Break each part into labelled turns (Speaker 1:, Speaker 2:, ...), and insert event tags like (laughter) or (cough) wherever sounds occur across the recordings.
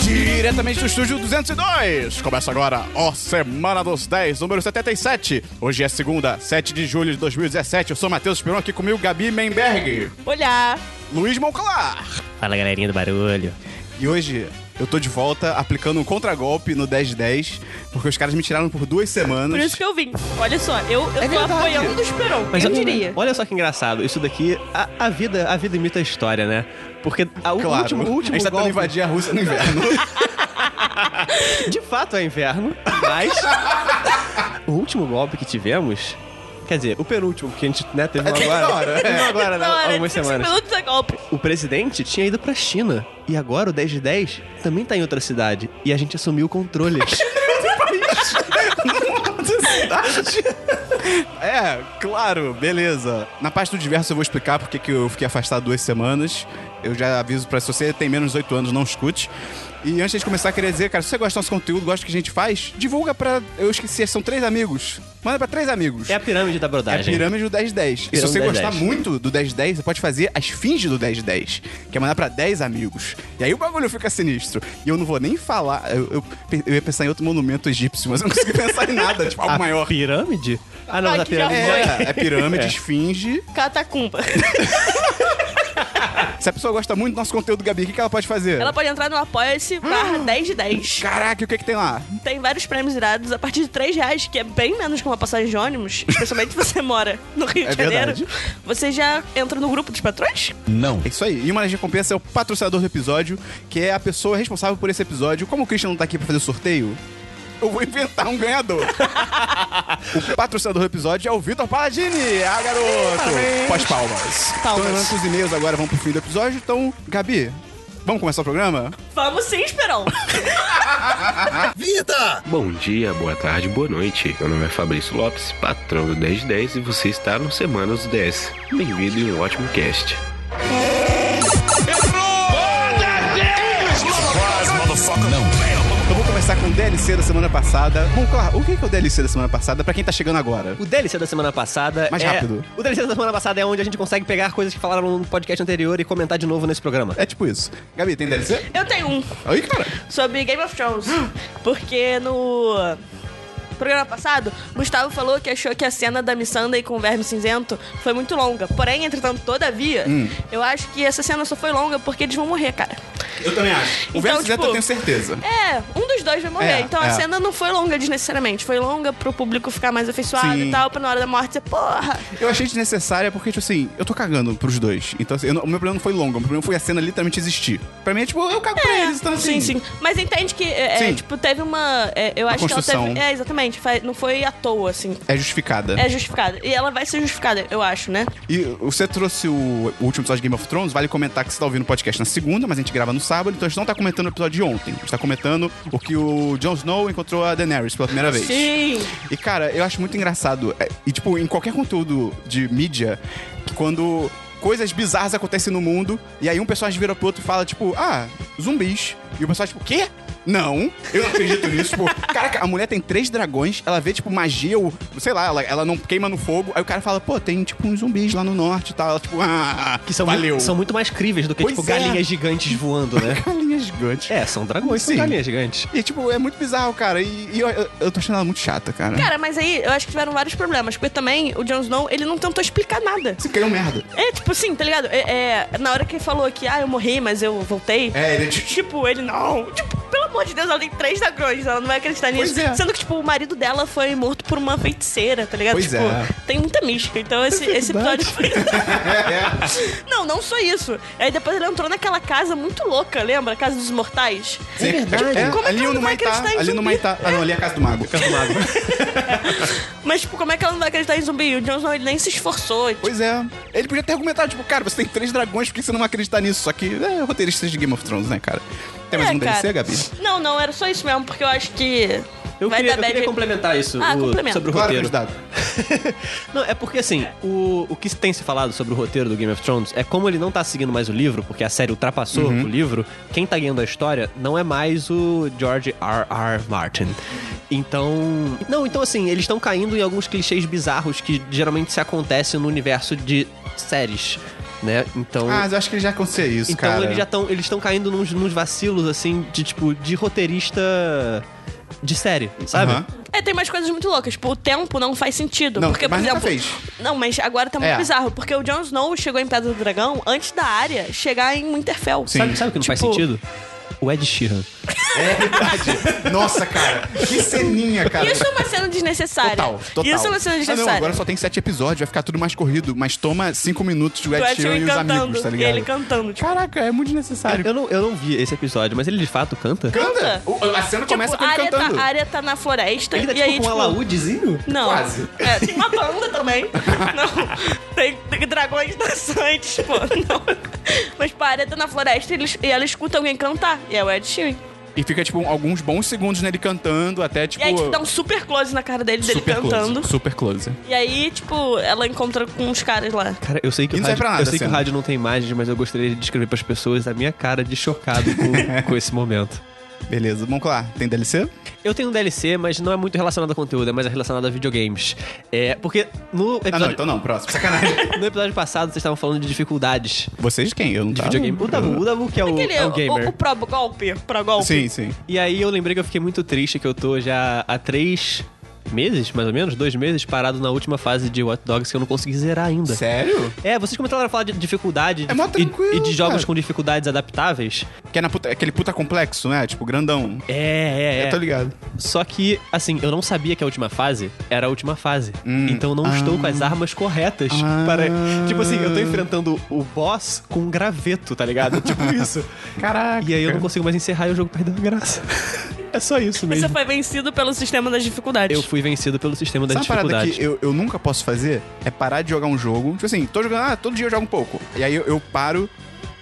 Speaker 1: diretamente do estúdio 202. Começa agora, ó, Semana dos 10, número 77. Hoje é segunda, 7 de julho de 2017. Eu sou Matheus Esperon, aqui comigo Gabi Menberg,
Speaker 2: Olhar!
Speaker 1: Luiz Monclar.
Speaker 3: Fala galerinha do barulho.
Speaker 1: E hoje eu tô de volta aplicando um contragolpe no 10 de 10, porque os caras me tiraram por duas
Speaker 2: Por
Speaker 1: semanas.
Speaker 2: isso que eu vim. Olha só, eu, eu tô
Speaker 3: verdade.
Speaker 2: apoiando o Esperon. eu
Speaker 3: olha-
Speaker 2: diria.
Speaker 3: Olha só que engraçado. Isso daqui, a, a vida, a vida imita a história, né? Porque a, o
Speaker 1: Claro,
Speaker 3: último, o último
Speaker 1: a gente tá tentando
Speaker 3: golpe-
Speaker 1: invadir a Rússia no inverno.
Speaker 3: de fato é inverno, mas o último golpe que tivemos, quer dizer, o penúltimo que a gente né, teve um agora,
Speaker 1: hora,
Speaker 3: (laughs) teve um agora, né,
Speaker 2: Não,
Speaker 3: algumas semanas.
Speaker 2: minutos é golpe.
Speaker 3: O presidente tinha ido pra China e agora o 10 de 10 também tá em outra cidade e a gente assumiu o controle.
Speaker 1: (laughs) É, claro, beleza. Na parte do diverso eu vou explicar porque que eu fiquei afastado duas semanas. Eu já aviso pra se você tem menos de 8 anos, não escute. E antes de começar, eu queria dizer, cara, se você gosta do nosso conteúdo, gosta do que a gente faz, divulga pra. Eu esqueci, são três amigos. Manda pra três amigos.
Speaker 3: é a pirâmide da
Speaker 1: É a
Speaker 3: brodagem.
Speaker 1: pirâmide do 1010. E se
Speaker 3: Pirâmide
Speaker 1: você
Speaker 3: 10.
Speaker 1: gostar muito do 1010, você pode fazer a esfinge do 1010, que é mandar pra 10 amigos. E aí o bagulho fica sinistro. E eu não vou nem falar. Eu, eu, eu ia pensar em outro monumento egípcio, mas eu não consegui (laughs) pensar em nada, tipo, algo
Speaker 3: A
Speaker 1: maior.
Speaker 3: pirâmide? Ah, não,
Speaker 2: Ai,
Speaker 3: mas a
Speaker 2: que já
Speaker 3: pirâmide.
Speaker 1: (laughs)
Speaker 2: foi.
Speaker 1: É, é pirâmide, esfinge.
Speaker 2: Catacumba.
Speaker 1: Se a pessoa gosta muito do nosso conteúdo, Gabi, o que, que ela pode fazer?
Speaker 2: Ela pode entrar no Apoia-se barra 10 de 10.
Speaker 1: Caraca, o que, que tem lá?
Speaker 2: Tem vários prêmios irados a partir de 3 reais, que é bem menos que uma passagem de ônibus, especialmente se você (laughs) mora no Rio de
Speaker 1: É
Speaker 2: Janeiro.
Speaker 1: verdade.
Speaker 2: Você já entra no grupo dos patrões?
Speaker 1: É Isso aí. E uma das recompensas é o patrocinador do episódio, que é a pessoa responsável por esse episódio. Como o Christian não tá aqui pra fazer o sorteio, eu vou inventar um ganhador. o patrocinador do episódio é o Vitor Paladini. Ah, garoto! Pós-palmas.
Speaker 2: Palmas.
Speaker 1: Então, levando os e-mails agora, vamos pro fim do episódio. Então, Gabi, vamos começar o programa?
Speaker 2: Vamos sim, Esperon.
Speaker 4: Bom dia, boa tarde, boa noite. Meu nome é Fabrício Lopes, patrão do 1010 e você está no Semana dos 10. Bem-vindo em um ótimo cast.
Speaker 1: Eu vou começar com o DLC da semana passada. Vamos lá, o que que é o DLC da semana passada pra quem tá chegando agora?
Speaker 3: O DLC da semana passada.
Speaker 1: Mais
Speaker 3: é-
Speaker 1: rápido.
Speaker 3: O DLC da semana passada é onde a gente consegue pegar coisas que falaram no podcast anterior e comentar de novo nesse programa.
Speaker 1: É tipo isso. Gabi, tem DLC?
Speaker 2: Eu tenho um.
Speaker 1: Aí, cara.
Speaker 2: sobre Game of Thrones. (gasps) Porque no programa passado, Gustavo falou que achou que a cena da Missandei com o Verme Cinzento foi muito longa. Porém, entretanto, todavia,
Speaker 1: Hum.
Speaker 2: eu acho que essa cena só foi longa porque eles vão morrer, cara.
Speaker 1: Eu também acho. O
Speaker 2: Então,
Speaker 1: Versus
Speaker 2: tipo,
Speaker 1: Zeta eu tenho certeza.
Speaker 2: É, um dos dois vai morrer.
Speaker 1: É,
Speaker 2: então
Speaker 1: é.
Speaker 2: a cena não foi longa desnecessariamente. Foi longa pro público ficar mais afeiçoado
Speaker 1: Sim.
Speaker 2: e tal, pra na hora da morte ser, porra,
Speaker 1: Eu achei desnecessária porque, tipo assim, eu tô cagando pros dois. Então, assim, eu não- o meu problema não foi longo, o meu problema foi a cena literalmente existir. Pra mim é tipo, eu cago pra eles, então assim.
Speaker 2: Sim, sim. Mas entende que, é, é,
Speaker 1: Sim.
Speaker 2: tipo, teve uma. é, eu
Speaker 1: Uma
Speaker 2: acho que ela
Speaker 1: construção.
Speaker 2: teve. É, exatamente. fa- Não foi à toa, assim.
Speaker 1: É justificada.
Speaker 2: É justificada. E ela vai ser justificada, eu acho, né?
Speaker 1: E você trouxe o, o último episódio de Game of Thrones, vale comentar que você tá ouvindo o podcast na segunda, mas a gente grava no sábado, então a gente não tá comentando o episódio de ontem. A gente tá comentando o que o Jon Snow encontrou a Daenerys pela primeira vez.
Speaker 2: Sim.
Speaker 1: E, cara, eu acho muito engraçado. é, E, tipo, em qualquer conteúdo de mídia, que quando coisas bizarras acontecem no mundo, e aí um personagem vira pro outro e fala, tipo, ah, zumbis. E o pessoal, tipo, quê? Não, eu não acredito nisso. Tipo, (laughs) caraca, a mulher tem três dragões, ela vê, tipo, magia, ou, sei lá, ela, ela não queima no fogo. Aí o cara fala, pô, tem, tipo, uns zumbis lá no norte e tal. Ela, tipo, ah,
Speaker 3: Que são,
Speaker 1: valeu.
Speaker 3: Muito, são muito mais críveis do que,
Speaker 1: Pois
Speaker 3: tipo,
Speaker 1: é.
Speaker 3: galinhas gigantes
Speaker 1: (laughs)
Speaker 3: voando, né?
Speaker 1: galinhas gigantes.
Speaker 3: é, são dragões,
Speaker 1: Sim.
Speaker 3: são galinhas gigantes.
Speaker 1: E, tipo, é muito bizarro, cara. E, e eu, eu- eu tô achando ela muito chata, cara.
Speaker 2: Cara, mas aí eu acho que tiveram vários problemas, porque também o Jon Snow, ele não tentou explicar nada.
Speaker 1: Você caiu merda.
Speaker 2: É, tipo assim, tá ligado? É, é, na hora que ele falou que, ah, eu morri, mas eu voltei.
Speaker 1: É, ele é tipo, (laughs)
Speaker 2: Tipo, ele não. Tipo, pelo amor de Deus, ela tem três dragões, ela não vai acreditar
Speaker 1: Pois
Speaker 2: nisso.
Speaker 1: é.
Speaker 2: Sendo que, tipo, o marido dela foi morto por uma feiticeira, tá ligado?
Speaker 1: Pois
Speaker 2: tipo,
Speaker 1: é.
Speaker 2: tem muita mística. Então esse, esse episódio foi. (laughs)
Speaker 1: É.
Speaker 2: não, não só isso. Aí depois ele entrou naquela casa muito louca, lembra? A casa dos mortais.
Speaker 1: Sim,
Speaker 3: verdade.
Speaker 1: É,
Speaker 2: Como é que
Speaker 1: ali
Speaker 2: ela
Speaker 1: no
Speaker 2: não vai
Speaker 1: Maitá,
Speaker 2: acreditar
Speaker 1: ali
Speaker 2: em
Speaker 1: no
Speaker 2: zumbi?
Speaker 1: Maitá. Ah, não, ali é a casa do mago.
Speaker 2: Mas, tipo, como é que ela não vai acreditar em zumbi? O Jon Snow, ele nem se esforçou. Tipo,
Speaker 1: Pois é. Ele podia ter argumentado, tipo, cara, você tem três dragões, por que você não vai acreditar nisso? Só que é roteiristas de Game of Thrones, né, cara? Tem mais
Speaker 2: É,
Speaker 1: um DLC,
Speaker 2: cara.
Speaker 1: Gabi?
Speaker 2: Não, não, era só isso mesmo, porque eu acho que.
Speaker 3: Eu
Speaker 2: vai
Speaker 3: queria,
Speaker 2: dar
Speaker 3: eu
Speaker 2: bad.
Speaker 3: queria complementar isso
Speaker 2: Ah,
Speaker 3: o-
Speaker 2: complementa.
Speaker 3: sobre o
Speaker 1: Claro,
Speaker 3: roteiro.
Speaker 1: candidato.
Speaker 3: Não, é porque assim, o, o que tem se falado sobre o roteiro do Game of Thrones é como ele não tá seguindo mais o livro, porque a série ultrapassou
Speaker 1: Uhum.
Speaker 3: o livro, quem tá guiando a história não é mais o George R. R. Martin. Então. Não, então assim, eles estão caindo em alguns clichês bizarros que geralmente se acontece no universo de séries. né? Então.
Speaker 1: Ah, mas eu acho que já aconteceu isso,
Speaker 3: Então
Speaker 1: cara.
Speaker 3: eles já estão eles estão caindo nos, nos vacilos assim de tipo de roteirista de série, sabe?
Speaker 1: Aham.
Speaker 2: É, tem umas coisas muito loucas. Tipo, o tempo não faz sentido.
Speaker 1: Não,
Speaker 2: porque, por
Speaker 1: mas nunca
Speaker 2: exemplo.
Speaker 1: fez.
Speaker 2: Não, mas agora tá muito
Speaker 1: É.
Speaker 2: bizarro. Porque o Jon Snow chegou em Pedra do Dragão antes da área chegar em Winterfell.
Speaker 1: Sim.
Speaker 3: Sabe, sabe o que não faz
Speaker 2: Tipo-
Speaker 3: sentido? O Ed Sheeran.
Speaker 1: É verdade. Nossa, cara. Que ceninha, cara.
Speaker 2: Isso é uma cena desnecessária.
Speaker 1: Total, total.
Speaker 2: Isso é uma cena
Speaker 1: Ah, não,
Speaker 2: desnecessária.
Speaker 1: agora só tem sete episódios, vai ficar tudo mais corrido, mas toma cinco minutos do
Speaker 2: Tu
Speaker 1: Ed
Speaker 2: acha
Speaker 1: Sheeran e
Speaker 2: ele
Speaker 1: os
Speaker 2: cantando.
Speaker 1: amigos, tá
Speaker 2: e
Speaker 1: ligado?
Speaker 2: ele cantando, tipo.
Speaker 1: Caraca, é muito desnecessário.
Speaker 3: Eu não, eu não vi esse episódio, mas ele de fato canta?
Speaker 1: Canta!
Speaker 2: Canta.
Speaker 1: O- a cena começa
Speaker 2: tipo,
Speaker 1: com ele
Speaker 2: Arya
Speaker 1: cantando.
Speaker 2: Tá, a área tá na floresta
Speaker 3: Ele tá
Speaker 2: e
Speaker 3: tipo
Speaker 2: aí,
Speaker 3: com
Speaker 2: tipo...
Speaker 3: um alaúdezinho?
Speaker 2: Não.
Speaker 1: Quase.
Speaker 2: É, tem uma banda
Speaker 1: (laughs)
Speaker 2: também. Não. Tem, tem dragões dançantes, pô. Não. Mas pá, a área tá na floresta e, eles- e ela escuta alguém cantar. E é o Ed Sheeran.
Speaker 1: E fica, tipo, alguns bons segundos nele cantando, até, tipo...
Speaker 2: E aí, tipo, dá um super close na cara dele, dele
Speaker 1: super
Speaker 2: cantando.
Speaker 1: Close, super close.
Speaker 2: E aí, tipo, ela encontra com uns caras lá.
Speaker 3: Cara, eu sei que,
Speaker 1: E
Speaker 3: o
Speaker 1: não serve
Speaker 3: rádio,
Speaker 1: pra nada
Speaker 3: eu sei
Speaker 1: a
Speaker 3: que o
Speaker 1: cena.
Speaker 3: rádio não tem imagens, mas eu gostaria de descrever pras pessoas a minha cara de chocado com,
Speaker 1: (laughs)
Speaker 3: com esse momento.
Speaker 1: Beleza, vamos lá. Tem DLC?
Speaker 3: Eu tenho um DLC, mas não é muito relacionado a conteúdo, é mais relacionado a videogames. É, porque no
Speaker 1: Ah, não,
Speaker 3: episódio,
Speaker 1: então não. Próximo. Sacanagem.
Speaker 3: no episódio passado vocês estavam falando de dificuldades
Speaker 1: (laughs) Vocês quem? Eu não
Speaker 3: de
Speaker 1: tava.
Speaker 3: videogame. O Dabu, o Dabu que é o,
Speaker 2: Aquele,
Speaker 3: é o gamer.
Speaker 2: o, o pro golpe, pro golpe.
Speaker 1: Uhum. Sim, sim.
Speaker 3: E aí eu lembrei que eu fiquei muito triste, que eu tô já há três meses, mais ou menos, dois meses, parado na última fase de Watch Dogs que eu não consegui zerar ainda.
Speaker 1: Sério?
Speaker 3: É, vocês começaram a falar de dificuldade
Speaker 1: É mó
Speaker 3: e-
Speaker 1: tranquilo,
Speaker 3: e, de jogos
Speaker 1: cara.
Speaker 3: com dificuldades adaptáveis.
Speaker 1: Que é na puta- aquele puta complexo, né? Tipo, grandão.
Speaker 3: É, é,
Speaker 1: Eu
Speaker 3: é.
Speaker 1: tô ligado.
Speaker 3: Só que, assim, eu não sabia que a última fase era a última fase. Então eu não estou com as armas corretas
Speaker 1: Hum. Ah.
Speaker 3: para. Tipo assim, eu tô enfrentando o boss com um graveto,
Speaker 1: (laughs)
Speaker 3: tá ligado? Tipo isso.
Speaker 1: Caraca.
Speaker 3: E aí eu não consigo mais encerrar e o jogo perdeu a graça. (laughs) É só isso
Speaker 2: Você
Speaker 3: mesmo.
Speaker 2: foi vencido pelo sistema das dificuldades.
Speaker 3: Eu fui vencido pelo sistema das
Speaker 1: Sabe uma parada
Speaker 3: dificuldades.
Speaker 1: que eu, eu nunca posso fazer? É parar de jogar um jogo. Tipo assim, tô jogando, ah, todo dia eu jogo um pouco. E aí eu, eu paro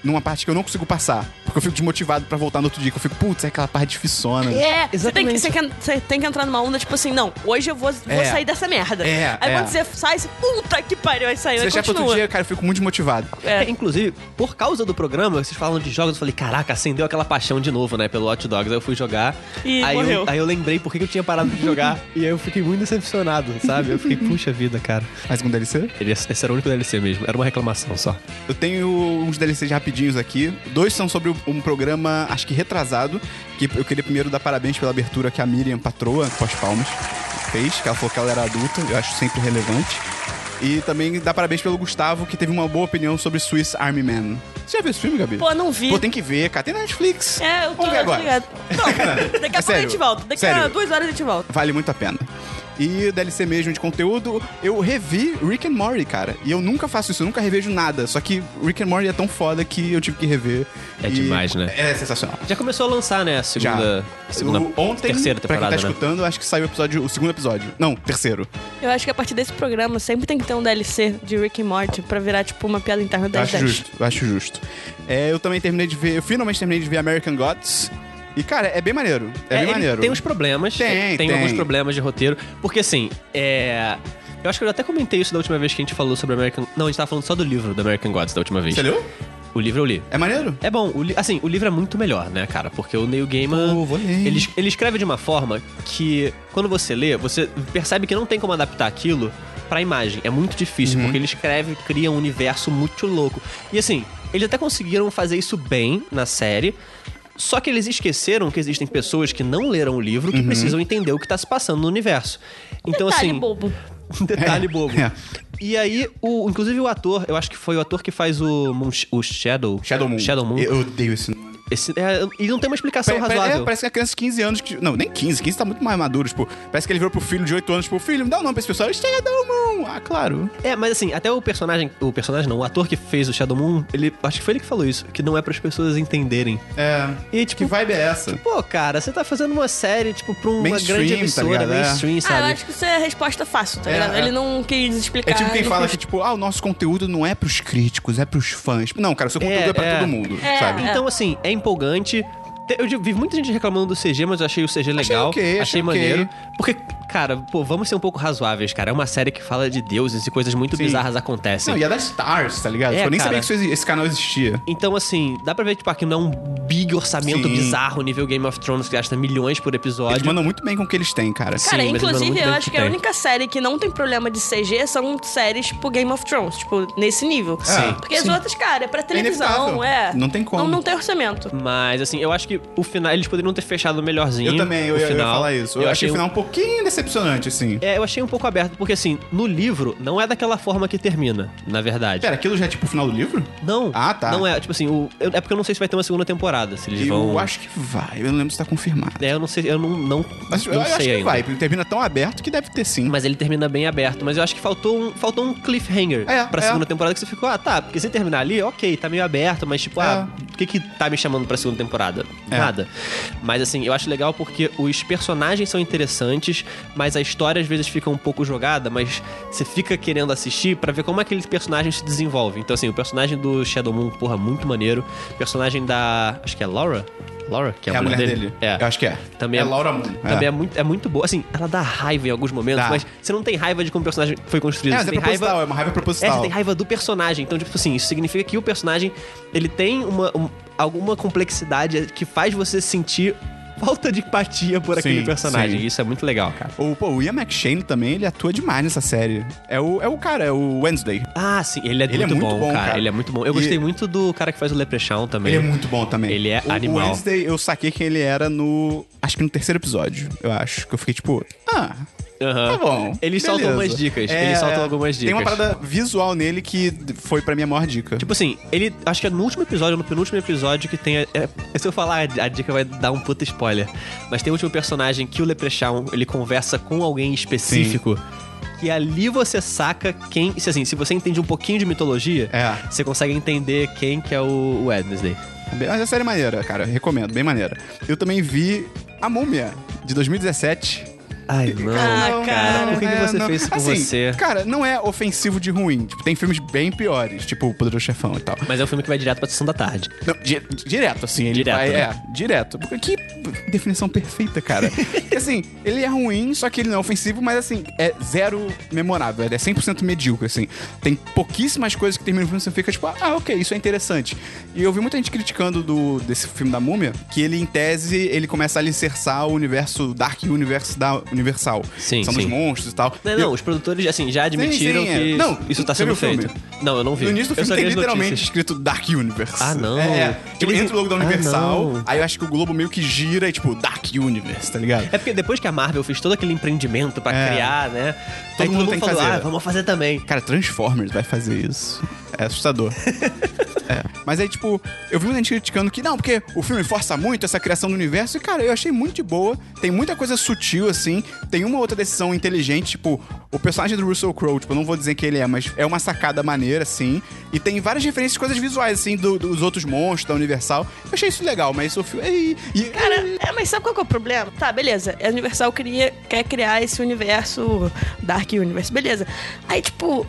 Speaker 1: numa parte que eu não consigo passar. Porque eu fico desmotivado pra voltar no outro dia. Que eu fico, putz, é aquela parte difiçona.
Speaker 2: É, você tem, que,
Speaker 3: Exatamente.
Speaker 2: você, quer- você tem que entrar numa onda, tipo assim, não, hoje eu vou, vou
Speaker 1: É.
Speaker 2: sair dessa merda.
Speaker 1: É,
Speaker 2: aí
Speaker 1: é.
Speaker 2: quando você sai, você, puta que pariu, aí saiu,
Speaker 1: Se
Speaker 2: aí
Speaker 1: deixar pro
Speaker 2: continua.
Speaker 1: outro dia, cara, eu fico muito desmotivado.
Speaker 2: É.
Speaker 3: É, inclusive, por causa do programa, vocês falam de jogos, eu falei, caraca, acendeu aquela paixão de novo, né, pelo Hot Dogs. Aí eu fui jogar.
Speaker 2: E
Speaker 3: aí,
Speaker 2: morreu.
Speaker 3: Eu, aí eu lembrei por que que eu tinha parado
Speaker 2: (laughs)
Speaker 3: de jogar. e aí eu fiquei muito decepcionado, sabe? Eu fiquei, puxa vida, cara.
Speaker 1: Mais um DLC?
Speaker 3: Ele- Esse era o único DLC mesmo, era uma reclamação só.
Speaker 1: Eu tenho uns DLCs rapidinhos aqui. Dois são sobre um programa, acho que retrasado, que eu queria primeiro dar parabéns pela abertura que a Miriam Patroa, pós-palmas, fez, que ela falou que ela era adulta, eu acho sempre relevante. E também dar parabéns pelo Gustavo, que teve uma boa opinião sobre Swiss Army Man. Você já viu esse filme, Gabi?
Speaker 2: Pô, não vi.
Speaker 1: Pô, tem que ver, cara. Tem na Netflix.
Speaker 2: É, eu tô,
Speaker 1: Vamos ver
Speaker 2: eu tô
Speaker 1: agora. (laughs)
Speaker 2: ligado. Não, daqui a pouco a
Speaker 1: sério.
Speaker 2: gente volta. Daqui a
Speaker 1: Sério.
Speaker 2: duas horas a gente volta.
Speaker 1: Vale muito a pena. E DLC mesmo de conteúdo, eu revi Rick and Morty, cara. E eu nunca faço isso, eu nunca revejo nada. Só que Rick and Morty é tão foda que eu tive que rever.
Speaker 3: É
Speaker 1: E
Speaker 3: demais, né?
Speaker 1: É sensacional.
Speaker 3: Já começou a lançar, né, a segunda... segunda
Speaker 1: O- ontem,
Speaker 3: terceira
Speaker 1: pra quem
Speaker 3: temporada,
Speaker 1: tá
Speaker 3: né?
Speaker 1: escutando, acho que saiu o episódio, o segundo episódio. Não, terceiro.
Speaker 2: Eu acho que a partir desse programa sempre tem que ter um DLC de Rick and Morty pra virar, tipo, uma piada interna
Speaker 1: Eu
Speaker 2: das
Speaker 1: acho
Speaker 2: 10.
Speaker 1: justo, eu acho justo. É, eu também terminei de ver, eu finalmente terminei de ver American Gods. E, cara, é bem maneiro. É, bem
Speaker 3: ele
Speaker 1: maneiro.
Speaker 3: Tem uns problemas.
Speaker 1: Tem, tem.
Speaker 3: alguns problemas de roteiro. Porque assim, é. Eu acho que eu até comentei isso da última vez que a gente falou sobre American. Não, a gente tava falando só do livro do American Gods da última vez.
Speaker 1: Você leu?
Speaker 3: O livro eu li.
Speaker 1: É maneiro?
Speaker 3: É bom, o li- assim, o livro é muito melhor, né, cara? Porque o Neil Gaiman.
Speaker 1: Pô, vou ler, hein?
Speaker 3: ele, es- ele escreve de uma forma que, quando você lê, você percebe que não tem como adaptar aquilo pra imagem. É muito
Speaker 1: Uhum.
Speaker 3: difícil, porque ele escreve, cria um universo muito louco. E assim, eles até conseguiram fazer isso bem na série. Só que eles esqueceram que existem pessoas que não leram o livro
Speaker 1: Uhum.
Speaker 3: que precisam entender o que tá se passando no universo. Então,
Speaker 2: Detalhe
Speaker 3: assim.
Speaker 2: bobo. Ah,
Speaker 3: Um (laughs) detalhe
Speaker 1: É,
Speaker 3: bobo.
Speaker 1: é.
Speaker 3: E aí, o, inclusive o ator, eu acho que foi o ator que faz o, Moon- o Shadow.
Speaker 1: (laughs) Shadow Moon.
Speaker 3: Shadow Moon.
Speaker 1: Eu odeio esse nome.
Speaker 3: Esse, é, e não tem uma explicação
Speaker 1: Pare- pare-
Speaker 3: razoável.
Speaker 1: é, parece que a criança de 15 anos. Que, não, nem 15, 15 tá muito mais maduro. Tipo, parece que ele virou pro filho de 8 anos, tipo, filho, me dá o nome pra esse pessoal. Shadow Moon! Ah, claro.
Speaker 3: É, mas assim, até o personagem. O personagem não, o ator que fez o Shadow Moon, ele. Acho que foi ele que falou isso, que não é para as pessoas entenderem.
Speaker 1: É.
Speaker 3: E
Speaker 1: Que
Speaker 3: tipo.
Speaker 1: vibe é essa?
Speaker 3: Pô, cara, você tá fazendo uma série, tipo, pra uma
Speaker 1: Mainstream,
Speaker 3: grande
Speaker 1: tá
Speaker 3: emissora,
Speaker 1: ligado? É.
Speaker 3: mainstream,
Speaker 2: Ah, eu
Speaker 3: sabe?
Speaker 2: acho que isso é a resposta fácil, tá
Speaker 1: É,
Speaker 2: ligado?
Speaker 1: é.
Speaker 2: Ele não quis explicar.
Speaker 1: É tipo quem
Speaker 2: ele
Speaker 1: fala
Speaker 2: quis-
Speaker 1: que, tipo, ah, o nosso conteúdo não é pros críticos, é pros fãs. Não, cara, o seu conteúdo é,
Speaker 3: É,
Speaker 1: pra
Speaker 3: é.
Speaker 1: todo mundo,
Speaker 2: É,
Speaker 1: sabe?
Speaker 2: é.
Speaker 3: Então, assim, é empolgante. Te- Eu digo, vi muita gente reclamando do CG, mas eu achei o CG legal.
Speaker 1: ok, achei ok.
Speaker 3: maneiro. Porque, cara, pô, vamos ser um pouco razoáveis, cara. É uma série que fala de deuses e coisas muito
Speaker 1: Sim.
Speaker 3: bizarras acontecem.
Speaker 1: Não, e é da Stars, tá ligado?
Speaker 3: É,
Speaker 1: Tipo, eu nem
Speaker 3: cara.
Speaker 1: sabia que isso exi- esse canal existia.
Speaker 3: Então, assim, dá pra ver, tipo, aqui não é um big orçamento
Speaker 1: Sim.
Speaker 3: bizarro, nível Game of Thrones, que gasta milhões por episódio.
Speaker 1: Eles mandam muito bem com o que eles têm, cara.
Speaker 3: Sim.
Speaker 2: Cara,
Speaker 3: mas eles mandam muito
Speaker 2: inclusive, eu
Speaker 3: bem
Speaker 2: acho
Speaker 3: que
Speaker 2: que a
Speaker 3: tem.
Speaker 2: única série que não tem problema de CG são séries tipo Game of Thrones, tipo, nesse nível.
Speaker 1: Ah, Sim.
Speaker 2: Porque as outras, cara, é pra televisão,
Speaker 1: inevitável.
Speaker 2: é.
Speaker 1: Não tem como.
Speaker 2: Não, não tem orçamento.
Speaker 3: Mas, assim, eu acho que o final, eles poderiam ter fechado melhorzinho.
Speaker 1: Eu também, eu,
Speaker 3: o
Speaker 1: ia- eu ia
Speaker 3: final.
Speaker 1: falar isso. Eu, achei o final um pouquinho decepcionante, assim.
Speaker 3: É, eu achei um pouco aberto, porque assim, no livro, não é daquela forma que termina, na verdade.
Speaker 1: Pera, aquilo já é tipo o final do livro?
Speaker 3: Não.
Speaker 1: Ah, tá.
Speaker 3: Não é, tipo assim, o- eu- é porque eu não sei se vai ter uma segunda temporada, se eles vão...
Speaker 1: Eu acho que vai. Eu não lembro se tá confirmado.
Speaker 3: É, eu não sei, eu não, não,
Speaker 1: Mas
Speaker 3: não
Speaker 1: eu
Speaker 3: sei
Speaker 1: acho que
Speaker 3: ainda.
Speaker 1: vai, porque termina tão aberto que deve ter sim.
Speaker 3: Mas ele termina bem aberto, mas eu acho que faltou um, faltou um cliffhanger
Speaker 1: É,
Speaker 3: pra
Speaker 1: é.
Speaker 3: segunda temporada que você ficou, ah, tá, porque se terminar ali, ok, tá meio aberto, mas tipo, ah, o que que tá me chamando pra segunda temporada?
Speaker 1: É.
Speaker 3: Nada. Mas assim, eu acho legal porque os personagens são interessantes, mas a história às vezes fica um pouco jogada, mas você fica querendo assistir pra ver como aquele personagem se desenvolve. Então assim, o personagem do Shadow Moon, porra, muito maneiro. O personagem da, acho que é Laura? Laura, que é,
Speaker 1: é a mulher dele.
Speaker 3: É.
Speaker 1: Eu acho que é.
Speaker 3: Também
Speaker 1: é
Speaker 3: é-
Speaker 1: Laura Moon.
Speaker 3: Também é. muito, é muito boa. Assim, ela dá raiva em alguns momentos,
Speaker 1: Dá.
Speaker 3: mas você não tem raiva de como o personagem foi construído.
Speaker 1: É, mas
Speaker 3: você
Speaker 1: é
Speaker 3: tem
Speaker 1: proposital,
Speaker 3: raiva.
Speaker 1: é uma raiva
Speaker 3: É,
Speaker 1: proposital.
Speaker 3: você tem raiva do personagem. Então, tipo assim, isso significa que o personagem ele tem uma, um- alguma complexidade que faz você sentir falta de empatia por aquele
Speaker 1: Sim,
Speaker 3: personagem.
Speaker 1: sim.
Speaker 3: Isso é muito legal, cara.
Speaker 1: O, pô, o Ian McShane também, ele atua demais nessa série. É o, é o cara, é o Wednesday.
Speaker 3: Ah, sim, ele é,
Speaker 1: Ele
Speaker 3: muito, bom, cara. Ele é muito bom. Eu
Speaker 1: E-
Speaker 3: gostei muito do cara que faz o Leprechaun também.
Speaker 1: Ele é muito bom também.
Speaker 3: Ele é
Speaker 1: o,
Speaker 3: animal.
Speaker 1: O Wednesday, eu saquei quem ele era no... Acho que no terceiro episódio, eu acho. Que eu fiquei tipo... Ah...
Speaker 3: Aham.
Speaker 1: Tá bom.
Speaker 3: Eles
Speaker 1: beleza.
Speaker 3: soltam umas dicas,
Speaker 1: É,
Speaker 3: eles soltam
Speaker 1: é.
Speaker 3: algumas
Speaker 1: Tem uma
Speaker 3: dicas.
Speaker 1: parada visual nele que foi pra minha maior dica.
Speaker 3: Tipo assim, ele. Acho que é no último episódio, ou no penúltimo episódio, que tem. a- é- se eu falar, a dica vai dar um puta spoiler. Mas tem o último personagem que o Leprechaun ele conversa com alguém específico. Que ali você saca quem. Se assim, se você entende um pouquinho de mitologia,
Speaker 1: É.
Speaker 3: você consegue entender quem que é o Wednesday.
Speaker 1: Mas a série é maneira, cara. eu Recomendo, bem maneira. Eu também vi A Múmia, de 2017.
Speaker 3: Ai, não.
Speaker 2: Ah, cara,
Speaker 3: por que que
Speaker 1: né,
Speaker 3: você fez isso com
Speaker 1: Assim,
Speaker 3: você?
Speaker 1: Cara, não é ofensivo de ruim. Tipo, tem filmes bem piores, tipo O Poderoso Chefão e tal.
Speaker 3: Mas é um filme que vai direto pra sessão da tarde.
Speaker 1: Não, di- direto, assim. Ele
Speaker 3: Direto,
Speaker 1: vai-
Speaker 3: né?
Speaker 1: É, direto. Porque que p- definição perfeita,
Speaker 3: (laughs)
Speaker 1: cara. Porque, assim, ele é ruim, só que ele não é ofensivo, mas, assim, é zero memorável. Ele é 100% medíocre, assim. Tem pouquíssimas coisas que terminam o filme e você fica, tipo, ah, ok, isso é interessante. E eu vi muita gente criticando do, desse filme da Múmia, que ele, em tese, ele começa a alicerçar o universo Dark Universe da Universal.
Speaker 3: Sim,
Speaker 1: São
Speaker 3: sim.
Speaker 1: dos monstros e tal.
Speaker 3: Não,
Speaker 1: E eu-
Speaker 3: não, os produtores, assim, já admitiram
Speaker 1: sim, é.
Speaker 3: que
Speaker 1: Não,
Speaker 3: isso tá
Speaker 1: você viu
Speaker 3: sendo
Speaker 1: o filme?
Speaker 3: feito. Não, eu não vi.
Speaker 1: No início do
Speaker 3: Eu só
Speaker 1: filme tem
Speaker 3: li as
Speaker 1: literalmente
Speaker 3: notícias.
Speaker 1: escrito Dark Universe.
Speaker 3: Ah, não.
Speaker 1: É, é. Tipo,
Speaker 3: Eles-
Speaker 1: entra o logo da
Speaker 3: Ah,
Speaker 1: Universal,
Speaker 3: não.
Speaker 1: aí eu acho que o globo meio que gira e tipo, Dark Universe, tá ligado?
Speaker 3: É porque depois que a Marvel fez todo aquele empreendimento pra
Speaker 1: É.
Speaker 3: criar, né?
Speaker 1: Todo
Speaker 3: aí
Speaker 1: mundo tem que
Speaker 3: falou,
Speaker 1: fazer.
Speaker 3: ah, vamos fazer também.
Speaker 1: Cara, Transformers vai fazer isso. É (laughs) assustador. É. Mas aí, tipo, eu vi muita gente criticando que não, porque o filme força muito essa criação do universo. E, cara, eu achei muito de boa. Tem muita coisa sutil, assim. Tem uma outra decisão inteligente, tipo, o personagem do Russell Crowe, tipo, eu não vou dizer quem ele é, mas é uma sacada maneira, assim. E tem várias referências, de coisas visuais, assim, do- dos outros monstros da Universal. Eu achei isso legal, mas o filme. E, e-
Speaker 2: Cara, é, mas sabe qual que é o problema? Tá, beleza. A Universal queria, quer criar esse universo Dark Universe, beleza. Aí, tipo,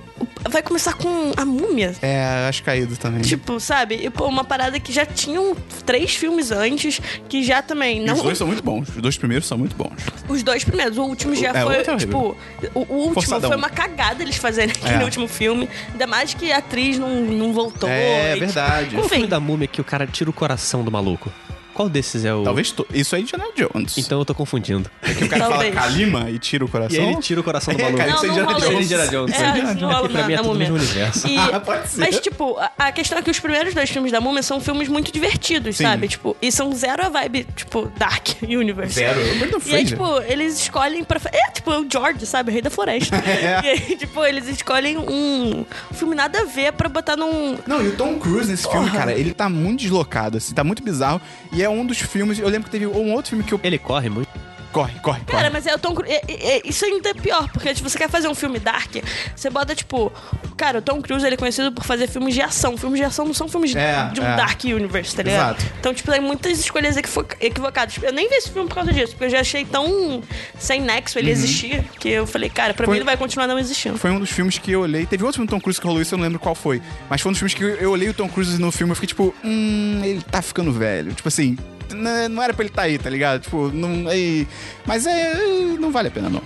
Speaker 2: vai começar com a múmia.
Speaker 1: É, acho caído também.
Speaker 2: Tipo, sabe? E, pô, uma parada que já tinham três filmes antes, que já também.
Speaker 1: E
Speaker 2: Não,
Speaker 1: Os dois são muito bons. Os dois primeiros são muito bons.
Speaker 2: Os dois primeiros. O último já
Speaker 1: É, o
Speaker 2: foi,
Speaker 1: outro é horrível.
Speaker 2: tipo... O, o último
Speaker 1: Forçadão.
Speaker 2: foi uma cagada eles fazerem aquele
Speaker 1: É.
Speaker 2: último filme. Ainda mais que a atriz não, não voltou.
Speaker 1: É,
Speaker 2: e,
Speaker 1: verdade.
Speaker 2: Tipo,
Speaker 3: O filme
Speaker 2: enfim,
Speaker 3: da múmia que o cara tira o coração do maluco. Qual desses é o.
Speaker 1: Talvez to- isso aí é Indiana Jones.
Speaker 3: Então eu tô confundindo.
Speaker 1: É que o cara
Speaker 2: Talvez.
Speaker 1: fala Kalima e tira o
Speaker 3: E
Speaker 1: coração.
Speaker 3: aí ele tira o coração do
Speaker 1: É,
Speaker 3: maluco.
Speaker 1: cara,
Speaker 2: não,
Speaker 1: isso é
Speaker 2: não
Speaker 1: Indiana
Speaker 2: rola
Speaker 1: Jones.
Speaker 2: isso.
Speaker 3: Indiana Jones,
Speaker 2: É,
Speaker 3: né?
Speaker 2: isso não rola
Speaker 3: Pra
Speaker 2: na,
Speaker 3: mim é
Speaker 2: na
Speaker 3: tudo
Speaker 2: múmia.
Speaker 3: mesmo universo.
Speaker 1: (laughs)
Speaker 2: E-
Speaker 1: Ah, pode ser.
Speaker 2: Mas, tipo, a, a questão é que os primeiros dois filmes da Múmia são filmes muito divertidos,
Speaker 1: Sim.
Speaker 2: sabe? Tipo, e são zero a vibe, tipo, Dark (laughs) Universe.
Speaker 1: Zero. É o Brendan
Speaker 2: E aí,
Speaker 1: Fraser.
Speaker 2: tipo, eles escolhem pra. fa- É, tipo, o George, sabe? Rei da
Speaker 1: (laughs)
Speaker 2: Floresta.
Speaker 1: É.
Speaker 2: E aí, tipo, eles escolhem um filme nada a ver pra botar num.
Speaker 1: Não, e o Tom Cruise nesse filme, cara, ele tá muito deslocado, assim, tá muito bizarro. E é um dos filmes. Eu lembro que teve um outro filme que eu.
Speaker 3: Ele corre muito.
Speaker 1: Corre, corre, corre.
Speaker 2: Cara, mas é o Tom Cruise. é- é- é- isso ainda é pior, porque se você quer fazer um filme dark, você bota, tipo. Cara, o Tom Cruise ele é conhecido por fazer filmes de ação. Filmes de ação não são filmes
Speaker 1: É,
Speaker 2: de um
Speaker 1: é.
Speaker 2: Dark Universe, tá ligado?
Speaker 1: Exato.
Speaker 2: Então, tipo, tem muitas escolhas equivo- equivocadas. Eu nem vi esse filme por causa disso, porque eu já achei tão sem nexo ele existir, que eu falei, cara, pra
Speaker 1: Uhum. Foi-
Speaker 2: mim ele vai continuar não existindo.
Speaker 1: Foi um dos filmes que eu olhei. Teve outro filme do Tom Cruise que rolou isso, eu não lembro qual foi. Mas foi um dos filmes que eu, eu olhei o Tom Cruise no filme e eu fiquei tipo, hum, ele tá ficando velho. Tipo assim, n- não era pra ele estar tá aí, tá ligado? Tipo, não. aí- Mas é. Não vale a pena, não.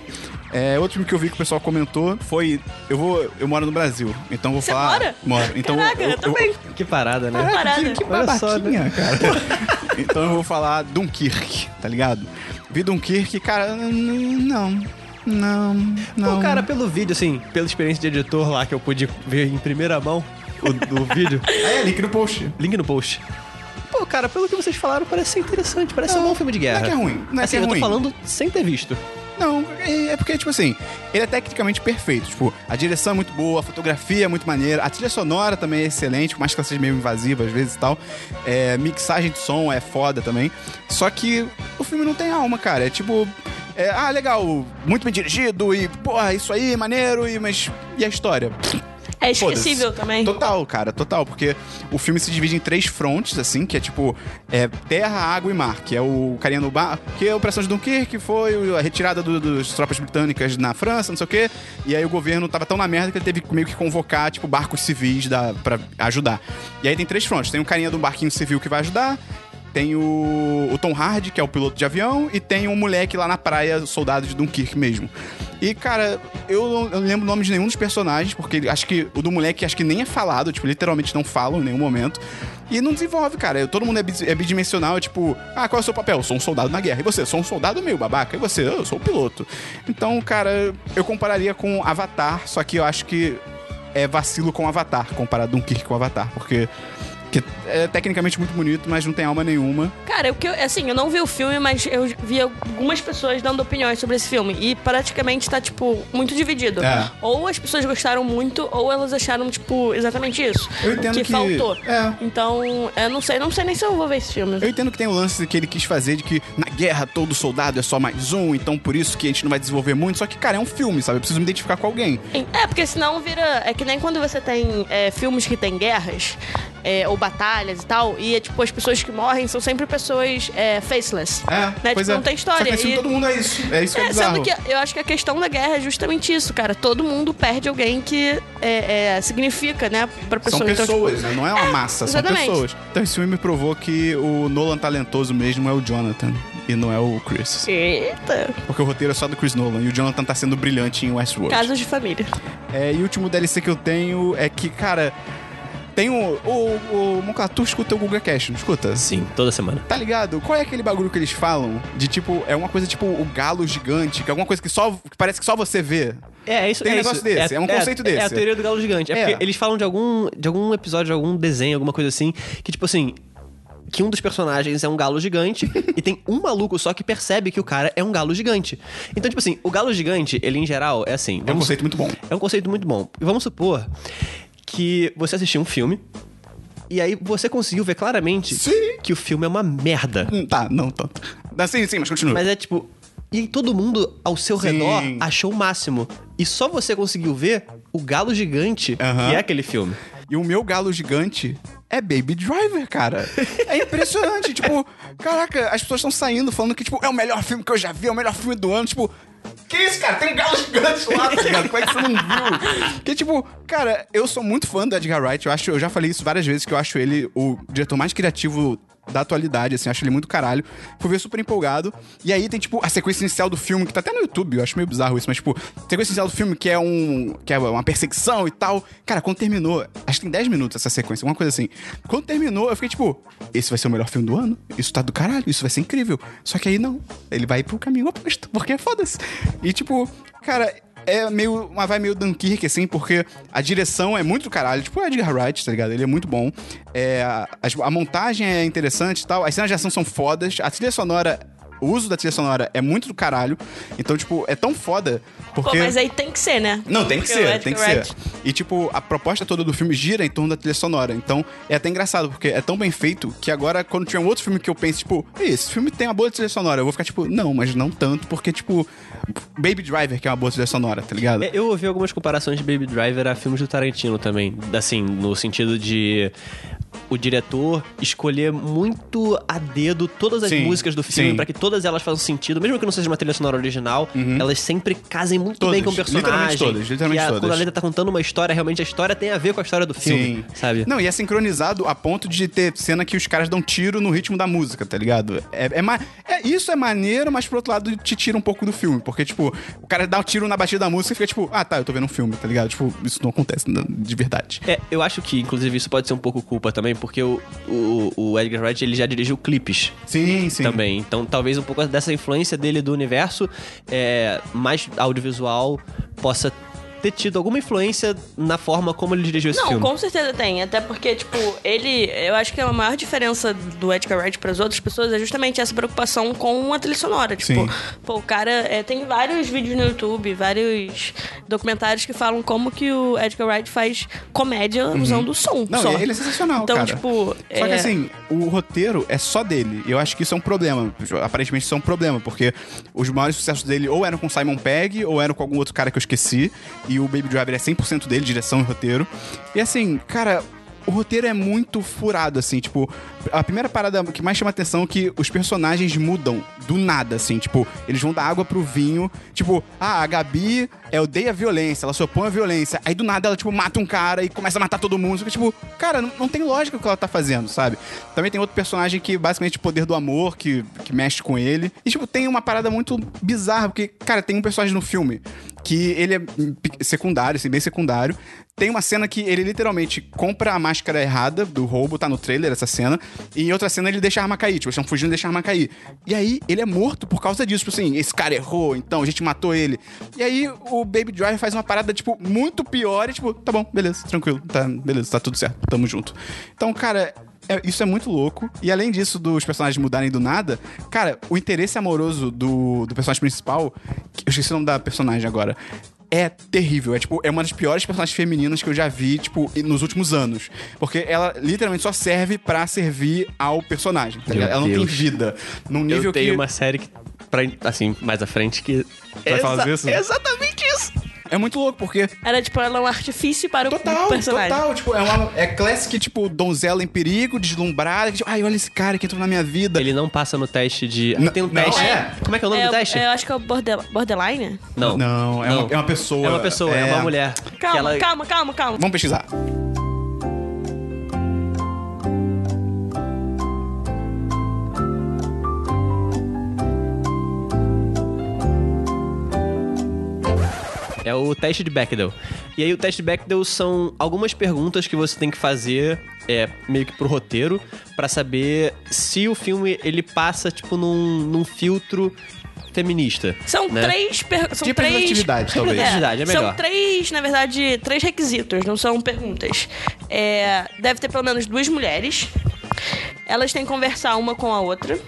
Speaker 1: É, outro filme que eu vi que o pessoal comentou foi. Eu vou. Eu moro no Brasil, então vou
Speaker 2: Você
Speaker 1: falar.
Speaker 2: mora?
Speaker 1: Moro. Então,
Speaker 2: Caraca, eu, também.
Speaker 3: Que parada, né?
Speaker 2: Caraca.
Speaker 1: Caraca, que,
Speaker 2: Parada.
Speaker 1: que
Speaker 3: Olha só, né?
Speaker 1: babaquinha, cara. (laughs) então eu vou falar Dunkirk, tá ligado? Vi Dunkirk, cara, n- não. Não, não.
Speaker 3: Pô, cara, pelo vídeo, assim, pela experiência de editor lá que eu pude ver em primeira mão
Speaker 1: (laughs)
Speaker 3: o, do vídeo,
Speaker 1: É, link no post.
Speaker 3: link no post. Pô, cara, pelo que vocês falaram, parece ser interessante, parece ser um bom filme de guerra.
Speaker 1: Não é que é ruim, não é que
Speaker 3: assim,
Speaker 1: é
Speaker 3: eu tô
Speaker 1: ruim.
Speaker 3: falando sem ter visto.
Speaker 1: Não, é é porque, tipo assim, ele é tecnicamente perfeito. Tipo, a direção é muito boa, a fotografia é muito maneira, a trilha sonora também é excelente, por mais que ela seja meio invasiva às vezes e tal. É, mixagem de som é foda também. Só que o filme não tem alma, cara. É tipo. é, ah, legal, muito bem dirigido e, porra, isso aí, maneiro, e, mas. E a história?
Speaker 2: É
Speaker 1: Foda-se.
Speaker 2: esquecível também.
Speaker 1: Total, cara, total. Porque o filme se divide em três frontes, assim, que é tipo é, terra, água e mar, que é o carinha no bar, que é a Operação de Dunkirk, foi a retirada do- das tropas britânicas na França, não sei o quê. E aí o governo tava tão na merda que ele teve que meio que convocar, tipo, barcos civis da, pra ajudar. E aí tem três frontes. Tem o carinha do barquinho civil que vai ajudar. Tem o, o Tom Hardy, que é o piloto de avião, e tem um moleque lá na praia, soldado de Dunkirk mesmo. E, cara, eu não, eu não lembro o nome de nenhum dos personagens, porque ele- acho que o do moleque acho que nem é falado, tipo, literalmente não falam em nenhum momento. E não desenvolve, cara. Eu- Todo mundo é, bi- é bidimensional, é tipo, ah, qual é o seu papel? Eu sou um soldado na guerra. E você? Eu sou um soldado meio babaca. E você? Eu sou o piloto. Então, cara, eu compararia com Avatar, só que eu acho que é vacilo com Avatar, comparado Dunkirk com Avatar, porque que é tecnicamente muito bonito, mas não tem alma nenhuma.
Speaker 2: Cara, o que eu, assim, eu não vi o filme, mas eu vi algumas pessoas dando opiniões sobre esse filme. E praticamente tá, tipo, muito dividido.
Speaker 1: É.
Speaker 2: Ou as pessoas gostaram muito, ou elas acharam, tipo, exatamente isso.
Speaker 1: Eu entendo que-
Speaker 2: faltou.
Speaker 1: é.
Speaker 2: Então, eu não sei, não sei nem se eu vou ver esse filme.
Speaker 1: Eu entendo que tem o lance que ele quis fazer de que na guerra todo soldado é só mais um, então por isso que a gente não vai desenvolver muito. Só que, cara, é um filme, sabe? Eu preciso me identificar com alguém.
Speaker 2: É, porque senão vira. É que nem quando você tem é, filmes que tem guerras é, ou batalhas e tal, e é, tipo, as pessoas que morrem são sempre pessoas é, faceless. né? Tipo, não tem
Speaker 1: é. Só
Speaker 2: história.
Speaker 1: que nesse filme
Speaker 2: e-
Speaker 1: todo mundo é isso. É isso que é,
Speaker 2: É,
Speaker 1: bizarro.
Speaker 2: sendo que eu acho que a questão da guerra é justamente isso, cara. Todo mundo perde alguém que é, é, significa, né, pra
Speaker 1: São
Speaker 2: pessoa. Então,
Speaker 1: pessoas, né? Não é uma
Speaker 2: É,
Speaker 1: massa,
Speaker 2: exatamente.
Speaker 1: são pessoas. Então esse filme me provou que o Nolan talentoso mesmo é o Jonathan e não é o Chris.
Speaker 2: tipo, Eita.
Speaker 1: Porque o roteiro é só do Chris Nolan e o Jonathan tá sendo brilhante em Westworld.
Speaker 2: Casos de família.
Speaker 1: É, e o último DLC que eu tenho é que, cara, tem o. O, o Moncatu escuta o Google Cash, não escuta?
Speaker 3: Sim, toda semana.
Speaker 1: Tá ligado? Qual é aquele bagulho que eles falam? De tipo, é uma coisa tipo o galo gigante, que é alguma coisa que só. que parece que só você vê.
Speaker 3: É, é isso
Speaker 1: Tem
Speaker 3: é
Speaker 1: um negócio
Speaker 3: isso.
Speaker 1: desse, é um conceito desse.
Speaker 3: É a teoria do galo gigante. É,
Speaker 1: É.
Speaker 3: porque eles falam de algum, de algum episódio, de algum desenho, alguma coisa assim, que tipo assim. Que um dos personagens é um galo gigante (laughs) e tem um maluco só que percebe que o cara é um galo gigante. Então, tipo assim, o galo gigante, ele em geral é assim.
Speaker 1: É um
Speaker 3: vamos-
Speaker 1: conceito muito bom.
Speaker 3: É um conceito muito bom. E vamos supor que você assistiu um filme e aí você conseguiu ver claramente
Speaker 1: Sim.
Speaker 3: que o filme é uma merda.
Speaker 1: Hum, Tá, não tanto. Mas Sim, sim, mas continua.
Speaker 3: Mas é tipo. E aí todo mundo ao seu
Speaker 1: Sim.
Speaker 3: redor achou o máximo. E só você conseguiu ver o galo gigante
Speaker 1: Aham.
Speaker 3: que é aquele filme.
Speaker 1: E o meu galo gigante é Baby Driver, cara. É impressionante. (laughs) tipo, caraca, as pessoas estão saindo falando que, tipo, é o melhor filme que eu já vi, é o melhor filme do ano. Tipo, que isso, cara? Tem um galo gigante lá, tá ligado? Como é que você não viu? Que, tipo, cara, eu sou muito fã do Edgar Wright. Eu, acho, eu já falei isso várias vezes, que eu acho ele o diretor mais criativo da atualidade, assim, acho ele muito caralho. Fui ver super empolgado. E aí tem, tipo, a sequência inicial do filme, que tá até no YouTube, eu acho meio bizarro isso, mas, tipo, a sequência inicial do filme que é um. que é uma perseguição e tal. Cara, quando terminou, acho que tem 10 minutos essa sequência, alguma coisa assim. Quando terminou, eu fiquei tipo, esse vai ser o melhor filme do ano? Isso tá do caralho, isso vai ser incrível. Só que aí não, ele vai pro caminho oposto, porque foda-se. E tipo, cara, é meio uma vai meio Dunkirk, assim, porque a direção é muito do caralho. Tipo, o Edgar Wright, tá ligado? Ele é muito bom. É, a, as- a montagem é interessante e tal. As cenas de ação são fodas. A trilha sonora, o uso da trilha sonora é muito do caralho. Então, tipo, é tão foda
Speaker 2: Pô,
Speaker 1: porque...
Speaker 2: mas aí tem que ser, né?
Speaker 1: Não, tem que
Speaker 2: Porque o
Speaker 1: ser,
Speaker 2: Edgar
Speaker 1: tem que ser.
Speaker 2: Wright-
Speaker 1: E, tipo, a proposta toda do filme gira em torno da trilha sonora. Então, é até engraçado, porque é tão bem feito que agora, quando tiver um outro filme que eu penso, tipo, "Ih, esse filme tem uma boa trilha sonora, eu vou ficar, tipo, não, mas não tanto, porque, tipo, Baby Driver que é uma boa trilha sonora, tá ligado?
Speaker 3: É, Eu ouvi algumas comparações de Baby Driver a filmes do Tarantino também. Assim, no sentido de. o diretor escolher muito a dedo todas as
Speaker 1: Sim,
Speaker 3: músicas do filme
Speaker 1: sim.
Speaker 3: pra que todas elas façam sentido, mesmo que não seja uma trilha sonora original, elas sempre casem muito
Speaker 1: Todas,
Speaker 3: bem com o personagem.
Speaker 1: literalmente todas, literalmente
Speaker 3: que a-
Speaker 1: todas.
Speaker 3: Quando a letra tá contando uma história, realmente a história tem a ver com a história do filme, sabe?
Speaker 1: Não, e é sincronizado a ponto de ter cena que os caras dão tiro no ritmo da música, tá ligado? É, é, ma- é- isso é maneiro, mas por outro lado te tira um pouco do filme. Porque, tipo, o cara dá o tiro na batida da música e fica tipo, ah tá, eu tô vendo um filme, tá ligado? Tipo, isso não acontece na- de verdade.
Speaker 3: É, eu acho que, inclusive, isso pode ser um pouco culpa também, porque o, o, o Edgar Wright ele já dirigiu clipes
Speaker 1: Sim, sim.
Speaker 3: também. Então, talvez um pouco dessa influência dele do universo é, mais audiovisual possa ter tido alguma influência na forma como ele dirigiu esse
Speaker 2: Não,
Speaker 3: filme.
Speaker 2: com certeza tem. Até porque, tipo, ele. Eu acho que a maior diferença do Edgar Wright para as outras pessoas é justamente essa preocupação com a trilha sonora. Tipo,
Speaker 1: Sim.
Speaker 2: pô, o cara. é, tem vários vídeos no YouTube, vários documentários que falam como que o Edgar Wright faz comédia usando o som.
Speaker 1: Uhum. Não,
Speaker 2: só.
Speaker 1: ele é sensacional,
Speaker 2: Então,
Speaker 1: cara.
Speaker 2: tipo.
Speaker 1: Só que
Speaker 2: é,
Speaker 1: assim, o roteiro é só dele. Eu acho que isso é um problema. Aparentemente isso é um problema, porque os maiores sucessos dele ou eram com Simon Pegg, ou eram com algum outro cara que eu esqueci. E o Baby Driver é 100% dele, direção e roteiro. E assim, cara, o roteiro é muito furado, assim, tipo, a primeira parada que mais chama atenção é que os personagens mudam do nada, assim, tipo, eles vão da água pro vinho, tipo, ah, a Gabi é, odeia a violência, ela se opõe à violência, aí do nada ela, tipo, mata um cara e começa a matar todo mundo, Só que, tipo, cara, não, não tem lógica o que ela tá fazendo, sabe? Também tem outro personagem que, basicamente, poder do amor, que, que mexe com ele, e, tipo, tem uma parada muito bizarra, porque, cara, tem um personagem no filme que ele é hum, pe- secundário, assim, bem secundário. Tem uma cena que ele literalmente compra a máscara errada do roubo, tá no trailer essa cena. E em outra cena ele deixa a arma cair, tipo, eles estão fugindo e deixa a arma cair. E aí ele é morto por causa disso, tipo assim, esse cara errou, então a gente matou ele. E aí o Baby Driver faz uma parada, tipo, muito pior e tipo, tá bom, beleza, tranquilo, tá, beleza, tá tudo certo, tamo junto. Então, cara, é, isso é muito louco. E além disso, dos personagens mudarem do nada, cara, o interesse amoroso do, do personagem principal, que- eu esqueci o nome da personagem agora. É terrível, é tipo, é uma das piores personagens femininas que eu já vi, tipo, e- nos últimos anos. Porque ela literalmente só serve pra servir ao personagem. tá
Speaker 3: Meu
Speaker 1: ligado? ela não tem
Speaker 3: Deus.
Speaker 1: vida. Num nível
Speaker 3: Eu tenho
Speaker 1: que.
Speaker 3: uma série que, pra, assim, mais à frente que...
Speaker 1: vai falar
Speaker 3: Exa-
Speaker 1: disso?
Speaker 3: Exatamente isso!
Speaker 1: É muito louco, porque
Speaker 2: Era tipo, ela é um artifício para
Speaker 1: Total,
Speaker 2: o Um personagem.
Speaker 1: total. Tipo, é uma é classic, tipo, donzela em perigo, deslumbrada. Que, tipo, Ai, olha esse cara que entrou na minha vida.
Speaker 3: Ele não passa no teste de...
Speaker 1: Não,
Speaker 3: tem um
Speaker 1: não,
Speaker 3: teste.
Speaker 1: é.
Speaker 3: Como é que é o nome
Speaker 2: É,
Speaker 3: do teste?
Speaker 2: Eu acho que é o bordel- borderline?
Speaker 3: Não.
Speaker 1: Não, é uma- é uma pessoa.
Speaker 3: É uma pessoa, é,
Speaker 1: É.
Speaker 3: uma mulher.
Speaker 2: Calma,
Speaker 3: que ela...
Speaker 2: calma, calma, calma.
Speaker 1: Vamos pesquisar.
Speaker 3: É o teste de Bechdel. E aí o teste de Bechdel são algumas perguntas que você tem que fazer é, meio que pro roteiro pra saber se o filme ele passa tipo num, num filtro feminista.
Speaker 2: São
Speaker 3: né?
Speaker 2: três per...
Speaker 1: Tipos
Speaker 2: são
Speaker 1: de
Speaker 2: três... (laughs)
Speaker 1: atividade, talvez.
Speaker 3: Tipos de atividade, é melhor.
Speaker 2: São três, na verdade, três requisitos, não são perguntas. É, deve ter pelo menos duas mulheres. Elas têm que conversar uma com a outra.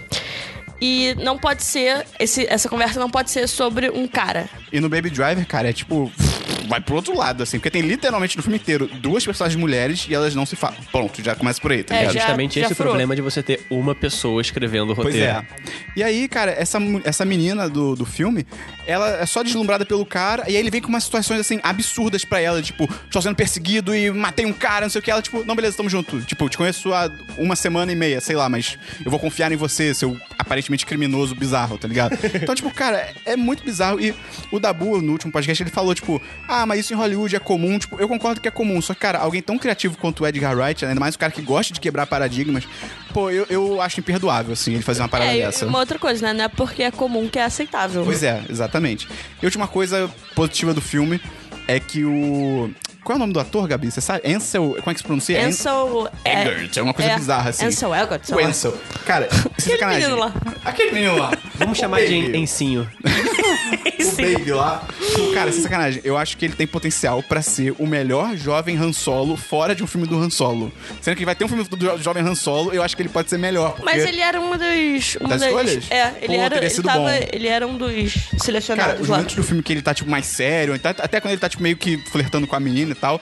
Speaker 2: E não pode ser. esse- essa conversa não pode ser sobre um cara.
Speaker 1: E no Baby Driver, cara, é tipo. Vai pro outro lado, assim, porque tem literalmente no filme inteiro duas personagens mulheres e elas não se falam. Pronto, já começa por aí, tá
Speaker 2: É,
Speaker 1: ligado?
Speaker 3: É justamente
Speaker 2: Já- já
Speaker 3: esse o
Speaker 2: furou.
Speaker 3: problema de você ter uma pessoa escrevendo o
Speaker 1: Pois
Speaker 3: roteiro.
Speaker 1: é. E aí, cara, essa, mu- essa menina do, do filme, ela é só deslumbrada pelo cara, e aí ele vem com umas situações, assim, absurdas pra ela, tipo, estou sendo perseguido e matei um cara, não sei o que. Ela, tipo, não, beleza, tamo junto. Tipo, eu te conheço há uma semana e meia, sei lá, mas eu vou confiar em você, seu aparentemente criminoso bizarro, tá ligado? Então, tipo, cara, é muito bizarro. E o Dabu, no último podcast, ele falou, tipo, ah, mas isso em Hollywood é comum. Tipo, eu concordo que é comum, só que, cara, alguém tão criativo quanto o Edgar Wright, ainda mais um cara que gosta de quebrar paradigmas, pô, eu, eu acho imperdoável, assim, ele fazer uma parada
Speaker 2: É, e
Speaker 1: dessa.
Speaker 2: uma outra coisa, né? Não é porque é comum que é aceitável.
Speaker 1: Pois é, exatamente. E a última coisa positiva do filme é que o. Qual é o nome do ator, Gabi? Você sabe? Ansel. Como é que se pronuncia?
Speaker 2: Ansel. é-
Speaker 1: Elgort, é uma coisa bizarra, assim.
Speaker 2: Ansel Elgort, sei
Speaker 1: O
Speaker 2: lá.
Speaker 1: Ansel. (laughs) Cara, sem sacanagem.
Speaker 2: menino lá.
Speaker 1: Aquele menino lá.
Speaker 3: Vamos
Speaker 1: O
Speaker 3: chamar de
Speaker 1: baby.
Speaker 3: en- encinho.
Speaker 1: O
Speaker 2: (laughs)
Speaker 1: Baby lá. Tipo, Cara, sem sacanagem. Eu acho que ele tem potencial pra ser o melhor jovem Han Solo fora de um filme do Han Solo. Sendo que vai ter um filme do jo- jovem Han Solo, eu acho que ele pode ser melhor. Porque...
Speaker 2: Mas ele era uma dos. Uma
Speaker 1: Das
Speaker 2: das,
Speaker 1: escolhas?
Speaker 2: É, ele
Speaker 1: Pô,
Speaker 2: era.
Speaker 1: teria
Speaker 2: Ele,
Speaker 1: sido bom.
Speaker 2: tava, ele era um dos
Speaker 1: Cara,
Speaker 2: selecionados
Speaker 1: os
Speaker 2: lá.
Speaker 1: momentos do filme que ele tá, tipo, mais sério, até, até quando ele tá, tipo, meio que flertando com a menina e tal,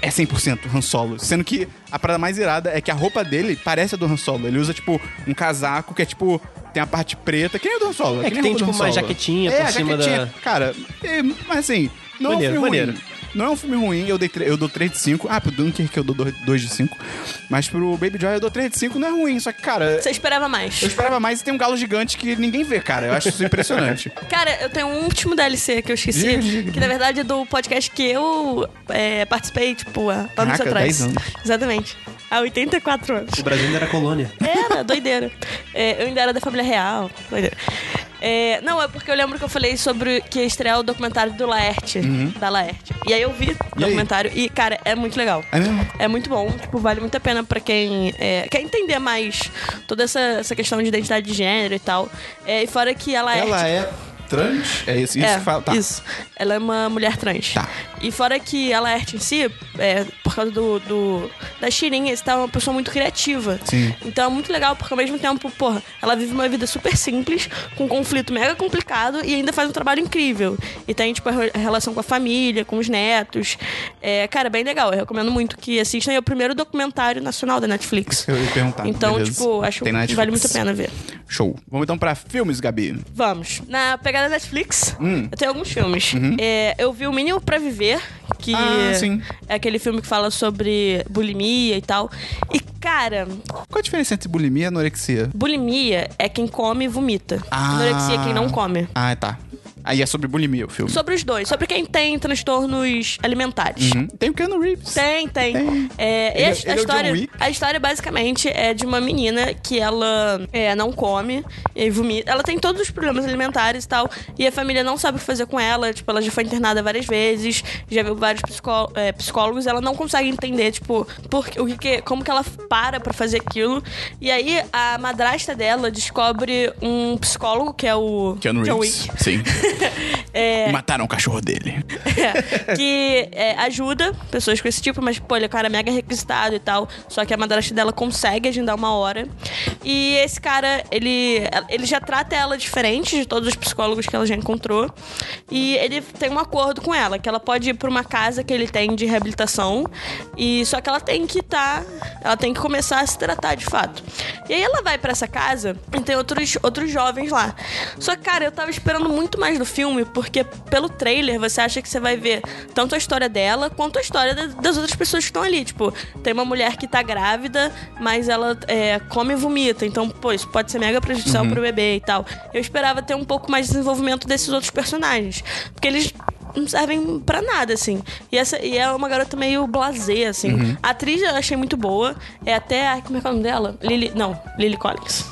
Speaker 1: é 100% Han Solo. Sendo que a parada mais irada é que a roupa dele parece a do Han Solo. Ele usa, tipo, um casaco que é, tipo... Tem a parte preta, que nem o do Han Solo. que
Speaker 3: É
Speaker 1: nem
Speaker 3: que
Speaker 1: a
Speaker 3: tem,
Speaker 1: roupa do
Speaker 3: tipo,
Speaker 1: Han Solo.
Speaker 3: uma jaquetinha
Speaker 1: é,
Speaker 3: por
Speaker 1: a
Speaker 3: cima da-
Speaker 1: jaquetinha. Cara, é, mas assim... Não é um
Speaker 3: Maneiro,
Speaker 1: filme ruim.
Speaker 3: maneiro.
Speaker 1: Não é um filme ruim, eu, dei tre- eu dou 3 de 5. Ah, pro Dunkirk eu dou 2 de 5. Mas pro Baby Joy eu dou 3 de 5, não é ruim. Só que, cara,
Speaker 2: Você esperava mais.
Speaker 1: eu esperava mais e tem um galo gigante que ninguém vê, cara. Eu acho isso impressionante.
Speaker 2: Cara, eu tenho um último DLC que eu esqueci.
Speaker 1: Diga, diga.
Speaker 2: Que na verdade é do podcast que eu é, participei, tipo, há anos
Speaker 1: Caraca,
Speaker 2: atrás.
Speaker 1: 10 anos.
Speaker 2: Exatamente. Há 84 anos.
Speaker 3: O Brasil ainda era colônia.
Speaker 2: Era, doideira. É, eu ainda era da família real. Doideira. É, não, é porque eu lembro que eu falei sobre que ia estrear o documentário do Laerte, da Laerte. E aí eu vi o
Speaker 1: Uhum. E aí?
Speaker 2: documentário e, cara, é muito legal.
Speaker 1: É mesmo?
Speaker 2: É muito bom, tipo, vale muito a pena pra quem é, quer entender mais toda essa, essa questão de identidade de gênero e tal. É, e fora que a Laerte
Speaker 1: Ela é trans? É isso, isso
Speaker 2: é,
Speaker 1: que fala. Tá.
Speaker 2: isso. Ela é uma mulher trans.
Speaker 1: Tá.
Speaker 2: E fora que a Laerte em si, é, por causa do, do- das tirinhas e tal, é uma pessoa muito criativa.
Speaker 1: Sim.
Speaker 2: Então é muito legal, porque ao mesmo tempo, porra, ela vive uma vida super simples, com um conflito mega complicado e ainda faz um trabalho incrível. E tem, tipo, a re- a relação com a família, com os netos. É, cara, é bem legal. Eu recomendo muito que assistam. E é o primeiro documentário nacional da Netflix.
Speaker 1: Eu ia perguntar.
Speaker 2: Então,
Speaker 1: beleza.
Speaker 2: tipo, acho
Speaker 1: Tem na
Speaker 2: que vale
Speaker 1: Netflix.
Speaker 2: muito a pena ver.
Speaker 1: Show. Vamos então pra filmes, Gabi.
Speaker 2: Vamos. Na pegada Netflix,
Speaker 1: Hum.
Speaker 2: eu tenho alguns filmes. É, eu vi O Mínimo Pra Viver, que
Speaker 1: Uhum. Ah, sim.
Speaker 2: é aquele filme que fala sobre bulimia e tal. E, cara,
Speaker 1: Qual a diferença entre bulimia e anorexia?
Speaker 2: bulimia é quem come e vomita.
Speaker 1: Ah.
Speaker 2: Anorexia é quem não come.
Speaker 1: Ah, tá. Aí é sobre bulimia o filme.
Speaker 2: Sobre os dois, sobre quem tem transtornos alimentares.
Speaker 1: Uhum. Tem o Keanu Reeves.
Speaker 2: Tem, tem.
Speaker 1: Tem.
Speaker 2: É, e
Speaker 1: Ele- ele
Speaker 2: a, a
Speaker 1: é o John
Speaker 2: história,
Speaker 1: Wick?
Speaker 2: a história basicamente é de uma menina que ela é, não come e vomita. Ela tem todos os problemas alimentares e tal. E a família não sabe o que fazer com ela. Tipo, ela já foi internada várias vezes, já viu vários psicó- é, psicólogos. Ela não consegue entender, tipo, por, que- o que, que- como que ela para pra fazer aquilo. E aí a madrasta dela descobre um psicólogo, que é o
Speaker 1: Keanu
Speaker 2: John
Speaker 1: Reeves.
Speaker 2: Wick.
Speaker 1: Sim.
Speaker 2: (laughs)
Speaker 1: Mataram o cachorro dele.
Speaker 2: É, (laughs) que é, ajuda pessoas com esse tipo, mas, pô, ele é um cara mega requisitado e tal. Só que a madrasta dela consegue agendar uma hora. E esse cara, ele, ele já trata ela diferente de todos os psicólogos que ela já encontrou. E ele tem um acordo com ela, que ela pode ir pra uma casa que ele tem de reabilitação. E só que ela tem que estar. ela tem que começar a se tratar de fato. E aí ela vai pra essa casa e tem outros, outros jovens lá. Só que, cara, eu tava esperando muito mais do filme, porque pelo trailer você acha que você vai ver tanto a história dela quanto a história da- das outras pessoas que estão ali. Tipo, tem uma mulher que tá grávida, mas ela é, come e vomita. Então, pô, isso pode ser mega prejudicial pro bebê e tal. Eu esperava ter um pouco mais de desenvolvimento desses outros personagens. Porque eles não servem pra nada, assim. E, essa, e é uma garota meio blasé, assim. A atriz eu achei muito boa. É até. Ai, como é que é o nome dela? Lily. Não, Lily Collins.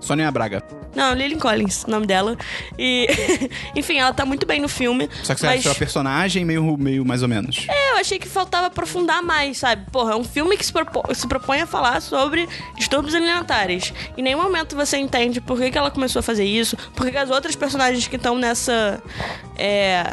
Speaker 1: Sônia Braga.
Speaker 2: Não, Lily Collins, o nome dela. E. (laughs) Enfim, ela tá muito bem no filme.
Speaker 1: Só que você
Speaker 2: mas...
Speaker 1: achou a personagem meio, meio mais ou menos.
Speaker 2: É, eu achei que faltava aprofundar mais, sabe? Porra, é um filme que se, propo- se propõe a falar sobre distúrbios alimentares. Em nenhum momento você entende por que, que ela começou a fazer isso, por que, que as outras personagens que estão nessa. É.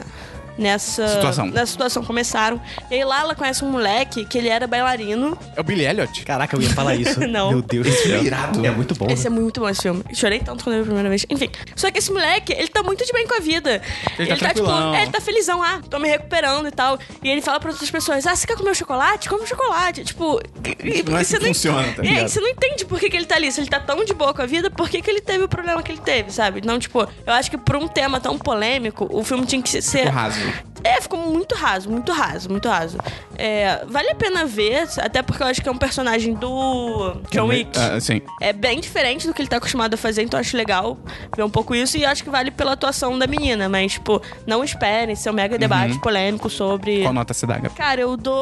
Speaker 2: Nessa
Speaker 1: Situação.
Speaker 2: nessa situação começaram. E aí lá ela conhece um moleque que ele era bailarino.
Speaker 1: É o Billy Elliot?
Speaker 3: Caraca, eu ia falar isso.
Speaker 2: (laughs) Não.
Speaker 3: Meu Deus do céu.
Speaker 1: irado.
Speaker 3: É muito bom.
Speaker 2: Esse é muito bom esse filme. Chorei tanto quando eu vi a primeira vez. Enfim. Só que esse moleque, ele tá muito de bem com a vida.
Speaker 1: Ele tá
Speaker 2: tipo,
Speaker 1: tranquilão.
Speaker 2: é, ele tá felizão, ah, tô me recuperando e tal. E ele fala pra outras pessoas, ah, você quer comer o chocolate? Come o chocolate. Tipo, e- e-
Speaker 1: Não é assim
Speaker 2: você
Speaker 1: que funciona, tá
Speaker 2: é,
Speaker 1: ligado?
Speaker 2: você não entende por que, que ele tá ali. Se ele tá tão de boa com a vida, por que, que ele teve o problema que ele teve, sabe? Então, tipo, eu acho que por um tema tão polêmico, o filme tinha que ser.
Speaker 1: O raso.
Speaker 2: É, ficou muito raso, muito raso, muito raso. É, vale a pena ver, até porque eu acho que é um personagem do John Wick.
Speaker 1: Ah, sim.
Speaker 2: É bem diferente do que ele tá acostumado a fazer, então acho legal ver um pouco isso. E acho que vale pela atuação da menina, mas, tipo, não esperem ser um mega debate polêmico sobre.
Speaker 1: Uhum. Qual nota você dá, Gabi?
Speaker 2: Cara, eu dou.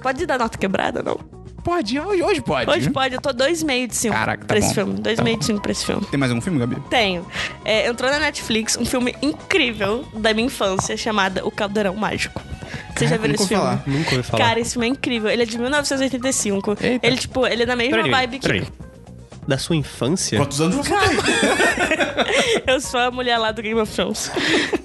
Speaker 2: Pode dar nota quebrada, não?
Speaker 1: Pode, hoje, hoje pode.
Speaker 2: Hoje pode, eu tô 2,5 de 5
Speaker 1: Caraca, tá
Speaker 2: pra esse
Speaker 1: bom.
Speaker 2: filme. 2,5
Speaker 1: Tá bom.
Speaker 2: de 5 pra esse filme.
Speaker 1: Tem mais algum filme, Gabi?
Speaker 2: Tenho. É, entrou na Netflix um filme incrível da minha infância chamado O Caldeirão Mágico. Vocês já
Speaker 1: Caraca, É, nunca
Speaker 2: viram esse
Speaker 1: ouvi
Speaker 2: filme?
Speaker 1: falar.
Speaker 3: Nunca ouvi falar.
Speaker 2: Cara, esse filme é incrível. Ele é de 1985.
Speaker 1: Eita.
Speaker 2: Ele, tipo, ele é na mesma
Speaker 3: Peraí,
Speaker 2: vibe que
Speaker 3: peraí. Da sua infância?
Speaker 1: Quantos anos você tem? (laughs)
Speaker 2: Eu sou a mulher lá do Game of Thrones.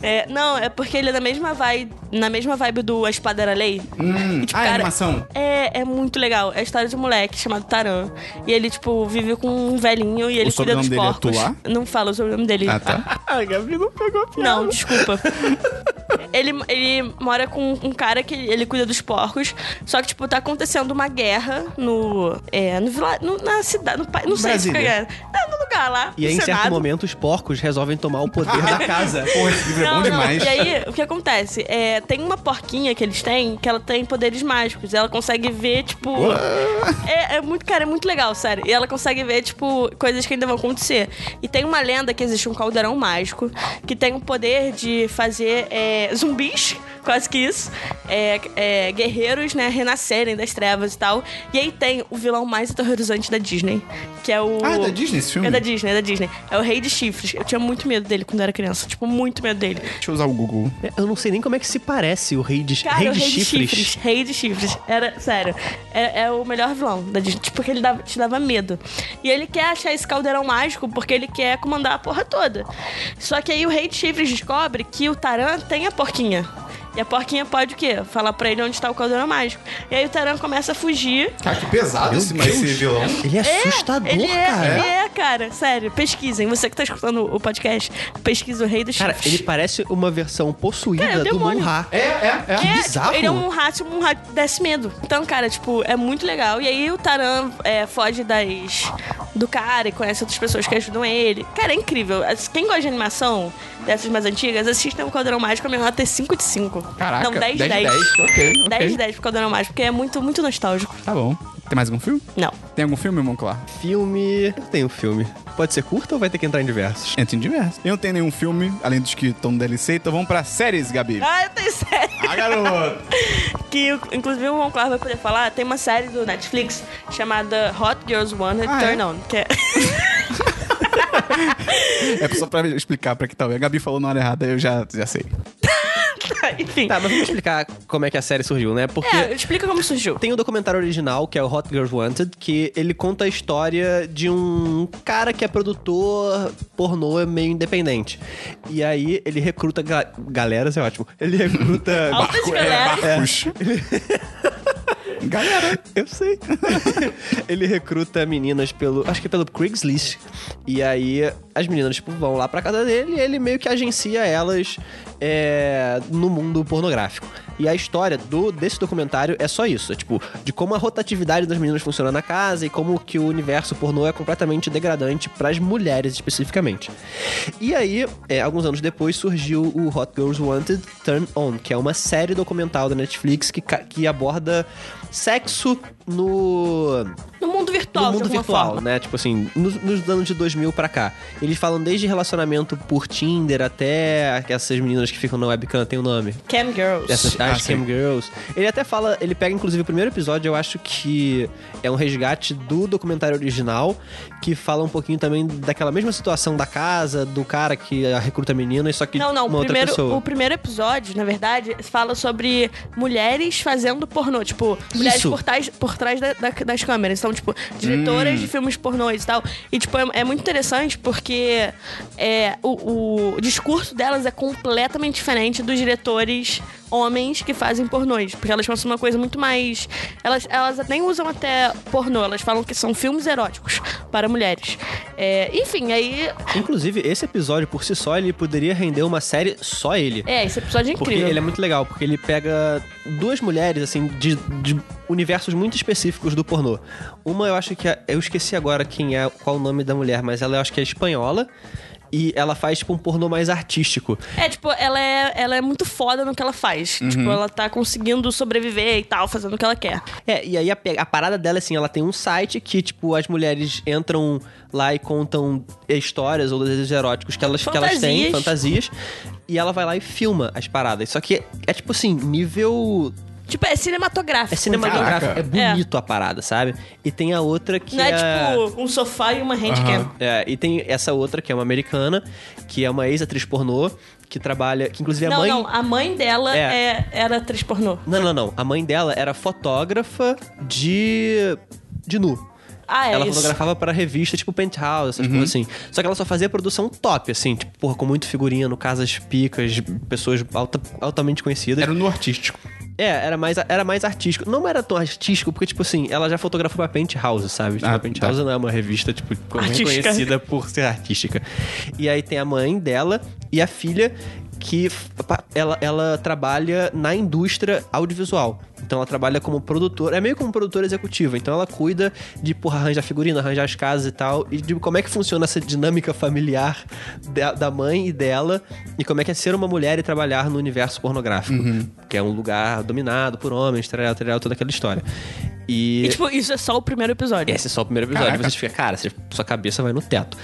Speaker 2: É, não, é porque ele é na mesma vibe, na mesma vibe do A Espada Era Lei. tipo,
Speaker 1: Hum, ah, é
Speaker 2: cara,
Speaker 1: animação.
Speaker 2: É, é muito legal. É a história de um moleque chamado Taran. E ele, tipo, vive com um velhinho e ele cuida
Speaker 1: sobrenome
Speaker 2: dos
Speaker 1: dele é
Speaker 2: porcos.
Speaker 1: Tuá?
Speaker 2: Não fala o sobrenome dele.
Speaker 1: Ah, tá.
Speaker 3: a Gabi não pegou a
Speaker 2: Não, desculpa. (laughs) Ele, ele mora com um cara que ele cuida dos porcos. Só que, tipo, tá acontecendo uma guerra no. É, no, vila, no- na cidade. No, pa- não sei se
Speaker 1: Brasília.
Speaker 2: é. No lugar lugar lá.
Speaker 3: E aí, em
Speaker 2: no
Speaker 3: certo
Speaker 2: Senado.
Speaker 3: momento, os porcos resolvem tomar o (laughs)
Speaker 1: (laughs)
Speaker 3: poder da casa.
Speaker 1: Porra, esse livro é bom
Speaker 2: não,
Speaker 1: demais.
Speaker 2: Não. E aí, o que acontece? É, tem uma porquinha que eles têm que ela tem poderes mágicos. Ela consegue ver, tipo. É, é muito, cara, é muito legal, sério. E ela consegue ver, tipo, coisas que ainda vão acontecer. E tem uma lenda que existe um caldeirão mágico que tem o poder de fazer é, zumbis, (laughs) quase que isso, é, é, guerreiros, né, renascerem das trevas e tal. E aí tem o vilão mais aterrorizante da Disney, que é o.
Speaker 1: Ah, é da Disney esse filme?
Speaker 2: É da Disney, é da Disney. É o Rei de Chifres. Eu tinha muito medo dele quando eu era criança. Tipo, muito medo dele.
Speaker 1: Deixa eu usar o Google.
Speaker 3: Eu não sei nem como é que se parece o rei de,
Speaker 2: Cara,
Speaker 3: rei
Speaker 2: o
Speaker 3: de
Speaker 2: Rei
Speaker 3: chifres.
Speaker 2: de Chifres. Rei de Chifres. Era, sério. É, é o melhor vilão da Disney. Tipo, porque ele dava- te dava medo. E ele quer achar esse caldeirão mágico porque ele quer comandar a porra toda. Só que aí o Rei de Chifres descobre que o Taran tem a porquinha. E a porquinha pode o quê? Falar pra ele onde tá o caldeirão mágico. E aí o Taran começa a fugir.
Speaker 1: Cara, que pesado esse, esse vilão.
Speaker 3: Ele é assustador,
Speaker 2: ele é,
Speaker 3: cara.
Speaker 2: Ele é, cara. Sério, pesquisem. Você que tá escutando o podcast, pesquisa o Rei dos
Speaker 3: Cara,
Speaker 2: Chifres.
Speaker 3: ele parece uma versão possuída
Speaker 2: Cara, é o
Speaker 3: do
Speaker 2: demônio.
Speaker 3: Monra.
Speaker 1: É, é, é.
Speaker 2: É,
Speaker 3: bizarro.
Speaker 2: tipo, ele é um rato, um rato desce medo. Então, cara, tipo, é muito legal. E aí o Taran é, foge das do cara e conhece outras pessoas que ajudam ele. Cara, é incrível. As- Quem gosta de animação dessas mais antigas, assistam o Caldeirão Mágico, a minha nota é 5 de 5.
Speaker 1: Caraca,
Speaker 2: Não, 10 de 10.
Speaker 1: 10. Ok, ok.
Speaker 2: 10 de 10 pro Caldeirão Mágico, porque é muito, muito nostálgico.
Speaker 1: Tá bom. Tem mais algum filme?
Speaker 2: Não.
Speaker 1: Tem algum filme, Monclar?
Speaker 3: É Filme. Eu tenho um filme. Pode ser curto ou vai ter que entrar em diversos?
Speaker 1: Entra em diversos. Eu não tenho nenhum filme, além dos que estão no DLC, então vamos pra séries, Gabi.
Speaker 2: Ah, eu tenho (laughs) série.
Speaker 1: Ah, garoto!
Speaker 2: Que inclusive o Monclar vai poder falar. Tem uma série do Netflix chamada Hot Girls Wanted
Speaker 1: Ah, é?
Speaker 2: Turn On. Que é... (laughs)
Speaker 1: É só pra explicar pra que tal. A Gabi falou na hora errada, eu já, já sei.
Speaker 2: Enfim.
Speaker 3: Tá, mas vamos explicar como é que a série surgiu, né? Porque.
Speaker 2: É, explica como surgiu.
Speaker 3: Tem o documentário original, que é o Hot Girls Wanted, que ele conta a história de um cara que é produtor pornô meio independente. E aí ele recruta ga galera, isso é ótimo. Ele recruta.
Speaker 2: Altas
Speaker 1: É,
Speaker 2: galera.
Speaker 1: Barcos. Galera,
Speaker 3: Eu sei. (laughs) ele recruta meninas pelo. Acho que é pelo Craigslist. E aí as meninas, tipo, vão lá pra casa dele e ele meio que agencia elas é, no mundo pornográfico. E a história do desse documentário é só isso. É, tipo, de como a rotatividade das meninas funciona na casa e como que o universo pornô é completamente degradante pras mulheres especificamente. E aí, é, alguns anos depois, surgiu o Hot Girls Wanted Turn On, que é uma série documental da Netflix que, ca- que aborda sexo no,
Speaker 2: No mundo virtual,
Speaker 3: no
Speaker 2: de
Speaker 3: mundo
Speaker 2: alguma
Speaker 3: virtual,
Speaker 2: forma.
Speaker 3: né? Tipo assim, nos, nos anos de 2000 pra cá. Eles falam desde relacionamento por Tinder até essas meninas que ficam na webcam, tem o nome.
Speaker 2: Cam Girls.
Speaker 3: Essas
Speaker 1: Ah,
Speaker 3: as
Speaker 1: sim.
Speaker 3: Cam Girls. Ele até fala, ele pega inclusive o primeiro episódio, eu acho que é um resgate do documentário original, que fala um pouquinho também daquela mesma situação da casa, do cara que ah, recruta meninas, só que
Speaker 2: Não, não,
Speaker 3: uma
Speaker 2: o
Speaker 3: outra
Speaker 2: primeiro,
Speaker 3: pessoa.
Speaker 2: o primeiro episódio, na verdade, fala sobre mulheres fazendo pornô. Tipo, mulheres
Speaker 3: Isso.
Speaker 2: por trás, por trás da- da- das câmeras. São, tipo,
Speaker 3: Hum.
Speaker 2: diretoras de filmes pornôs e tal. E, tipo, é, é muito interessante porque é, o, o discurso delas é completamente diferente dos diretores homens que fazem pornôs. Porque elas consomem uma coisa muito mais. Elas, elas nem usam até pornô, elas falam que são filmes eróticos para mulheres. É, enfim, aí.
Speaker 3: Inclusive, esse episódio por si só, ele poderia render uma série só ele.
Speaker 2: É, esse episódio é
Speaker 3: Porque
Speaker 2: incrível.
Speaker 3: ele é muito legal, porque ele pega duas mulheres, assim, de, de universos muito específicos do pornô. Uma eu acho que é, eu esqueci agora quem é, qual o nome da mulher, mas ela eu acho que é espanhola. E ela faz, tipo, um pornô mais artístico.
Speaker 2: É, tipo, ela é, ela é muito foda no que ela faz. Tipo, ela tá conseguindo sobreviver e tal, fazendo o que ela quer.
Speaker 3: É, e aí a, pe- a parada dela, é assim, ela tem um site que, tipo, as mulheres entram lá e contam histórias ou desejos eróticos que elas, que elas têm, fantasias. E ela vai lá e filma as paradas. Só que é, é tipo assim, nível.
Speaker 2: Tipo, é cinematográfico.
Speaker 3: É cinematográfico.
Speaker 1: Caraca.
Speaker 3: É bonito a parada, sabe? E tem a outra que
Speaker 2: Não é,
Speaker 3: é.
Speaker 2: tipo um sofá e uma handcam.
Speaker 3: É, e tem essa outra que é uma americana, que é uma ex-atriz pornô, que trabalha. Que inclusive a
Speaker 2: Não,
Speaker 3: mãe.
Speaker 2: não. A mãe dela
Speaker 3: É.
Speaker 2: é- era atriz pornô.
Speaker 3: não, não, não. A mãe dela era fotógrafa de. de nu.
Speaker 2: Ah, é
Speaker 3: ela
Speaker 2: isso.
Speaker 3: fotografava pra revista tipo Penthouse, essas coisas
Speaker 1: Uhum.
Speaker 3: assim. Só que ela só fazia produção top, assim, tipo, porra, com muito figurino, casas picas, pessoas alta- altamente conhecidas.
Speaker 1: era um no artístico.
Speaker 3: É, era mais, era mais artístico. Não era tão artístico, porque, tipo assim, ela já fotografou pra Penthouse, sabe? Tipo,
Speaker 1: Ah,
Speaker 3: a Penthouse não é uma revista, tipo, co-
Speaker 2: Artística.
Speaker 3: reconhecida por ser artística. E aí tem a mãe dela e a filha que f- pa- ela, ela trabalha na indústria audiovisual. Então ela trabalha como produtora, é meio como produtora executiva. Então ela cuida de, porra, arranjar figurino, arranjar as casas e tal, e de como é que funciona essa dinâmica familiar da, da mãe e dela, e como é que é ser uma mulher e trabalhar no universo pornográfico, que é um lugar dominado por homens, tal, tal, toda aquela história. E,
Speaker 2: E, tipo, isso é só o primeiro episódio.
Speaker 3: esse é só o primeiro episódio.
Speaker 1: Caraca.
Speaker 3: Você fica, cara, você- sua cabeça vai no teto.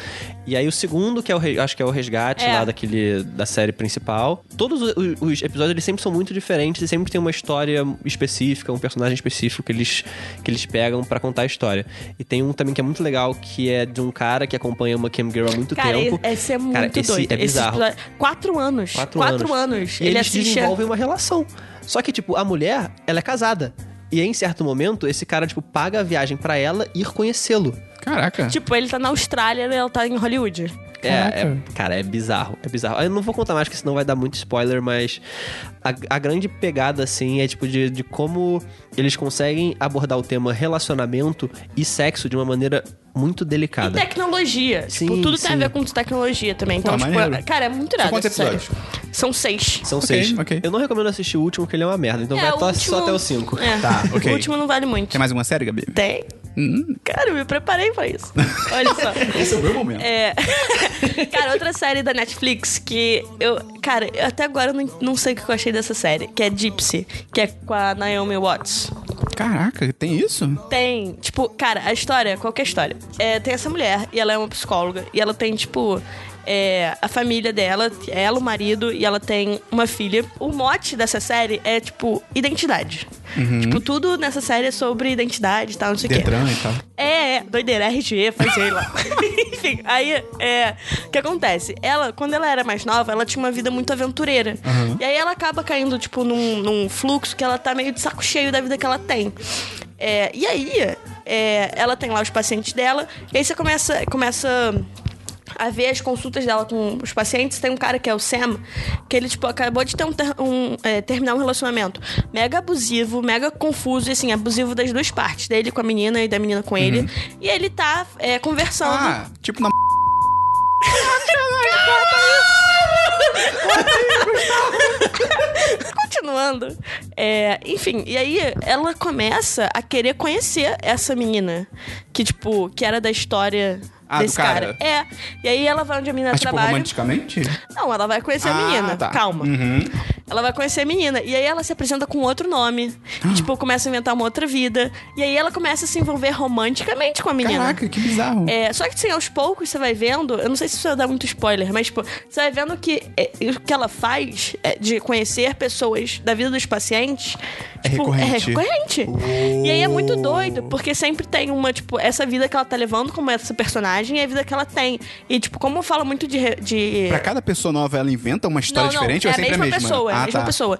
Speaker 3: E aí o segundo, que é o re- acho que é o resgate
Speaker 2: É.
Speaker 3: lá daquele da série principal. Todos o- o- os episódios eles sempre são muito diferentes e sempre tem uma história específica, um personagem específico que eles que eles pegam pra contar a história. E tem um também que é muito legal que é de um cara que acompanha uma cam girl há muito
Speaker 2: Cara,
Speaker 3: tempo.
Speaker 2: esse esse é muito
Speaker 3: Cara, esse
Speaker 2: doido.
Speaker 3: é bizarro.
Speaker 2: Esse episódio- quatro anos.
Speaker 3: Quatro
Speaker 2: anos.
Speaker 3: E
Speaker 2: Ele
Speaker 3: eles
Speaker 2: assiste.
Speaker 3: desenvolvem uma relação. Só que, tipo, a mulher, ela é casada. E aí, em certo momento, esse cara, tipo, paga a viagem pra ela ir conhecê-lo.
Speaker 1: Caraca.
Speaker 2: Tipo, ele tá na Austrália e ela tá em Hollywood.
Speaker 3: É, é, cara, é bizarro, é bizarro. Eu não vou contar mais, porque senão vai dar muito spoiler, mas a, a grande pegada, assim, é tipo de, de como eles conseguem abordar o tema relacionamento e sexo de uma maneira muito
Speaker 2: E
Speaker 3: delicada.
Speaker 2: tecnologia. tipo,
Speaker 3: Sim,
Speaker 2: tudo tem a
Speaker 3: sim.
Speaker 2: ver com tecnologia também. Então, tipo,
Speaker 1: maneiro.
Speaker 2: cara, é muito
Speaker 1: São
Speaker 2: irado.
Speaker 1: quantos
Speaker 2: essa série.
Speaker 1: episódios?
Speaker 2: São seis.
Speaker 3: São
Speaker 1: Ok,
Speaker 3: seis.
Speaker 1: ok.
Speaker 3: Eu não recomendo assistir o último, porque ele é uma merda, então
Speaker 2: É,
Speaker 3: vai
Speaker 2: o
Speaker 3: até-
Speaker 2: último-
Speaker 3: só até o cinco.
Speaker 2: É.
Speaker 1: Tá, ok.
Speaker 2: O último não vale muito.
Speaker 1: Tem mais uma série, Gabi?
Speaker 2: Tem.
Speaker 3: Hum?
Speaker 2: Cara, eu me preparei pra isso. Olha
Speaker 3: (laughs)
Speaker 2: só.
Speaker 1: Esse é o meu momento.
Speaker 2: É. cara, outra série da Netflix que eu. Cara, eu até agora eu não, não sei o que eu achei dessa série, que é Gypsy, que é com a Naomi Watts.
Speaker 1: Caraca, tem isso?
Speaker 2: Tem, tipo, cara, a história, qualquer história. É, tem essa mulher e ela é uma psicóloga. E ela tem, tipo, é, a família dela, ela, o marido, e ela tem uma filha. O mote dessa série é, tipo, identidade. Tipo, tudo nessa série é sobre identidade e tal, não sei o quê.
Speaker 1: Detran e tal.
Speaker 2: É, é, doideira, RG, fazei lá. (laughs) Enfim, aí, é, o que acontece? Ela, quando ela era mais nova, ela tinha uma vida muito aventureira. E aí ela acaba caindo, tipo, num, num fluxo que ela tá meio de saco cheio da vida que ela tem. É, e aí, é, ela tem lá os pacientes dela, e aí você começa, começa a ver as consultas dela com os pacientes, tem um cara que é o Sam, que ele, tipo, acabou de ter um ter- um, é, terminar um relacionamento mega abusivo, mega confuso, e assim, abusivo das duas partes, dele com a menina e da menina com ele. E ele tá é, conversando.
Speaker 1: Uhum. Ah, tipo na.
Speaker 2: Continuando. é, enfim, e aí ela começa a querer conhecer essa menina. Que, tipo, que era da história
Speaker 1: Ah, do
Speaker 2: desse cara.
Speaker 1: cara.
Speaker 2: É. E aí ela vai onde a menina
Speaker 1: Mas, tipo,
Speaker 2: trabalha.
Speaker 1: romanticamente?
Speaker 2: Não, ela vai conhecer a
Speaker 1: Ah,
Speaker 2: é menina.
Speaker 1: tá.
Speaker 2: Calma. Ela vai conhecer a menina. E aí ela se apresenta com outro nome.
Speaker 1: Ah.
Speaker 2: E, tipo, começa a inventar uma outra vida. E aí ela começa a se envolver romanticamente com a menina.
Speaker 1: Caraca, que bizarro.
Speaker 2: É, só que assim, aos poucos você vai vendo, eu não sei se isso vai dar muito spoiler, mas tipo, você vai vendo que é, o que ela faz é, de conhecer pessoas da vida dos pacientes
Speaker 1: É
Speaker 2: tipo,
Speaker 1: recorrente. Oh.
Speaker 2: É recorrente. E aí é muito doido, porque sempre tem uma, tipo, essa vida que ela tá levando como essa personagem e a vida que ela tem. E, tipo, como fala muito de. re- de...
Speaker 1: Pra cada pessoa nova, ela inventa uma história
Speaker 2: não, não,
Speaker 1: diferente
Speaker 2: é
Speaker 1: ou
Speaker 2: a
Speaker 1: é sempre
Speaker 2: mesma, pessoa, é a
Speaker 1: Ah,
Speaker 2: mesma
Speaker 1: tá.
Speaker 2: pessoa.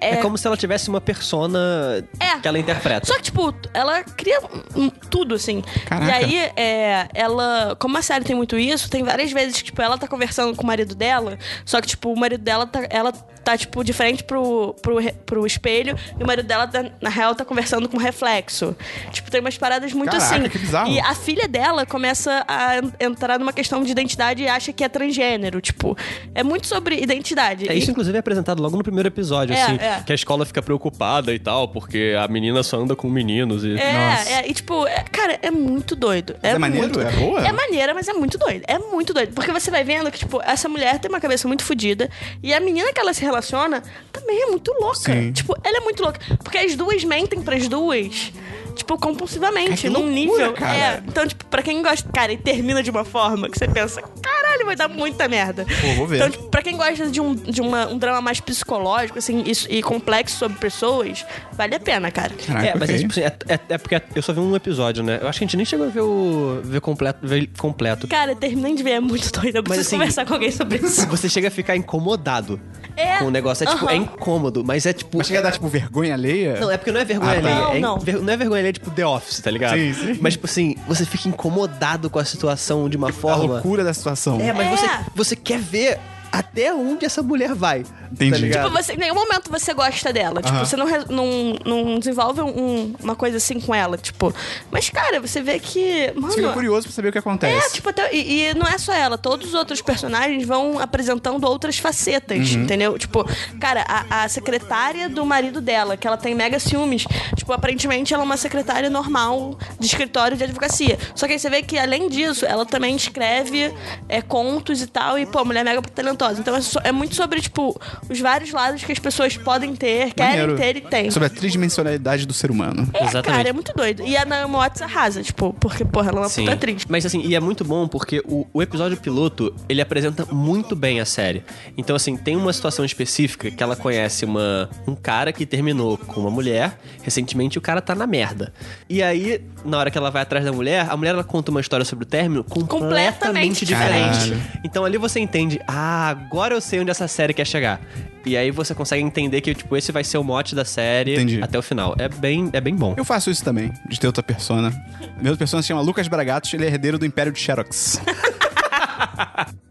Speaker 3: É como se ela tivesse uma persona
Speaker 2: É.
Speaker 3: que ela interpreta.
Speaker 2: Só que, tipo, ela cria um- tudo, assim.
Speaker 1: Caraca.
Speaker 2: E aí, é, ela. Como a série tem muito isso, tem várias vezes que, tipo, ela tá conversando com o marido dela, só que, tipo, o marido dela tá. Ela tá, tipo, de frente pro, pro, re- pro espelho e o marido dela, tá- na real, tá conversando com reflexo. Tipo, tem umas paradas muito
Speaker 1: Caraca,
Speaker 2: assim.
Speaker 1: que bizarro.
Speaker 2: E a filha dela começa a en- entrar numa questão de identidade e acha que é transgênero. Tipo, é muito sobre identidade.
Speaker 3: É, isso, inclusive, é apresentado logo no primeiro episódio,
Speaker 2: É,
Speaker 3: assim.
Speaker 2: é.
Speaker 3: Que a escola fica preocupada e tal, porque a menina só anda com meninos e.
Speaker 2: É, é, e tipo, é- cara, é muito doido. É,
Speaker 1: é maneiro?
Speaker 2: muito-
Speaker 1: É boa?
Speaker 2: É maneira, mas é muito doido. É muito doido. Porque você vai vendo que, tipo, essa mulher tem uma cabeça muito fodida. E a menina que ela se relaciona também é muito louca.
Speaker 1: Sim.
Speaker 2: Tipo, ela é muito louca. Porque as duas mentem pras duas. Tipo, compulsivamente,
Speaker 1: Cara, que
Speaker 2: num
Speaker 1: loucura,
Speaker 2: nível.
Speaker 1: cara.
Speaker 2: É. Então, tipo, pra quem gosta, cara, e termina de uma forma que você pensa, caralho, vai dar muita merda.
Speaker 1: Pô, vou ver.
Speaker 2: Então, tipo, pra quem gosta de um, de uma- um drama mais psicológico, assim, isso- e complexo sobre pessoas, vale a pena, cara.
Speaker 1: Caraca,
Speaker 3: É, mas é,
Speaker 1: Ah, ok.
Speaker 3: tipo assim, é, é- é porque eu só vi um episódio, né? Eu acho que a gente nem chegou a ver o. ver completo. Ver completo.
Speaker 2: Cara, terminei de ver, é muito doido. Eu preciso
Speaker 3: assim-
Speaker 2: conversar com alguém sobre
Speaker 3: (laughs)
Speaker 2: isso.
Speaker 3: Você chega a ficar incomodado
Speaker 2: É,
Speaker 3: com o negócio. É tipo,
Speaker 2: aham.
Speaker 3: é incômodo, mas é tipo.
Speaker 1: Mas chega a dar, tipo, vergonha alheia?
Speaker 3: Não, é porque não é vergonha
Speaker 1: Ah, tá.
Speaker 3: alheia.
Speaker 2: Não,
Speaker 3: é in-
Speaker 2: não.
Speaker 3: ver- não é vergonha alheia, é tipo The Office, tá ligado?
Speaker 1: Sim, Tá sim.
Speaker 3: Mas, tipo assim, você fica incomodado com a situação de uma
Speaker 1: a
Speaker 3: forma.
Speaker 1: loucura da situação.
Speaker 3: É, mas
Speaker 2: É.
Speaker 3: Você, você quer ver até onde essa mulher vai.
Speaker 1: Entendi.
Speaker 3: Tá ligado?
Speaker 2: Tipo, você, em nenhum momento você gosta dela. Tipo,
Speaker 1: Aham.
Speaker 2: você não, re- não, não desenvolve um- uma coisa assim com ela. Tipo, mas cara, você vê que.
Speaker 1: Você fica
Speaker 2: Mano.
Speaker 1: curioso pra saber o que
Speaker 2: É,
Speaker 1: acontece.
Speaker 2: tipo, até- e, e não é só ela, todos os outros personagens vão apresentando outras facetas, entendeu? Tipo, cara, a, a secretária do marido dela, que ela tem mega ciúmes, tipo, aparentemente ela é uma secretária normal de escritório de advocacia. Só que aí você vê que, além disso, ela também escreve é, contos e tal, e, pô, mulher mega talentosa. Então é, so- é muito sobre, tipo, os vários lados que as pessoas podem ter, querem
Speaker 1: Maneiro.
Speaker 2: ter e têm.
Speaker 1: Sobre a tridimensionalidade do ser humano.
Speaker 2: É,
Speaker 3: Exatamente.
Speaker 2: cara, é muito doido. E a Naomi Watts arrasa, tipo, porque, porra, ela é uma
Speaker 3: Sim.
Speaker 2: puta atriz.
Speaker 3: Mas assim, e é muito bom porque o, o episódio piloto, ele apresenta muito bem a série. Então, assim, tem uma situação específica que ela conhece uma, um cara que terminou com uma mulher. Recentemente, o cara tá na merda. E aí, na hora que ela vai atrás da mulher, a mulher ela conta uma história sobre o término completamente,
Speaker 2: Completamente
Speaker 3: diferente.
Speaker 1: Caralho.
Speaker 3: Então ali você entende, ah, agora eu sei onde essa série quer chegar. E aí você consegue entender que, tipo, esse vai ser o mote da série
Speaker 1: Entendi.
Speaker 3: até o final. É bem, é bem bom.
Speaker 1: Eu faço isso também, de ter outra persona. Meu persona se chama Lucas Bragatos, ele é herdeiro do Império de Xerox. (laughs)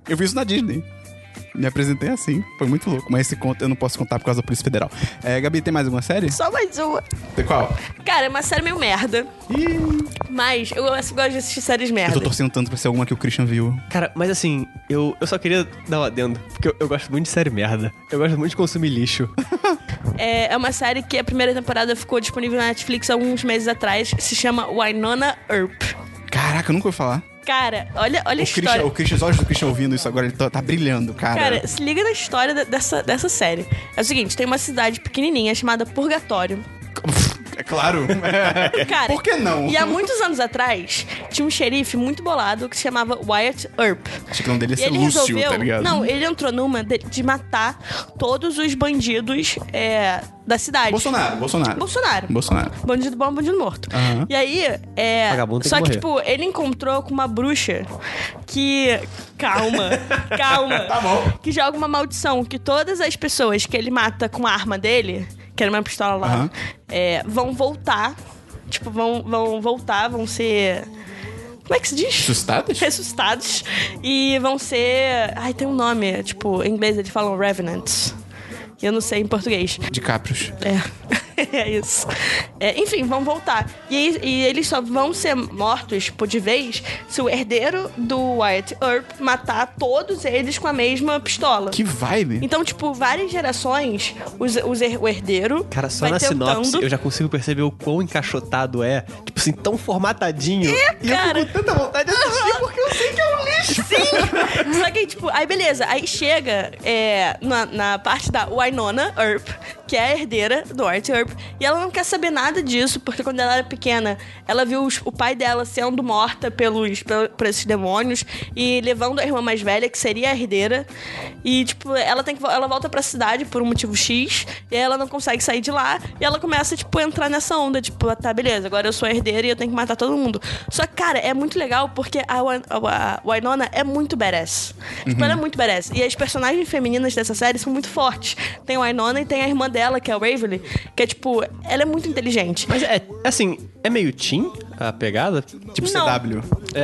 Speaker 1: eu fiz isso na Disney. Me apresentei assim, foi muito louco. Mas esse conto eu não posso contar por causa da Polícia Federal. É, Gabi, tem mais alguma série?
Speaker 2: Só mais uma.
Speaker 1: Tem qual?
Speaker 2: Cara, é uma série meio merda. Mas eu gosto gosto de assistir séries
Speaker 1: Eu tô
Speaker 2: merda.
Speaker 1: torcendo tanto pra ser alguma que o Christian viu.
Speaker 3: Cara, mas assim, eu, eu só queria dar um adendo, porque eu, eu gosto muito de série merda. Eu gosto muito de consumir lixo.
Speaker 2: É, é uma série que a primeira temporada ficou disponível na Netflix há alguns meses atrás. Se chama Winona Earp.
Speaker 1: Caraca, eu nunca ouvi falar.
Speaker 2: Cara, olha, olha a
Speaker 1: O Christian,
Speaker 2: história.
Speaker 1: o Christian, os olhos do Christian ouvindo isso agora, ele tá, tá brilhando, cara.
Speaker 2: Cara, se liga na história da- dessa, dessa série. É o seguinte, tem uma cidade pequenininha chamada Purgatório.
Speaker 1: É
Speaker 2: (laughs)
Speaker 1: claro.
Speaker 2: Cara,
Speaker 1: É, Por que não?
Speaker 2: E há muitos anos atrás, tinha um xerife muito bolado que se chamava Wyatt Earp.
Speaker 1: Acho que o nome dele ia
Speaker 2: E
Speaker 1: ser
Speaker 2: ele
Speaker 1: Lúcio,
Speaker 2: resolveu.
Speaker 1: tá ligado?
Speaker 2: Não, ele entrou numa de, de matar todos os bandidos é, da cidade.
Speaker 1: Bolsonaro, Bolsonaro.
Speaker 2: Bolsonaro.
Speaker 1: Bolsonaro.
Speaker 2: Bandido bom, bandido morto.
Speaker 1: Aham.
Speaker 2: E aí, é.
Speaker 3: Vagabundo tem
Speaker 2: só
Speaker 3: que
Speaker 2: que,
Speaker 3: morrer.
Speaker 2: tipo, ele encontrou com uma bruxa que.
Speaker 1: (laughs)
Speaker 2: Calma, calma.
Speaker 1: Tá bom.
Speaker 2: Que joga uma maldição que todas as pessoas que ele mata com a arma dele, que era uma pistola lá,
Speaker 1: Aham.
Speaker 2: é, vão voltar. Tipo, vão, vão voltar, vão ser. Como é que se diz?
Speaker 1: Assustados?
Speaker 2: ressuscitados e vão ser. Ai, tem um nome. Tipo, em inglês eles falam Revenants. E eu não sei em português.
Speaker 1: De Capros.
Speaker 2: É. (laughs) é isso. É, enfim, vão voltar. E, aí- e eles só vão ser mortos, tipo, de vez, se o herdeiro do Wyatt Earp matar todos eles com a mesma pistola.
Speaker 1: Que vibe.
Speaker 2: Então, tipo, várias gerações, os, os her- o herdeiro.
Speaker 3: Cara, só
Speaker 2: vai
Speaker 3: na
Speaker 2: tentando...
Speaker 3: sinopse eu já consigo perceber o quão encaixotado é. Tipo assim, tão formatadinho.
Speaker 1: E eu fico
Speaker 2: cara.
Speaker 1: com tanta vontade de assistir
Speaker 2: (laughs)
Speaker 1: porque eu sei que é um lixo.
Speaker 2: Sim! Só que, tipo, aí beleza. Aí chega é, na, na parte da Winona Earp, que é a herdeira do Art Earp, e ela não quer saber nada disso, porque quando ela era pequena, ela viu os- o pai dela sendo morta pelos, pel- por esses demônios e levando a irmã mais velha, que seria a herdeira. E, tipo, ela tem que vo- ela volta pra cidade por um motivo X, e aí ela não consegue sair de lá, e ela começa, tipo, a entrar nessa onda, tipo, ah, tá, beleza, agora eu sou a herdeira e eu tenho que matar todo mundo. Só que, cara, é muito legal porque a, Wan- a- a Winona é muito badass. Tipo, ela é muito badass. E as personagens femininas dessa série são muito fortes. Tem a Winona e tem a irmã dela, que é a Waverly, que é, tipo, ela é muito inteligente.
Speaker 3: Mas é, assim, é meio teen a pegada? Tipo,
Speaker 1: Tipo
Speaker 2: Não. É.
Speaker 1: CW.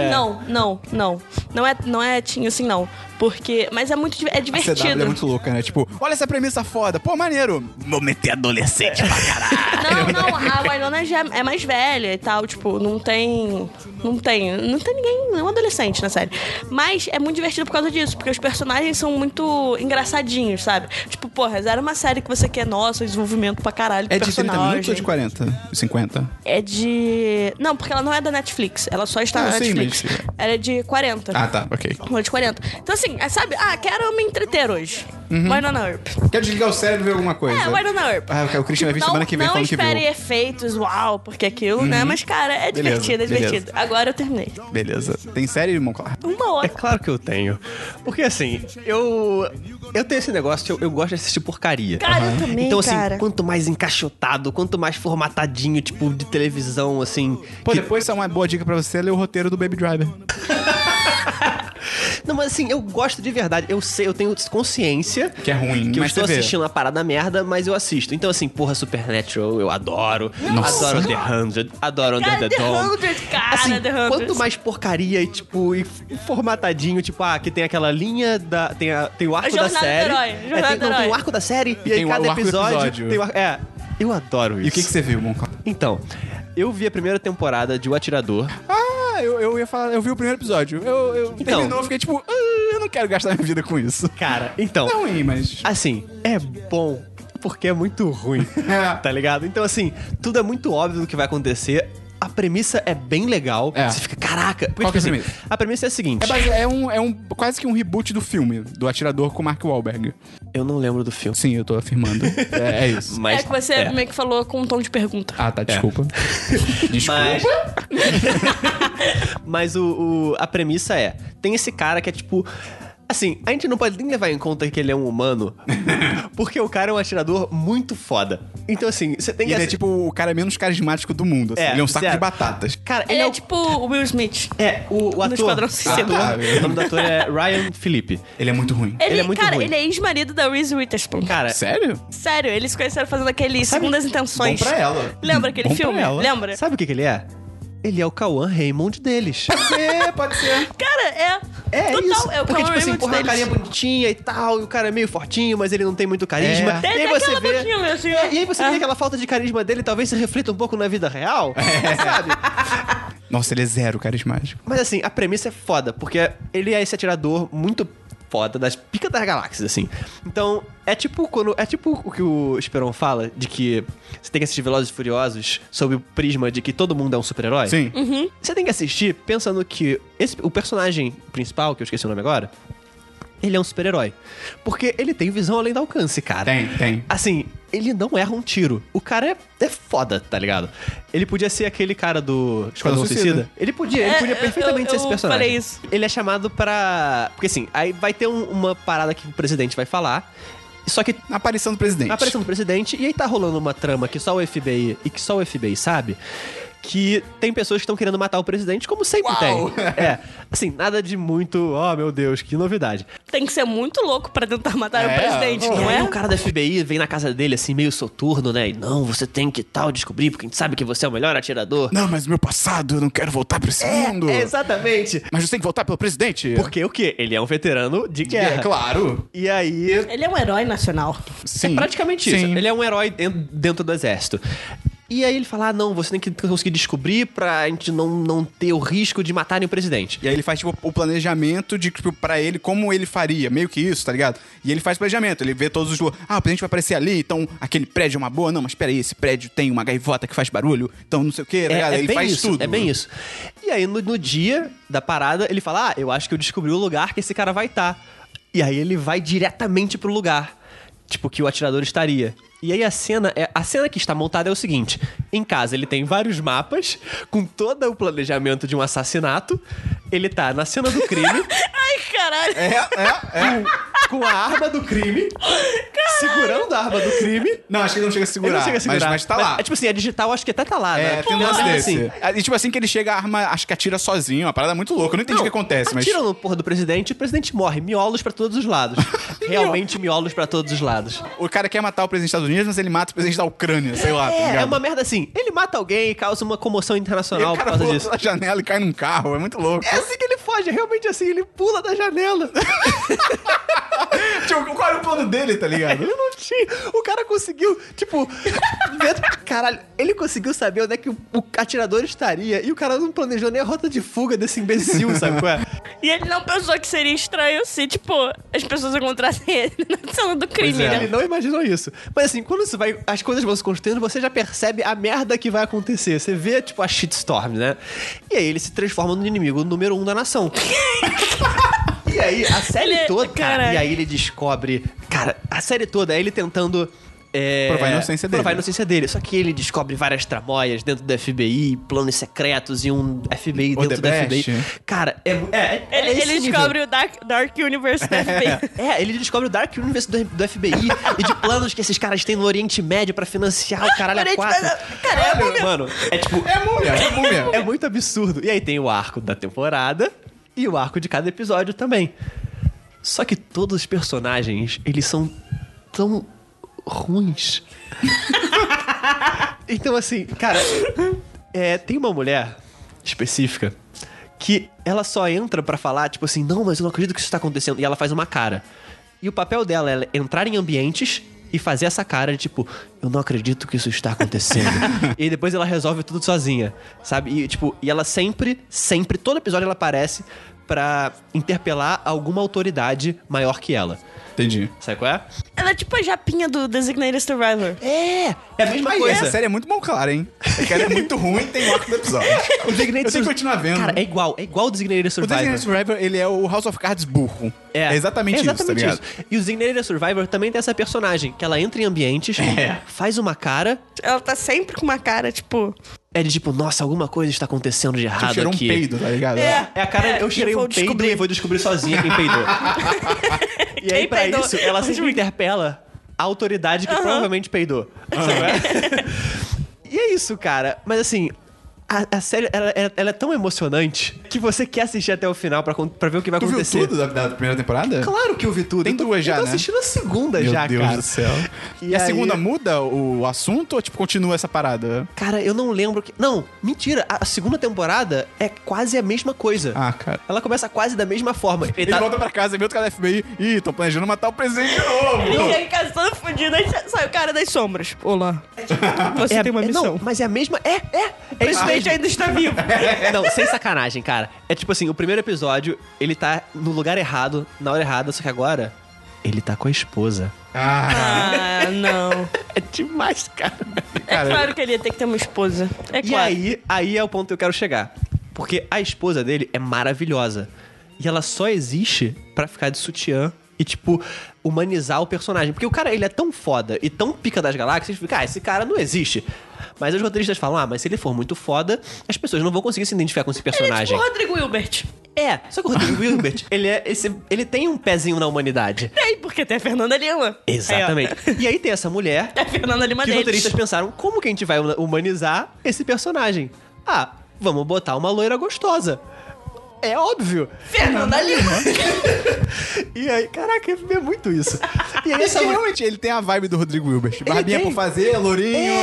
Speaker 2: Não, não, não. Não é, não é tinho assim, não. Porque. Mas é muito di- é
Speaker 1: A
Speaker 2: divertido.
Speaker 1: CW é muito louca, né? Tipo, olha essa premissa foda. Pô, maneiro. Vou meter adolescente pra caralho.
Speaker 2: Não, não, a Winona já é mais velha e tal, tipo, não tem. Não tem. Não tem ninguém, nenhum adolescente na série. Mas é muito divertido por causa disso, porque os personagens são muito engraçadinhos, sabe? Tipo, porra, era uma série que você quer, nossa, desenvolvimento pra caralho. pro
Speaker 1: É de 30
Speaker 2: personagem.
Speaker 1: minutos ou de 40? 50?
Speaker 2: É de. Não, porque ela não é da Netflix. Ela só está
Speaker 1: Ah,
Speaker 2: na
Speaker 1: sim,
Speaker 2: Netflix.
Speaker 1: mas-
Speaker 2: Ela é de 40.
Speaker 1: Ah, tá. Ok.
Speaker 2: Uma de 40. Então, assim, é, sabe? Ah, quero me entreter hoje.
Speaker 1: Uhum.
Speaker 2: Winona Earp.
Speaker 1: Quero desligar o cérebro e ver alguma coisa.
Speaker 2: É, Winona Earp.
Speaker 1: Ah, ok, o Christian vai vir
Speaker 2: Não-
Speaker 1: semana que vem
Speaker 2: não
Speaker 1: falando que viu.
Speaker 2: esperem efeitos, uau, porque aquilo, né?
Speaker 3: Uhum.
Speaker 2: Mas, cara, é
Speaker 1: Beleza,
Speaker 2: divertido, é
Speaker 1: beleza.
Speaker 2: divertido. Agora eu terminei.
Speaker 1: Beleza. Tem série, Monclar?
Speaker 2: Uma
Speaker 3: É
Speaker 2: hora.
Speaker 3: claro que eu tenho. Porque assim, eu. Eu tenho esse negócio, eu, eu gosto de assistir porcaria.
Speaker 2: Cara, eu também,
Speaker 3: Então, assim,
Speaker 2: cara.
Speaker 3: quanto mais encaixotado, quanto mais formatadinho, tipo, de televisão, assim.
Speaker 1: Pô,
Speaker 3: que-
Speaker 1: depois é uma boa dica pra você ler o roteiro do Baby Driver.
Speaker 3: Não, mas assim, eu gosto de verdade. Eu sei, eu tenho consciência
Speaker 1: Que é ruim,
Speaker 3: que eu
Speaker 1: mas
Speaker 3: estou
Speaker 1: você vê.
Speaker 3: assistindo uma parada merda, mas eu assisto. Então, assim, porra, Supernatural, eu adoro. Adoro The Hundred, adoro Under
Speaker 2: Cara,
Speaker 3: the
Speaker 2: The
Speaker 3: Dome.
Speaker 2: Hundred, cara,
Speaker 3: Assim,
Speaker 2: The Hundred.
Speaker 3: quanto mais porcaria e, tipo, e formatadinho, tipo, ah, que tem aquela linha da. Tem, a- tem o arco da
Speaker 2: Jornada do
Speaker 3: série.
Speaker 2: Herói,
Speaker 3: É,
Speaker 2: Jornada
Speaker 3: tem,
Speaker 2: do
Speaker 3: não, tem o
Speaker 2: Herói.
Speaker 3: arco da série e
Speaker 1: Tem
Speaker 3: aí
Speaker 1: o
Speaker 3: cada
Speaker 1: arco do
Speaker 3: episódio.
Speaker 1: episódio.
Speaker 3: Tem o arco- é, eu adoro isso.
Speaker 1: E o que, que você viu, Moncal?
Speaker 3: Então, eu vi a primeira temporada de O Atirador.
Speaker 1: Ah, eu, eu ia falar, eu vi o primeiro episódio. Eu, eu
Speaker 3: Então.
Speaker 1: terminou, eu fiquei tipo, "Ah, eu não quero gastar minha vida com isso.
Speaker 3: Cara, então.
Speaker 1: É ruim, mas.
Speaker 3: Assim, é bom porque é muito
Speaker 1: (laughs)
Speaker 3: ruim. tá ligado? Então, assim, tudo é muito óbvio do que vai acontecer. A premissa é bem legal.
Speaker 1: É.
Speaker 3: Você fica, caraca. Porque,
Speaker 1: Qual que é a
Speaker 3: assim,
Speaker 1: premissa?
Speaker 3: a premissa é a seguinte:
Speaker 1: É, base- é um, é um quase que um reboot do filme, do Atirador com Mark Wahlberg.
Speaker 3: eu não lembro do filme.
Speaker 1: Sim, eu tô afirmando. (laughs) É, é isso.
Speaker 3: Mas,
Speaker 2: é que você
Speaker 3: é.
Speaker 2: meio que falou com um tom de pergunta.
Speaker 1: Ah, tá, desculpa. Desculpa.
Speaker 3: Mas, (laughs) mas o, o- a premissa é: tem esse cara que é tipo. Assim, a gente não pode nem levar em conta que ele é
Speaker 1: (laughs)
Speaker 3: um humano, porque o cara é um atirador muito foda. Então, assim, você tem
Speaker 1: E
Speaker 3: que.
Speaker 1: ele é
Speaker 3: assi-
Speaker 1: tipo o cara menos carismático do mundo. assim.
Speaker 3: É,
Speaker 1: ele é um saco
Speaker 3: zero.
Speaker 1: de batatas.
Speaker 3: Cara, ele,
Speaker 2: Ele
Speaker 3: é,
Speaker 2: é
Speaker 3: o
Speaker 2: tipo o Will Smith.
Speaker 3: É, o, o ator.
Speaker 2: Esquadrão
Speaker 3: o
Speaker 2: Suicida.
Speaker 3: ator-
Speaker 1: Ah, tá.
Speaker 3: o nome do ator é Ryan Felipe.
Speaker 1: Ele é muito ruim.
Speaker 2: Ele,
Speaker 3: Ele é muito
Speaker 2: cara,
Speaker 3: ruim.
Speaker 2: ele é ex-marido da Reese Witherspoon.
Speaker 3: Cara,
Speaker 1: Sério?
Speaker 2: Sério, eles se conheceram fazendo aquele Segundas Intenções.
Speaker 1: Bom pra ela.
Speaker 2: Lembra aquele
Speaker 1: Bom pra
Speaker 2: filme?
Speaker 1: ela.
Speaker 2: Lembra?
Speaker 3: sabe o que, que ele é? Ele é o Cauã Raymond (laughs) deles.
Speaker 1: É, pode ser.
Speaker 2: Cara, é.
Speaker 3: É
Speaker 2: total,
Speaker 3: isso.
Speaker 2: é o Cauan
Speaker 3: Porque, tipo assim,
Speaker 2: Raymond
Speaker 3: porra, a
Speaker 2: deles.
Speaker 3: carinha bonitinha e tal, e o cara é meio fortinho, mas ele não tem muito carisma.
Speaker 1: É.
Speaker 3: E
Speaker 2: Tem
Speaker 3: aí
Speaker 2: até
Speaker 3: você
Speaker 2: aquela
Speaker 3: vê.
Speaker 2: boquinha meio assim,
Speaker 3: É,
Speaker 2: ó.
Speaker 3: e aí você vê que aquela falta de carisma dele talvez se reflita um pouco na vida real, sabe?
Speaker 1: Nossa, ele é zero carismático.
Speaker 3: Mas assim, a premissa é foda, porque ele é esse atirador muito foda, das picas das galáxias, assim. Então, é tipo quando. É tipo o que o Esperon fala, de que você tem que assistir Velozes e Furiosos sob o prisma de que todo mundo é um super-herói.
Speaker 1: Sim.
Speaker 3: Você tem que assistir pensando que esse, o personagem principal, que eu esqueci o nome agora, ele é um super-herói. Porque ele tem visão além do alcance, cara.
Speaker 1: Tem, tem.
Speaker 3: Assim, ele não erra um tiro. O cara é, é foda, tá ligado? Ele podia ser aquele cara do Esquadrão
Speaker 1: Esquadrão
Speaker 3: Suicida.
Speaker 1: É Suicida.
Speaker 3: Ele podia, ele
Speaker 2: É,
Speaker 3: podia
Speaker 2: eu-
Speaker 3: perfeitamente ser
Speaker 2: eu
Speaker 3: esse personagem.
Speaker 2: falei isso.
Speaker 3: Ele é chamado pra... Porque assim, aí vai ter um- uma parada que o presidente vai falar... Só que
Speaker 1: Na aparição do presidente.
Speaker 3: a aparição do um presidente, e aí tá rolando uma trama que só o FBI e que só o FBI sabe. Que tem pessoas que estão querendo matar o presidente, como sempre
Speaker 1: Uau!
Speaker 3: (laughs) tem. É. Assim, nada de muito. Oh, meu Deus, que novidade.
Speaker 2: Tem que ser muito louco pra tentar matar
Speaker 1: É,
Speaker 2: o presidente,
Speaker 1: ó.
Speaker 2: não
Speaker 3: e aí
Speaker 2: é?
Speaker 3: o um cara da FBI vem na casa dele, assim, meio soturno, né? E não, você tem que tal descobrir, porque a gente sabe que você é o melhor atirador.
Speaker 1: Não, mas o meu passado, eu não quero voltar pra esse mundo.
Speaker 3: É, exatamente.
Speaker 1: Mas você tem que voltar pelo presidente.
Speaker 3: Porque o quê? Ele é um veterano de
Speaker 1: É,
Speaker 3: guerra.
Speaker 1: claro.
Speaker 3: E aí,
Speaker 2: Ele é um herói nacional.
Speaker 1: Sim.
Speaker 3: É praticamente isso.
Speaker 1: Sim.
Speaker 3: Ele é um herói den- dentro do exército. E aí ele fala: ah, não, você tem que conseguir descobrir pra gente não, não ter o risco de matarem o presidente.
Speaker 1: E aí ele faz, tipo, o planejamento de, tipo, pra ele, como ele faria, meio que isso, tá ligado? E ele faz planejamento, ele vê todos os... lu- Ah, o presidente vai aparecer ali, então aquele prédio é uma boa. Não, mas peraí, esse prédio tem uma gaivota que faz barulho, então não sei o quê, tá ligado? ele
Speaker 3: bem
Speaker 1: faz
Speaker 3: isso,
Speaker 1: tudo.
Speaker 3: É bem isso. E aí no, no dia da parada ele fala: ah, eu acho que eu descobri o lugar que esse cara vai estar. E aí ele vai diretamente pro lugar, tipo, que o atirador estaria. E aí a cena é a cena que está montada é o seguinte: em casa ele tem vários mapas com todo o planejamento de um assassinato. Ele tá na cena do
Speaker 1: (laughs)
Speaker 3: crime.
Speaker 2: Ai, caralho.
Speaker 1: É, é, é.
Speaker 3: com a arma do crime, segurando a arma do crime. Ele
Speaker 1: Não, acho que ele não chega a segurar.
Speaker 3: não chega a segurar.
Speaker 1: Mas, mas tá lá.
Speaker 3: é, tipo assim, a digital acho que até tá lá, né?
Speaker 1: É, tem um lance
Speaker 3: Mas,
Speaker 1: desse.
Speaker 3: assim,
Speaker 1: E tipo assim que ele chega, a arma acho que atira sozinho, uma parada muito louca. Eu não entendi o que acontece, mas.
Speaker 3: Atiram no porra do presidente, o presidente morre. Miolos pra todos
Speaker 1: (laughs)
Speaker 3: os lados. Realmente miolos pra todos os lados.
Speaker 1: O cara quer matar o presidente dos Estados Unidos, mas ele mata o presidente da Ucrânia, sei lá, tá
Speaker 3: É,
Speaker 1: ligado?
Speaker 3: é uma merda assim. Ele mata alguém e causa uma comoção
Speaker 1: E
Speaker 3: internacional
Speaker 1: o
Speaker 3: por
Speaker 1: cara
Speaker 3: causa
Speaker 1: pula
Speaker 3: disso.
Speaker 1: pela janela e cai num carro, é muito louco.
Speaker 3: É assim que ele foge, é realmente assim, ele pula da janela. É,
Speaker 1: Tipo, qual era o plano dele, tá ligado?
Speaker 3: Ele não tinha. O cara conseguiu, tipo. ver- Caralho, ele conseguiu saber onde é que o, o atirador estaria e o cara não planejou nem a rota de fuga desse imbecil, sabe qual é?
Speaker 2: E ele não pensou que seria estranho se, tipo, as pessoas encontrassem (laughs) ele na cena do crime,
Speaker 1: Pois é.
Speaker 3: Ele
Speaker 2: né?
Speaker 3: não imaginou isso. Mas assim, quando isso vai, as coisas vão se construindo, você já percebe a merda que vai acontecer. Você vê, tipo, a shitstorm, né? E aí ele se transforma no inimigo número um da
Speaker 2: (laughs)
Speaker 3: nação. e aí, a série
Speaker 2: Ele- é-
Speaker 3: toda, cara,
Speaker 2: caralho.
Speaker 3: e aí ele descobre. Cara, a série toda é ele tentando. É,
Speaker 1: Provar a inocência dele.
Speaker 3: Provar a inocência dele. Só que ele descobre várias tramóias dentro do FBI, planos secretos e um FBI dentro do
Speaker 1: Odebrecht.
Speaker 3: FBI. Cara, é. é, é
Speaker 2: Ele,
Speaker 3: esse
Speaker 2: ele
Speaker 3: nível.
Speaker 2: descobre o Dark, Dark Universe
Speaker 3: (laughs)
Speaker 2: da FBI.
Speaker 3: É, ele descobre o Dark Universe do, do FBI e de planos que esses caras têm no Oriente Médio pra financiar o caralho a
Speaker 2: Oriente
Speaker 3: quatro.
Speaker 2: Médio-
Speaker 3: Caralho, mano, é tipo...
Speaker 1: É múmia, é múmia.
Speaker 3: É muito absurdo. E aí tem o arco da temporada, e o arco de cada episódio também. Só que todos os personagens, eles são tão ruins. então, assim, cara, é, tem uma mulher específica que ela só entra pra falar, tipo assim, não, mas eu não acredito que isso tá acontecendo. E ela faz uma cara. E o papel dela é entrar em ambientes e fazer essa cara de tipo, eu não acredito que isso está (laughs) acontecendo. e depois ela resolve tudo sozinha, sabe? E tipo, e ela sempre, sempre, todo episódio ela aparece pra interpelar alguma autoridade maior que ela.
Speaker 1: Entendi.
Speaker 3: Sabe qual é?
Speaker 2: Ela é tipo a japinha do Designated Survivor.
Speaker 3: É! É a mesma
Speaker 1: Mas
Speaker 3: coisa.
Speaker 1: essa série é muito mal clara, hein? É que ela é muito ruim tem ótimo episódio.
Speaker 3: O Designated
Speaker 1: Eu tenho que continuar vendo.
Speaker 3: Cara, é igual, é igual o Designated
Speaker 1: O
Speaker 3: Survivor.
Speaker 1: Designated Survivor, ele é o House of Cards burro. É exatamente,
Speaker 3: É
Speaker 1: isso, tá ligado?
Speaker 3: E o Designated Survivor também tem essa personagem, que ela entra
Speaker 1: (laughs)
Speaker 3: em ambientes,
Speaker 1: É.
Speaker 3: faz uma cara,
Speaker 2: Ela tá sempre com uma cara, tipo.
Speaker 3: é de tipo, nossa, alguma coisa está acontecendo de
Speaker 1: Tipo,
Speaker 3: errado
Speaker 1: cheirou um
Speaker 3: aqui.
Speaker 1: peido, tá ligado?
Speaker 2: É.
Speaker 3: É a cara,
Speaker 2: É,
Speaker 3: eu cheirei
Speaker 2: eu vou
Speaker 3: um peido
Speaker 2: descobrir.
Speaker 3: e vou descobrir sozinha quem
Speaker 2: (laughs)
Speaker 3: peidou. e aí,
Speaker 2: Quem
Speaker 3: pra
Speaker 2: peidou?
Speaker 3: isso, ela sempre interpela a autoridade que provavelmente peidou. Sabe? (laughs) e é isso, cara. Mas assim, a, a série, ela, ela- ela é tão emocionante que você quer assistir até o final pra, con- pra ver o que vai
Speaker 1: Tu viu
Speaker 3: acontecer.
Speaker 1: tudo da, da primeira temporada?
Speaker 3: Claro que eu vi tudo.
Speaker 1: Tem
Speaker 3: eu tô,
Speaker 1: duas já,
Speaker 3: eu tô
Speaker 1: né?
Speaker 3: assistindo a segunda
Speaker 1: Meu
Speaker 3: já,
Speaker 1: Deus
Speaker 3: cara.
Speaker 1: do céu. E,
Speaker 3: E
Speaker 1: a
Speaker 3: aí-
Speaker 1: segunda muda o assunto ou, tipo, continua essa parada?
Speaker 3: Cara, eu não lembro que. Não, mentira. A a segunda temporada é quase a mesma coisa.
Speaker 1: Ah, cara.
Speaker 3: Ela começa quase da mesma forma.
Speaker 1: Ele volta pra casa, vê outro cara da FBI. Ih, tô planejando matar o presidente de novo.
Speaker 2: Ele chega em casa todo fudido, aí sa- sai o cara das sombras. Olá. (laughs) Você
Speaker 3: É a-
Speaker 2: tem uma
Speaker 3: é-
Speaker 2: missão.
Speaker 3: Não, mas é a mesma. É, é. É isso
Speaker 2: Presidente
Speaker 3: mesmo.
Speaker 2: ainda está vivo.
Speaker 3: (laughs) Não, sem sacanagem, cara. É tipo assim, o primeiro episódio, ele tá no lugar errado, na hora errada, só que agora ele tá com a esposa.
Speaker 1: Ah,
Speaker 2: Ah, não.
Speaker 3: É demais, cara.
Speaker 2: É
Speaker 1: Cara,
Speaker 2: claro que ele ia ter que ter uma esposa. É
Speaker 3: E
Speaker 2: claro.
Speaker 3: aí, aí é o ponto que eu quero chegar. Porque a esposa dele é maravilhosa. E ela só existe pra ficar de sutiã e, tipo, humanizar o personagem. Porque o cara, ele é tão foda e tão pica das galáxias, fica, ah, esse cara não existe. Mas os roteiristas falam, ah, mas se ele for muito foda, as pessoas não vão conseguir se identificar com esse
Speaker 2: Ele é tipo
Speaker 3: personagem.
Speaker 2: o Rodrigo Hilbert.
Speaker 3: É, só que
Speaker 2: (laughs)
Speaker 3: o Rodrigo Hilbert, ele, é esse, ele tem um pezinho na humanidade.
Speaker 2: Tem, porque tem a Fernanda Lima.
Speaker 3: Exatamente.
Speaker 2: Aí, ó.
Speaker 3: e aí tem essa mulher
Speaker 2: É a Fernanda Lima
Speaker 3: que os
Speaker 2: deles.
Speaker 3: roteiristas pensaram, como que a gente vai humanizar esse personagem? Ah, vamos botar uma loira gostosa. É óbvio.
Speaker 2: Fernanda Lima.
Speaker 3: Uhum.
Speaker 2: (laughs)
Speaker 3: E aí, caraca, é muito isso. E aí
Speaker 1: esse
Speaker 3: essa mulher...
Speaker 1: realmente, ele tem a vibe do Rodrigo Wilbert. Barbinha
Speaker 3: tem. É.
Speaker 1: por fazer, lourinho.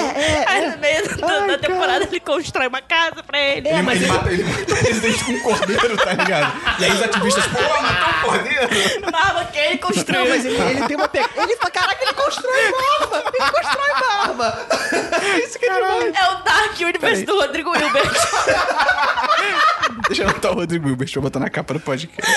Speaker 2: Aí no meio da, da
Speaker 3: Ai,
Speaker 2: temporada
Speaker 3: cara.
Speaker 2: ele constrói uma casa pra É, ele.
Speaker 1: Ele, ele mata, ele mata o presidente com um cordeiro, tá ligado? E aí os ativistas, pô, matou um cordeiro.
Speaker 2: Uma arma que ele construiu.
Speaker 3: Não, mas ele, ele tem uma pe... Ele fala, caraca, ele constrói uma arma! Ele constrói uma arma! (laughs) Isso que é demais!
Speaker 2: (laughs) É o Dark Universe do Rodrigo Hilbert.
Speaker 3: (laughs)
Speaker 1: Deixa eu anotar o Rodrigo Wilbert, deixa eu botar na capa do podcast.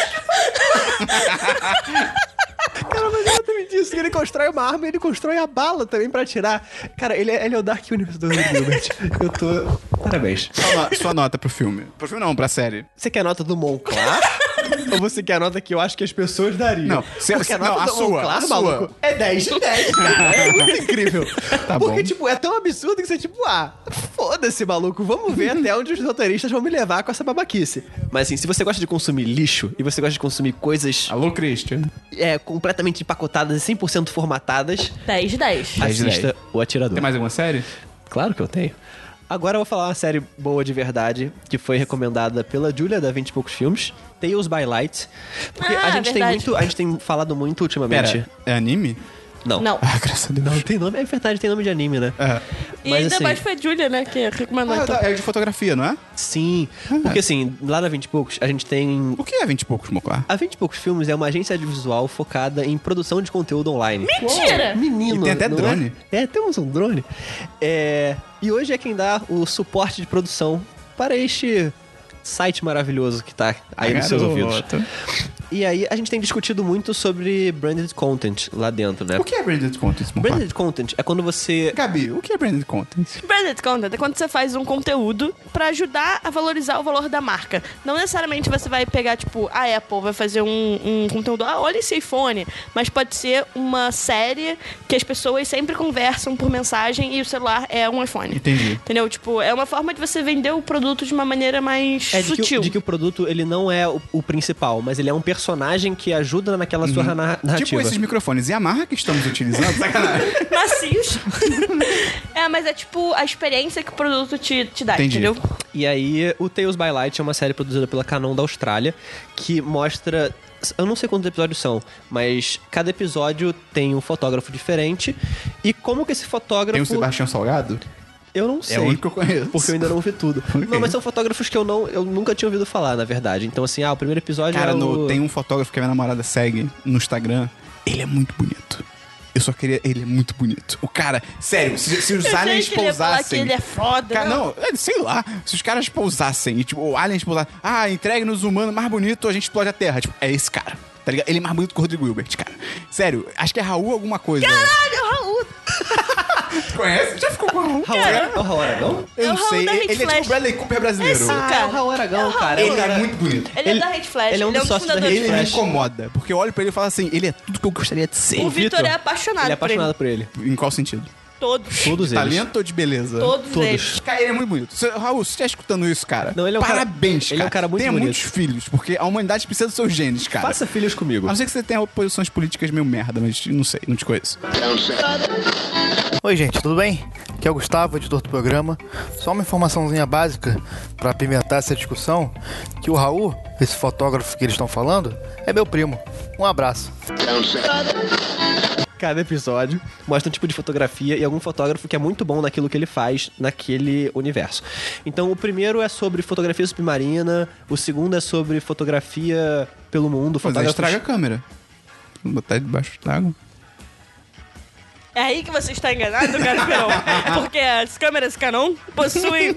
Speaker 3: Cara, mas é exatamente isso. que Ele constrói uma arma e ele constrói a bala também pra atirar. Cara, ele é, ele é o Dark Universe do Rodrigo Hilbert. Eu tô... Parabéns.
Speaker 1: Sua, no- sua nota pro filme. Pro filme não, pra série.
Speaker 3: Você quer a nota do
Speaker 1: (laughs)
Speaker 3: Monclar? ou você quer a nota que eu acho que as pessoas dariam?
Speaker 1: Não, se-
Speaker 3: Porque a
Speaker 1: não,
Speaker 3: nota
Speaker 1: a
Speaker 3: do
Speaker 1: sua,
Speaker 3: Monclar,
Speaker 1: a
Speaker 3: maluco,
Speaker 1: sua.
Speaker 3: é 10 de 10,
Speaker 1: (laughs)
Speaker 3: cara. É muito incrível.
Speaker 1: Tá
Speaker 3: Porque,
Speaker 1: bom.
Speaker 3: tipo, é tão absurdo que você, tipo, ah, foda-se, maluco. Vamos ver até onde os roteiristas vão me levar com essa babaquice. Mas, assim, se você gosta de consumir lixo e você gosta de consumir coisas
Speaker 1: Alô, Christian.
Speaker 3: é, completamente empacotadas e 100% formatadas,
Speaker 2: 10 de 10.
Speaker 3: Ah,
Speaker 1: 10 de 10.
Speaker 3: assista O Atirador.
Speaker 1: Tem mais alguma série?
Speaker 3: Claro que eu tenho. Agora eu vou falar uma série boa de verdade, que foi recomendada pela Julia da 20 e poucos filmes, Tales by Light. Porque
Speaker 2: Ah,
Speaker 3: a gente tem
Speaker 2: verdade.
Speaker 3: muito, a gente tem falado muito ultimamente.
Speaker 1: Pera, é anime?
Speaker 3: Não.
Speaker 2: Não.
Speaker 1: Ah, graças a Deus.
Speaker 3: Não tem nome, é verdade, tem nome de anime, né?
Speaker 1: É.
Speaker 2: E
Speaker 3: Mas,
Speaker 2: ainda
Speaker 3: assim-
Speaker 2: mais foi a Julia, né? Que recomendou.
Speaker 1: Ah,
Speaker 2: então.
Speaker 1: é de fotografia, não é?
Speaker 3: Sim. Porque assim, lá na 20 e poucos, a gente tem
Speaker 1: O que é 20 e poucos, Moclar?
Speaker 3: a 20 e poucos filmes é uma agência audiovisual focada em produção de conteúdo online.
Speaker 2: Mentira!
Speaker 3: Menino,
Speaker 1: E tem até
Speaker 3: não é?
Speaker 1: drone.
Speaker 3: É, temos um drone. É, e hoje é quem dá o suporte de produção para este site maravilhoso que tá aí nos seus ouvidos. E aí a gente tem discutido muito sobre branded content lá dentro, né?
Speaker 1: O que é branded content, Moclar?
Speaker 3: Branded content é quando você
Speaker 1: Gabi, o que é branded content?
Speaker 2: Branded content é quando você faz um conteúdo pra ajudar a valorizar o valor da marca. Não necessariamente você vai pegar, tipo, a Apple vai fazer um, um conteúdo, ah, olha esse iPhone, mas pode ser uma série que as pessoas sempre conversam por mensagem e o celular é um iPhone.
Speaker 1: Entendi.
Speaker 2: Entendeu? Tipo, é uma forma de você vender o produto de uma maneira mais
Speaker 3: É de que,
Speaker 2: sutil.
Speaker 3: o- de
Speaker 2: (laughs)
Speaker 3: que o produto ele não é o, o principal, mas ele é um personagem que ajuda naquela sua narra- narrativa.
Speaker 1: Tipo esses microfones e a marca que estamos utilizando. Sacanagem.
Speaker 2: (laughs) Macios. é, mas é tipo a experiência que o produto te, te dá,
Speaker 1: Entendi.
Speaker 2: entendeu?
Speaker 3: E aí, o Tales by Light é uma série produzida pela Canon da Austrália que mostra. Eu não sei quantos episódios são, mas cada episódio tem um fotógrafo diferente. E como que esse fotógrafo.
Speaker 1: Tem o Sebastião Salgado?
Speaker 3: Eu não sei.
Speaker 1: É o único que eu conheço.
Speaker 3: Porque eu ainda não
Speaker 1: (laughs)
Speaker 3: vi tudo. Não, mas são fotógrafos que eu não, eu nunca tinha ouvido falar, na verdade. Então, assim, ah, o primeiro episódio
Speaker 1: Cara,
Speaker 3: é
Speaker 1: no-
Speaker 3: o...
Speaker 1: tem um fotógrafo que a minha namorada segue no Instagram. Ele é muito bonito. Eu só queria. Ele é muito bonito. O cara, sério, se, se os
Speaker 2: Eu achei
Speaker 1: aliens
Speaker 2: que ele ia falar que
Speaker 3: assim.
Speaker 1: pousassem.
Speaker 2: ele é foda.
Speaker 1: Cara, não, é, sei lá. Se os caras pousassem e, tipo, o aliens pousassem. Ah, entregue nos humanos mais bonito, a gente explode a Terra. Tipo, é esse cara. Tá ligado? Ele é mais bonito que o Rodrigo Hilbert, cara. Sério, acho que é Raul alguma coisa.
Speaker 2: Caralho, o Raul.
Speaker 1: Conhece? Já ficou com o Raul?
Speaker 3: Raul Ara- é o Raul Aragão?
Speaker 1: Eu
Speaker 2: É o
Speaker 1: não
Speaker 2: Raul
Speaker 1: sei.
Speaker 2: da
Speaker 1: Ele
Speaker 2: Rick
Speaker 1: é tipo
Speaker 2: Flash.
Speaker 1: o Bradley Cooper brasileiro.
Speaker 2: É, sim.
Speaker 3: Ah,
Speaker 2: Cara,
Speaker 3: é o Raul Aragão, cara.
Speaker 1: Ele
Speaker 3: cara-
Speaker 1: é muito bonito.
Speaker 2: Ele,
Speaker 3: Ele-
Speaker 2: é da Red Flash.
Speaker 3: ele é um dos sócios da Red
Speaker 2: fundadores
Speaker 1: Ele me
Speaker 3: Flash.
Speaker 1: incomoda, porque eu olho pra ele e falo assim, ele é tudo que eu gostaria de ser.
Speaker 2: O Vitor é
Speaker 3: Ele
Speaker 2: apaixonado,
Speaker 3: é apaixonado por ele.
Speaker 1: Em qual sentido?
Speaker 2: Todos.
Speaker 3: Todos eles.
Speaker 1: Talento ou de beleza?
Speaker 2: Todos,
Speaker 3: Todos.
Speaker 2: eles.
Speaker 1: Cara, ele é muito bonito. Cê- Raul, você tá escutando isso, cara?
Speaker 3: Não, ele é um cara-
Speaker 1: Parabéns,
Speaker 3: ele é um cara muito
Speaker 1: Tenha
Speaker 3: bonito.
Speaker 1: muitos filhos, porque a humanidade precisa dos seus genes, cara.
Speaker 3: Faça filhos
Speaker 1: A
Speaker 3: comigo.
Speaker 1: não ser que você tenha posições políticas meio merda, mas não sei, não te conheço.
Speaker 5: Oi, gente, tudo bem? Aqui é o Gustavo, editor do programa. Só uma informaçãozinha básica para apimentar essa discussão, que o Raul, esse fotógrafo que eles estão falando, é meu primo. Um abraço.
Speaker 3: Cada episódio mostra um tipo de fotografia e algum fotógrafo que é muito bom naquilo que ele faz naquele universo. Então, o primeiro é sobre fotografia submarina, o segundo é sobre fotografia pelo mundo,
Speaker 1: Mas aí
Speaker 3: fotografia.
Speaker 1: estraga a câmera. Vou botar debaixo d'água.
Speaker 2: É aí que você está enganado, Gaspirão.
Speaker 3: (laughs)
Speaker 2: porque as câmeras Canon possuem...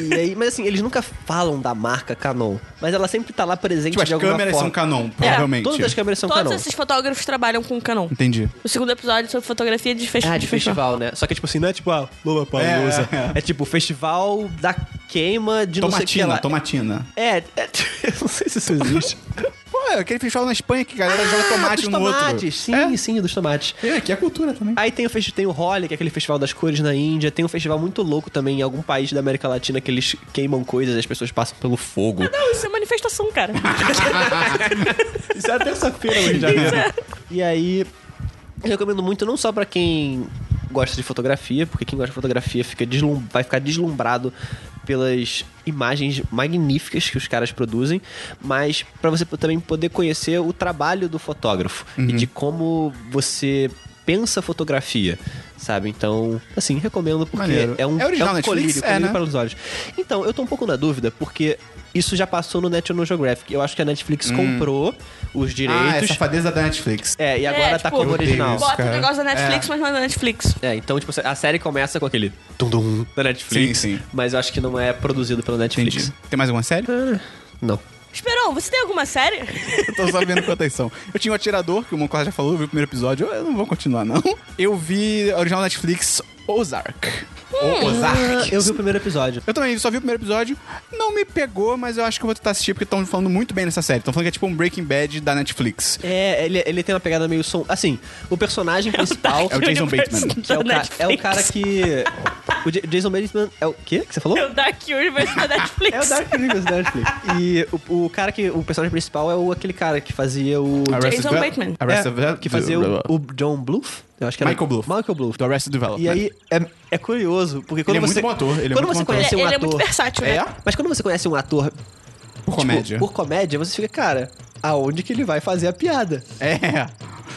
Speaker 3: E aí, mas assim, eles nunca falam da marca Canon, mas ela sempre tá lá presente
Speaker 1: Tipo, as
Speaker 3: de alguma
Speaker 1: câmeras
Speaker 3: forma.
Speaker 1: são
Speaker 3: É,
Speaker 1: canon, provavelmente.
Speaker 3: Todas as (laughs) câmeras são
Speaker 2: Todos
Speaker 3: Canon.
Speaker 2: esses fotógrafos trabalham com Canon.
Speaker 1: Entendi.
Speaker 2: O segundo episódio é sobre fotografia de, festi
Speaker 3: Ah, de festival, né? Só que, tipo assim, não é tipo a Lula Palusa.
Speaker 1: É,
Speaker 3: É,
Speaker 1: é, é.
Speaker 3: tipo o festival da queima de não sei o que
Speaker 1: Tomatina,
Speaker 3: lá.
Speaker 1: tomatina.
Speaker 3: É, (laughs) é, eu não sei se isso existe.
Speaker 1: Pô, é aquele festival na Espanha que a galera joga
Speaker 3: Ah,
Speaker 1: tomate
Speaker 3: dos
Speaker 1: um no
Speaker 3: tomates.
Speaker 1: outro.
Speaker 3: Sim, sim, dos tomates.
Speaker 1: É, aqui é cultura também.
Speaker 3: Aí tem o, festi- tem o Holi, que é aquele festival das cores na Índia. Tem um festival muito louco também em algum país da América Latina que eles queimam coisas e as pessoas passam pelo fogo.
Speaker 2: Não, isso é manifestação, cara.
Speaker 3: Isso é terça-feira hoje, já. E aí, eu recomendo muito não só pra quem gosta de fotografia, porque quem gosta de fotografia fica deslum- vai ficar deslumbrado pelas imagens magníficas que os caras produzem, mas pra você também poder conhecer o trabalho do fotógrafo
Speaker 1: Uhum.
Speaker 3: e de como você pensa a fotografia, sabe? Então, assim, recomendo porque
Speaker 1: Maneiro.
Speaker 3: é um,
Speaker 1: É original
Speaker 3: é um
Speaker 1: Netflix?
Speaker 3: colírio,
Speaker 1: É,
Speaker 3: colírio
Speaker 1: né?
Speaker 3: para os olhos. Então, eu tô um pouco na dúvida, porque isso já passou no National Geographic. Eu acho que a Netflix comprou os
Speaker 1: Hum. Ah, é
Speaker 3: direitos.
Speaker 1: safadeza da Netflix.
Speaker 3: é, e agora tá como
Speaker 1: Eu odeio
Speaker 3: original.
Speaker 1: isso.
Speaker 2: tipo, Bota
Speaker 1: cara.
Speaker 2: o negócio da Netflix, mas não é da Netflix.
Speaker 3: É, então, tipo, a série começa com aquele tum-dum da Netflix.
Speaker 1: Sim, sim.
Speaker 3: Mas eu acho que não é produzido pela Netflix. Ah,
Speaker 1: Entendi. Tem mais alguma (laughs) série?
Speaker 3: Não.
Speaker 2: Esperão, você tem alguma série?
Speaker 1: Eu tô só vendo quantas são. Eu tinha o Atirador, que o Monclar já falou, eu vi o primeiro episódio. Eu não vou continuar, não. Eu vi a original Netflix Ozark.
Speaker 3: Hum.
Speaker 1: O- Ozark.
Speaker 3: Ah, Eu vi o primeiro episódio.
Speaker 1: Eu também só vi o primeiro episódio. Não me pegou, mas eu acho que eu vou tentar assistir, porque estão falando muito bem nessa série. Estão falando que é tipo um Breaking Bad da Netflix.
Speaker 3: É, ele, ele tem uma pegada meio som. Assim, o personagem principal.
Speaker 1: É o Jason Bateman.
Speaker 3: que é o
Speaker 2: da
Speaker 3: ca- é o
Speaker 2: Netflix.
Speaker 3: cara que. O J- Jason Bateman é o quê que você falou?
Speaker 2: É o Dark Universe
Speaker 3: (laughs)
Speaker 2: da Netflix.
Speaker 3: É o Dark Universe da Netflix. (laughs) E o, o cara que. O personagem principal é o, aquele cara que fazia o.
Speaker 2: Jason
Speaker 1: Deve-
Speaker 2: Bateman.
Speaker 1: Arrested
Speaker 3: É,
Speaker 1: Deve-
Speaker 3: que fazia o, o John Bluth? Eu acho que era.
Speaker 1: Michael Bluth.
Speaker 3: Michael Bluth.
Speaker 1: Do Arrested Development.
Speaker 3: E aí é, é curioso, porque quando
Speaker 1: Ele é
Speaker 3: você.
Speaker 1: muito bom ator, ele é
Speaker 3: quando
Speaker 1: muito
Speaker 3: você
Speaker 1: bom ator.
Speaker 3: conhece
Speaker 2: Ele-
Speaker 3: um
Speaker 2: ele é
Speaker 3: ator.
Speaker 2: muito versátil, né?
Speaker 3: É? Mas quando você conhece um ator tipo,
Speaker 1: Por comédia.
Speaker 3: por comédia, você fica, cara, aonde que ele vai fazer a piada?
Speaker 1: É.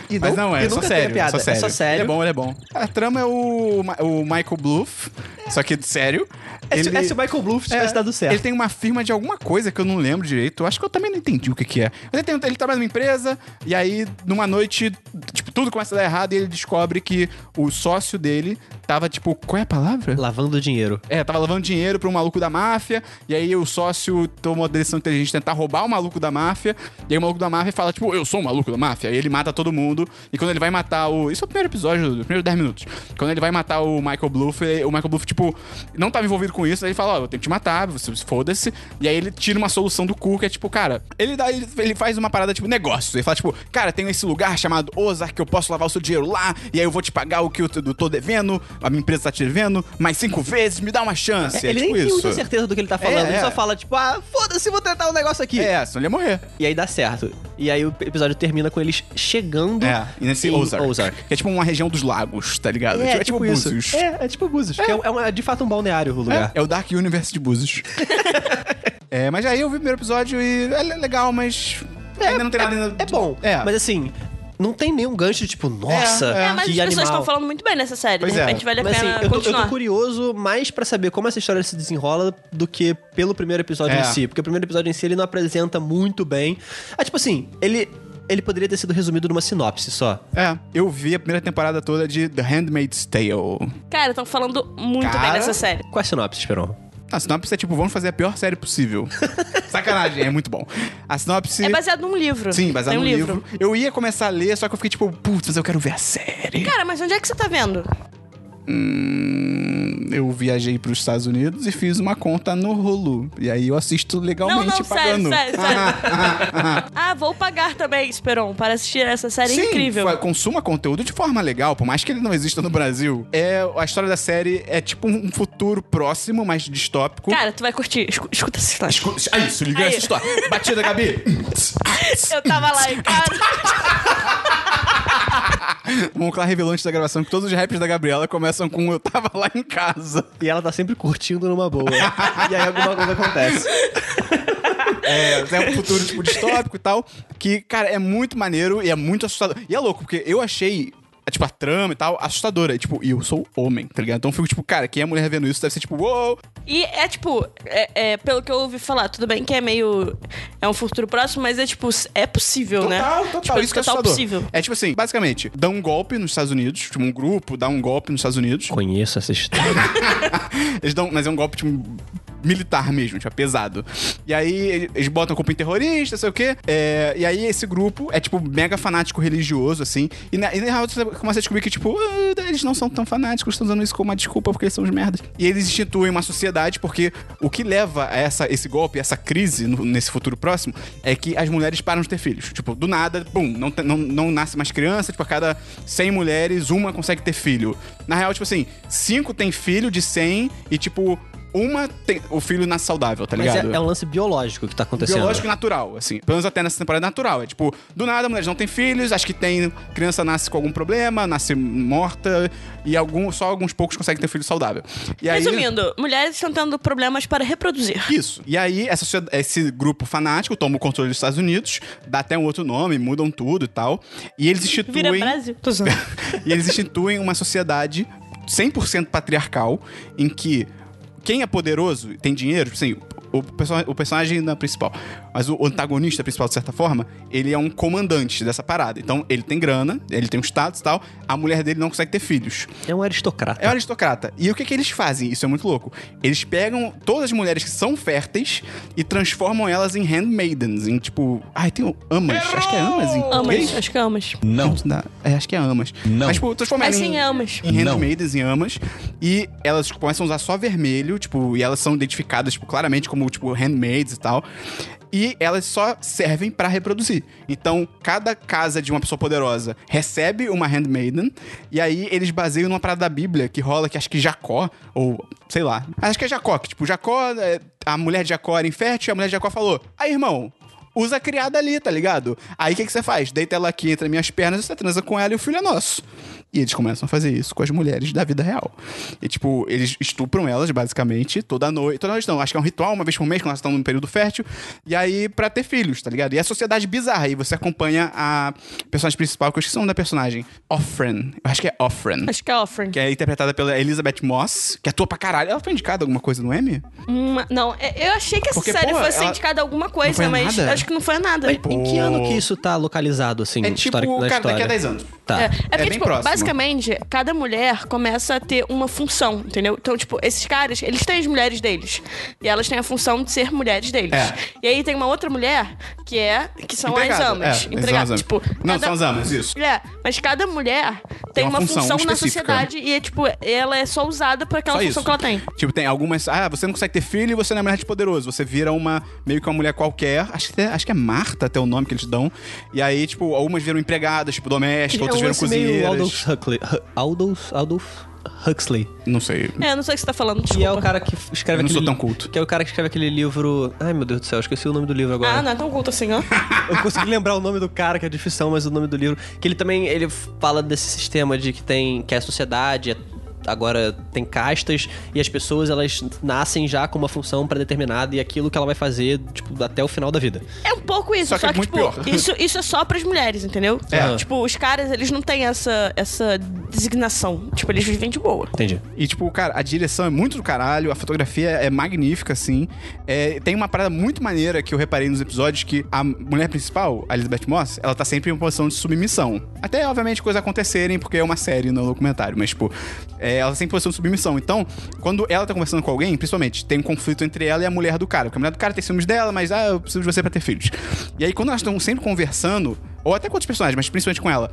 Speaker 3: E
Speaker 1: Mas
Speaker 3: não-
Speaker 1: não, é,
Speaker 3: e
Speaker 1: só
Speaker 3: nunca tem
Speaker 1: sério,
Speaker 3: piada,
Speaker 1: só
Speaker 3: é
Speaker 1: sério.
Speaker 3: só sério.
Speaker 1: Ele é bom, ele é bom. A trama é o, Ma- o Michael Bluff, só que de sério.
Speaker 3: É se-
Speaker 1: Ele-
Speaker 3: É se o Michael Bluth
Speaker 1: É,
Speaker 3: tivesse dado certo.
Speaker 1: Ele tem uma firma de alguma coisa que eu não lembro direito. Eu acho que eu também não entendi o que, que é. Mas ele, tem, ele trabalha numa empresa, e aí, numa noite, tipo, tudo começa a dar errado e ele descobre que o sócio dele tava, tipo, qual é a palavra?
Speaker 3: Lavando dinheiro.
Speaker 1: É, tava lavando dinheiro pra um maluco da máfia, e aí o sócio tomou a decisão inteligente de tentar roubar o maluco da máfia, e aí o maluco da máfia fala, tipo, eu sou o maluco da máfia, e ele mata todo mundo, e quando ele vai matar o... Isso é o primeiro episódio, os primeiros 10 minutos. Quando ele vai matar o Michael Bluff, ele- o Michael Bluff, tipo, não tava envolvido com isso, aí ele fala, ó, eu tenho que te matar, você foda-se, e aí ele tira uma solução do cu, que é tipo, cara, ele dá, ele, ele faz uma parada, tipo, negócio, ele fala, tipo, cara, tem esse lugar chamado Ozark que eu posso lavar o seu dinheiro lá, e aí eu vou te pagar o que eu t- eu tô devendo, a minha empresa tá te devendo, mais cinco vezes, me dá uma chance.
Speaker 3: É, ele
Speaker 1: é tipo
Speaker 3: nem tem
Speaker 1: isso.
Speaker 3: muita certeza do que ele tá falando.
Speaker 1: É,
Speaker 3: ele
Speaker 1: é.
Speaker 3: só fala, tipo, ah, foda-se, vou tentar um negócio aqui.
Speaker 1: É, senão ele ia morrer.
Speaker 3: E aí dá certo. E aí o episódio termina com eles chegando
Speaker 1: É, e nesse
Speaker 3: em
Speaker 1: Ozark, Que é tipo uma região dos lagos, tá ligado?
Speaker 3: É,
Speaker 1: é tipo
Speaker 3: isso.
Speaker 1: Búzios.
Speaker 3: É, é tipo Búzios. que É, um- é um- é de fato um balneário o lugar.
Speaker 1: É, é o Dark Universe de
Speaker 3: (laughs)
Speaker 1: Búzios. é, mas aí eu vi o primeiro episódio e é le- legal, mas. ainda não tem nada. ainda-
Speaker 3: É bom,
Speaker 1: É.
Speaker 3: mas assim, não tem nenhum gancho de tipo, nossa,
Speaker 1: É,
Speaker 2: mas
Speaker 3: que
Speaker 2: as pessoas
Speaker 3: animal.
Speaker 2: estão falando muito bem nessa série.
Speaker 1: Pois
Speaker 2: de
Speaker 1: é.
Speaker 2: repente vale a
Speaker 3: Mas assim,
Speaker 2: pena
Speaker 3: eu tô, eu
Speaker 2: continuar.
Speaker 3: tô curioso mais pra saber como essa história se desenrola do que pelo primeiro episódio
Speaker 1: É.
Speaker 3: em si. Porque o primeiro episódio em si ele não apresenta muito bem. Ah, tipo assim, ele, ele poderia ter sido resumido numa sinopse só.
Speaker 1: É, eu vi a primeira temporada toda de The Handmaid's Tale.
Speaker 2: Cara, estão falando muito bem
Speaker 1: Cara.
Speaker 2: nessa série.
Speaker 3: Qual é a sinopse, Esperon?
Speaker 1: A sinopse é tipo, vamos fazer a pior série
Speaker 2: (laughs)
Speaker 1: possível. Sacanagem, é muito bom. A sinopse.
Speaker 2: É baseado num livro.
Speaker 1: Sim, baseado
Speaker 2: Tem um
Speaker 1: no livro. Eu ia começar a ler, só que eu fiquei tipo, putz, mas eu quero ver a série.
Speaker 2: Cara, mas onde é que você tá vendo?
Speaker 1: Hum, eu viajei pros Estados Unidos e fiz uma conta no Hulu. E aí eu assisto legalmente
Speaker 2: Não, não, sério,
Speaker 1: pagando.
Speaker 2: sério,
Speaker 1: (laughs)
Speaker 2: Ah, vou pagar também, Esperon, para assistir essa série
Speaker 1: Sim,
Speaker 2: incrível.
Speaker 1: fa- consuma conteúdo de forma legal, por mais que ele não exista no Brasil. É, a história da série é tipo um futuro próximo, mas distópico.
Speaker 2: Cara, tu vai curtir. Escu- Escuta essa história.
Speaker 1: Escu- Ah, isso, ligou
Speaker 2: Aí.
Speaker 1: essa história. Batida, Gabi. (laughs)
Speaker 2: Eu tava lá em casa.
Speaker 1: Vamos lá revelou antes da gravação que todos os raps da Gabriela começam com eu tava lá em casa.
Speaker 3: E ela tá sempre curtindo numa boa. e aí alguma coisa acontece.
Speaker 1: É, é um futuro tipo distópico e tal, que, cara, é muito maneiro e é muito assustador. E é louco, porque eu achei é, Tipo, a trama e tal, assustadora. E, tipo, e eu sou homem, tá ligado? Então eu fico, tipo, cara, quem é mulher vendo isso deve ser, tipo, uou!
Speaker 2: E é tipo, é, é, pelo que eu ouvi falar, tudo bem que é meio. É um futuro próximo, mas é tipo, é possível, né?
Speaker 1: Total, total.
Speaker 2: Tipo, é
Speaker 1: isso que é
Speaker 2: total
Speaker 1: assustador.
Speaker 2: possível.
Speaker 1: É tipo assim, basicamente, dá um golpe nos Estados Unidos, tipo, um grupo dá um golpe nos Estados Unidos.
Speaker 3: Conheço essa história. tá
Speaker 1: Eles dão, mas é um golpe tipo, militar mesmo, tipo, é pesado. E aí ele- eles botam a culpa em terrorista, sei o quê. É, e aí esse grupo é, tipo, mega fanático religioso, assim. E na, e na real você começa a descobrir que, tipo, ah, eles não são tão fanáticos, estão usando isso como uma desculpa porque eles são os merdas. E eles instituem uma sociedade porque o que leva a essa, esse golpe, essa crise no- nesse futuro próximo, é que as mulheres param de ter filhos. Tipo, do nada, bum, não, te- não, não nasce mais criança, tipo, a cada 100 mulheres, uma consegue ter filho. Na real, tipo assim, cinco tem filho de 100 e, tipo, uma tem. O filho nasce saudável, tá
Speaker 3: Mas
Speaker 1: ligado?
Speaker 3: é, é um lance biológico que tá acontecendo.
Speaker 1: Biológico e natural, assim. Pelo menos até nessa temporada é natural. É tipo, do nada, mulheres não têm filhos, acho que tem. Criança nasce com algum problema, nasce morta, e algum, só alguns poucos conseguem ter filho saudável. E aí-
Speaker 2: Resumindo, mulheres estão tendo problemas para reproduzir.
Speaker 1: Isso. E aí, essa socie- esse grupo fanático toma o controle dos Estados Unidos, dá até um outro nome, mudam tudo e tal. E eles instituem.
Speaker 2: Vira Brasil. Tô zoando.
Speaker 1: (laughs) e eles instituem uma sociedade 100% patriarcal em que quem é poderoso e tem dinheiro, tipo assim, o, perso- o personagem não é principal, mas o antagonista principal, de certa forma, ele é um comandante dessa parada. Então, ele tem grana, ele tem um status e tal, a mulher dele não consegue ter filhos.
Speaker 3: É um aristocrata.
Speaker 1: É um aristocrata. E o que, que eles fazem? Isso é muito louco. Eles pegam todas as mulheres que são férteis e transformam elas em handmaidens, em tipo. Ai, tem o amas. Acho que é amas em
Speaker 2: Amas,
Speaker 1: português?
Speaker 2: acho que é amas.
Speaker 1: Não. dá. É, acho que é amas. Não. Mas, tipo, transforma
Speaker 2: Mas
Speaker 1: elas
Speaker 2: sim,
Speaker 1: em,
Speaker 2: é amas.
Speaker 1: em handmaidens, em amas. E elas começam a usar só vermelho, tipo, e elas são identificadas, tipo, claramente como, tipo, handmaids e tal. E elas só servem pra reproduzir. Então, cada casa de uma pessoa poderosa recebe uma handmaiden, e aí eles baseiam numa parada da Bíblia que rola que acho que Jacó, ou sei lá. Acho que é Jacó, que, tipo, Jacó, é, a mulher de Jacó era infértil, e a mulher de Jacó falou: Aí, irmão, usa a criada ali, tá ligado? Aí o que, que você faz? Deita ela aqui entre minhas pernas, você transa com ela e o filho é nosso. E eles começam a fazer isso com as mulheres da vida real. E, tipo, eles estupram elas, basicamente, toda noite. Toda noite não, acho que é um ritual, uma vez por mês, quando elas estão num período fértil. E aí, pra ter filhos, tá ligado? E é a sociedade bizarra. E você acompanha a personagem principal, que eu esqueci o nome da personagem. Offren. Eu acho que é Offren.
Speaker 2: Acho que é Offering.
Speaker 1: Que é interpretada pela Elizabeth Moss, que atua pra caralho. Ela foi indicada alguma coisa no M?
Speaker 2: Uma- não, é- eu achei que essa
Speaker 1: Porque,
Speaker 2: série
Speaker 1: pô,
Speaker 2: fosse
Speaker 1: ela-
Speaker 2: indicada alguma
Speaker 1: Não
Speaker 2: coisa,
Speaker 1: foi
Speaker 2: mas
Speaker 1: nada?
Speaker 2: acho que não foi nada.
Speaker 3: Mas em que
Speaker 1: Pô.
Speaker 3: ano que isso tá localizado, assim,
Speaker 1: tipo É tipo,
Speaker 3: histórico- na
Speaker 1: cara,
Speaker 3: história?
Speaker 1: daqui a 10 anos.
Speaker 3: Tá.
Speaker 2: É, é porque,
Speaker 1: bem
Speaker 2: tipo,
Speaker 1: próximo.
Speaker 2: basicamente, cada mulher começa a ter uma função, entendeu? Então, tipo, esses caras, eles têm as mulheres deles. E elas têm a função de ser mulheres deles.
Speaker 1: É.
Speaker 2: E aí tem uma outra mulher que é. que são as
Speaker 1: Empregada,
Speaker 2: amas.
Speaker 1: é,
Speaker 2: Empregada,
Speaker 1: são as amas.
Speaker 2: Tipo,
Speaker 1: Não,
Speaker 2: cada-
Speaker 1: são as amas, isso.
Speaker 2: É, mas cada mulher tem, uma, função, na
Speaker 1: específica.
Speaker 2: sociedade e é, tipo, ela é só usada pra aquela
Speaker 1: Só
Speaker 2: função
Speaker 1: isso.
Speaker 2: que ela tem.
Speaker 1: Tipo, tem algumas. Ah, você não consegue ter filho e você não é mulher de poderoso. Você vira uma. meio que uma mulher qualquer. Acho que, até- acho que é Marta até o nome que eles dão. E aí, tipo, algumas viram empregadas, tipo, doméstica, outros viram
Speaker 3: lance um meio
Speaker 1: cozinheiras.
Speaker 3: Aldous Huxley. Hu- Aldous, Aldous Huxley.
Speaker 1: Não sei.
Speaker 2: É, não sei o que você tá falando,
Speaker 3: Que é o
Speaker 2: desculpa.
Speaker 3: cara que escreve
Speaker 1: Eu não sou
Speaker 3: aquele...
Speaker 1: tão culto.
Speaker 3: Que é o cara que escreve aquele livro... Ai, meu Deus do céu, esqueci o nome do livro agora.
Speaker 2: Ah, não é tão culto
Speaker 1: (laughs)
Speaker 2: assim, ó.
Speaker 3: Eu consegui lembrar o nome do cara, que é difícil, mas o nome do livro. Que ele também ele fala desse sistema de que tem. que é a sociedade. é- Agora tem castas e as pessoas elas nascem já com uma função pré-determinada e aquilo que ela vai fazer, tipo, até o final da vida.
Speaker 2: É um pouco isso,
Speaker 1: Só
Speaker 2: só
Speaker 1: que é
Speaker 2: que,
Speaker 1: muito
Speaker 2: tipo,
Speaker 1: pior.
Speaker 2: isso, isso é só pras mulheres, entendeu?
Speaker 1: É.
Speaker 2: Tipo, os caras, eles não têm essa, essa designação. Tipo, eles vivem de boa.
Speaker 3: Entendi.
Speaker 1: E, tipo, cara, a direção é muito do caralho, a fotografia é magnífica, assim. É, tem uma parada muito maneira que eu reparei nos episódios que a mulher principal, a Elizabeth Moss, ela tá sempre em uma posição de submissão. Até, obviamente, coisas acontecerem, porque é uma série, não é um documentário, mas, tipo, é, ela tá sempre em posição de submissão. Então, quando ela tá conversando com alguém, principalmente, tem um conflito entre ela e a mulher do cara. Porque a mulher do cara tem ciúmes dela, mas, ah, eu preciso de você pra ter filhos. E aí, quando elas estão sempre conversando, ou até com outros personagens, mas principalmente com ela,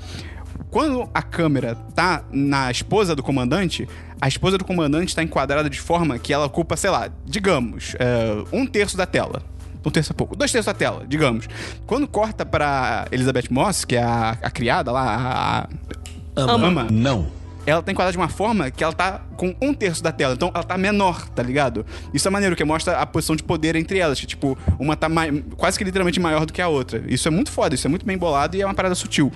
Speaker 1: quando a câmera tá na esposa do comandante, a esposa do comandante tá enquadrada de forma que ela ocupa, sei lá, digamos, é, um terço da tela. Um terço é pouco. Dois terços da tela, digamos. Quando corta pra Elizabeth Moss, que é a, a criada lá, a. a-
Speaker 3: Ama.
Speaker 1: Não. Ela tá enquadrada de uma forma que ela tá com um terço da tela. Então ela tá menor, tá ligado? Isso é maneiro, que mostra a posição de poder entre elas. que, Tipo, uma tá mai- quase que literalmente maior do que a outra. Isso é muito foda, isso é muito bem bolado e é uma parada sutil.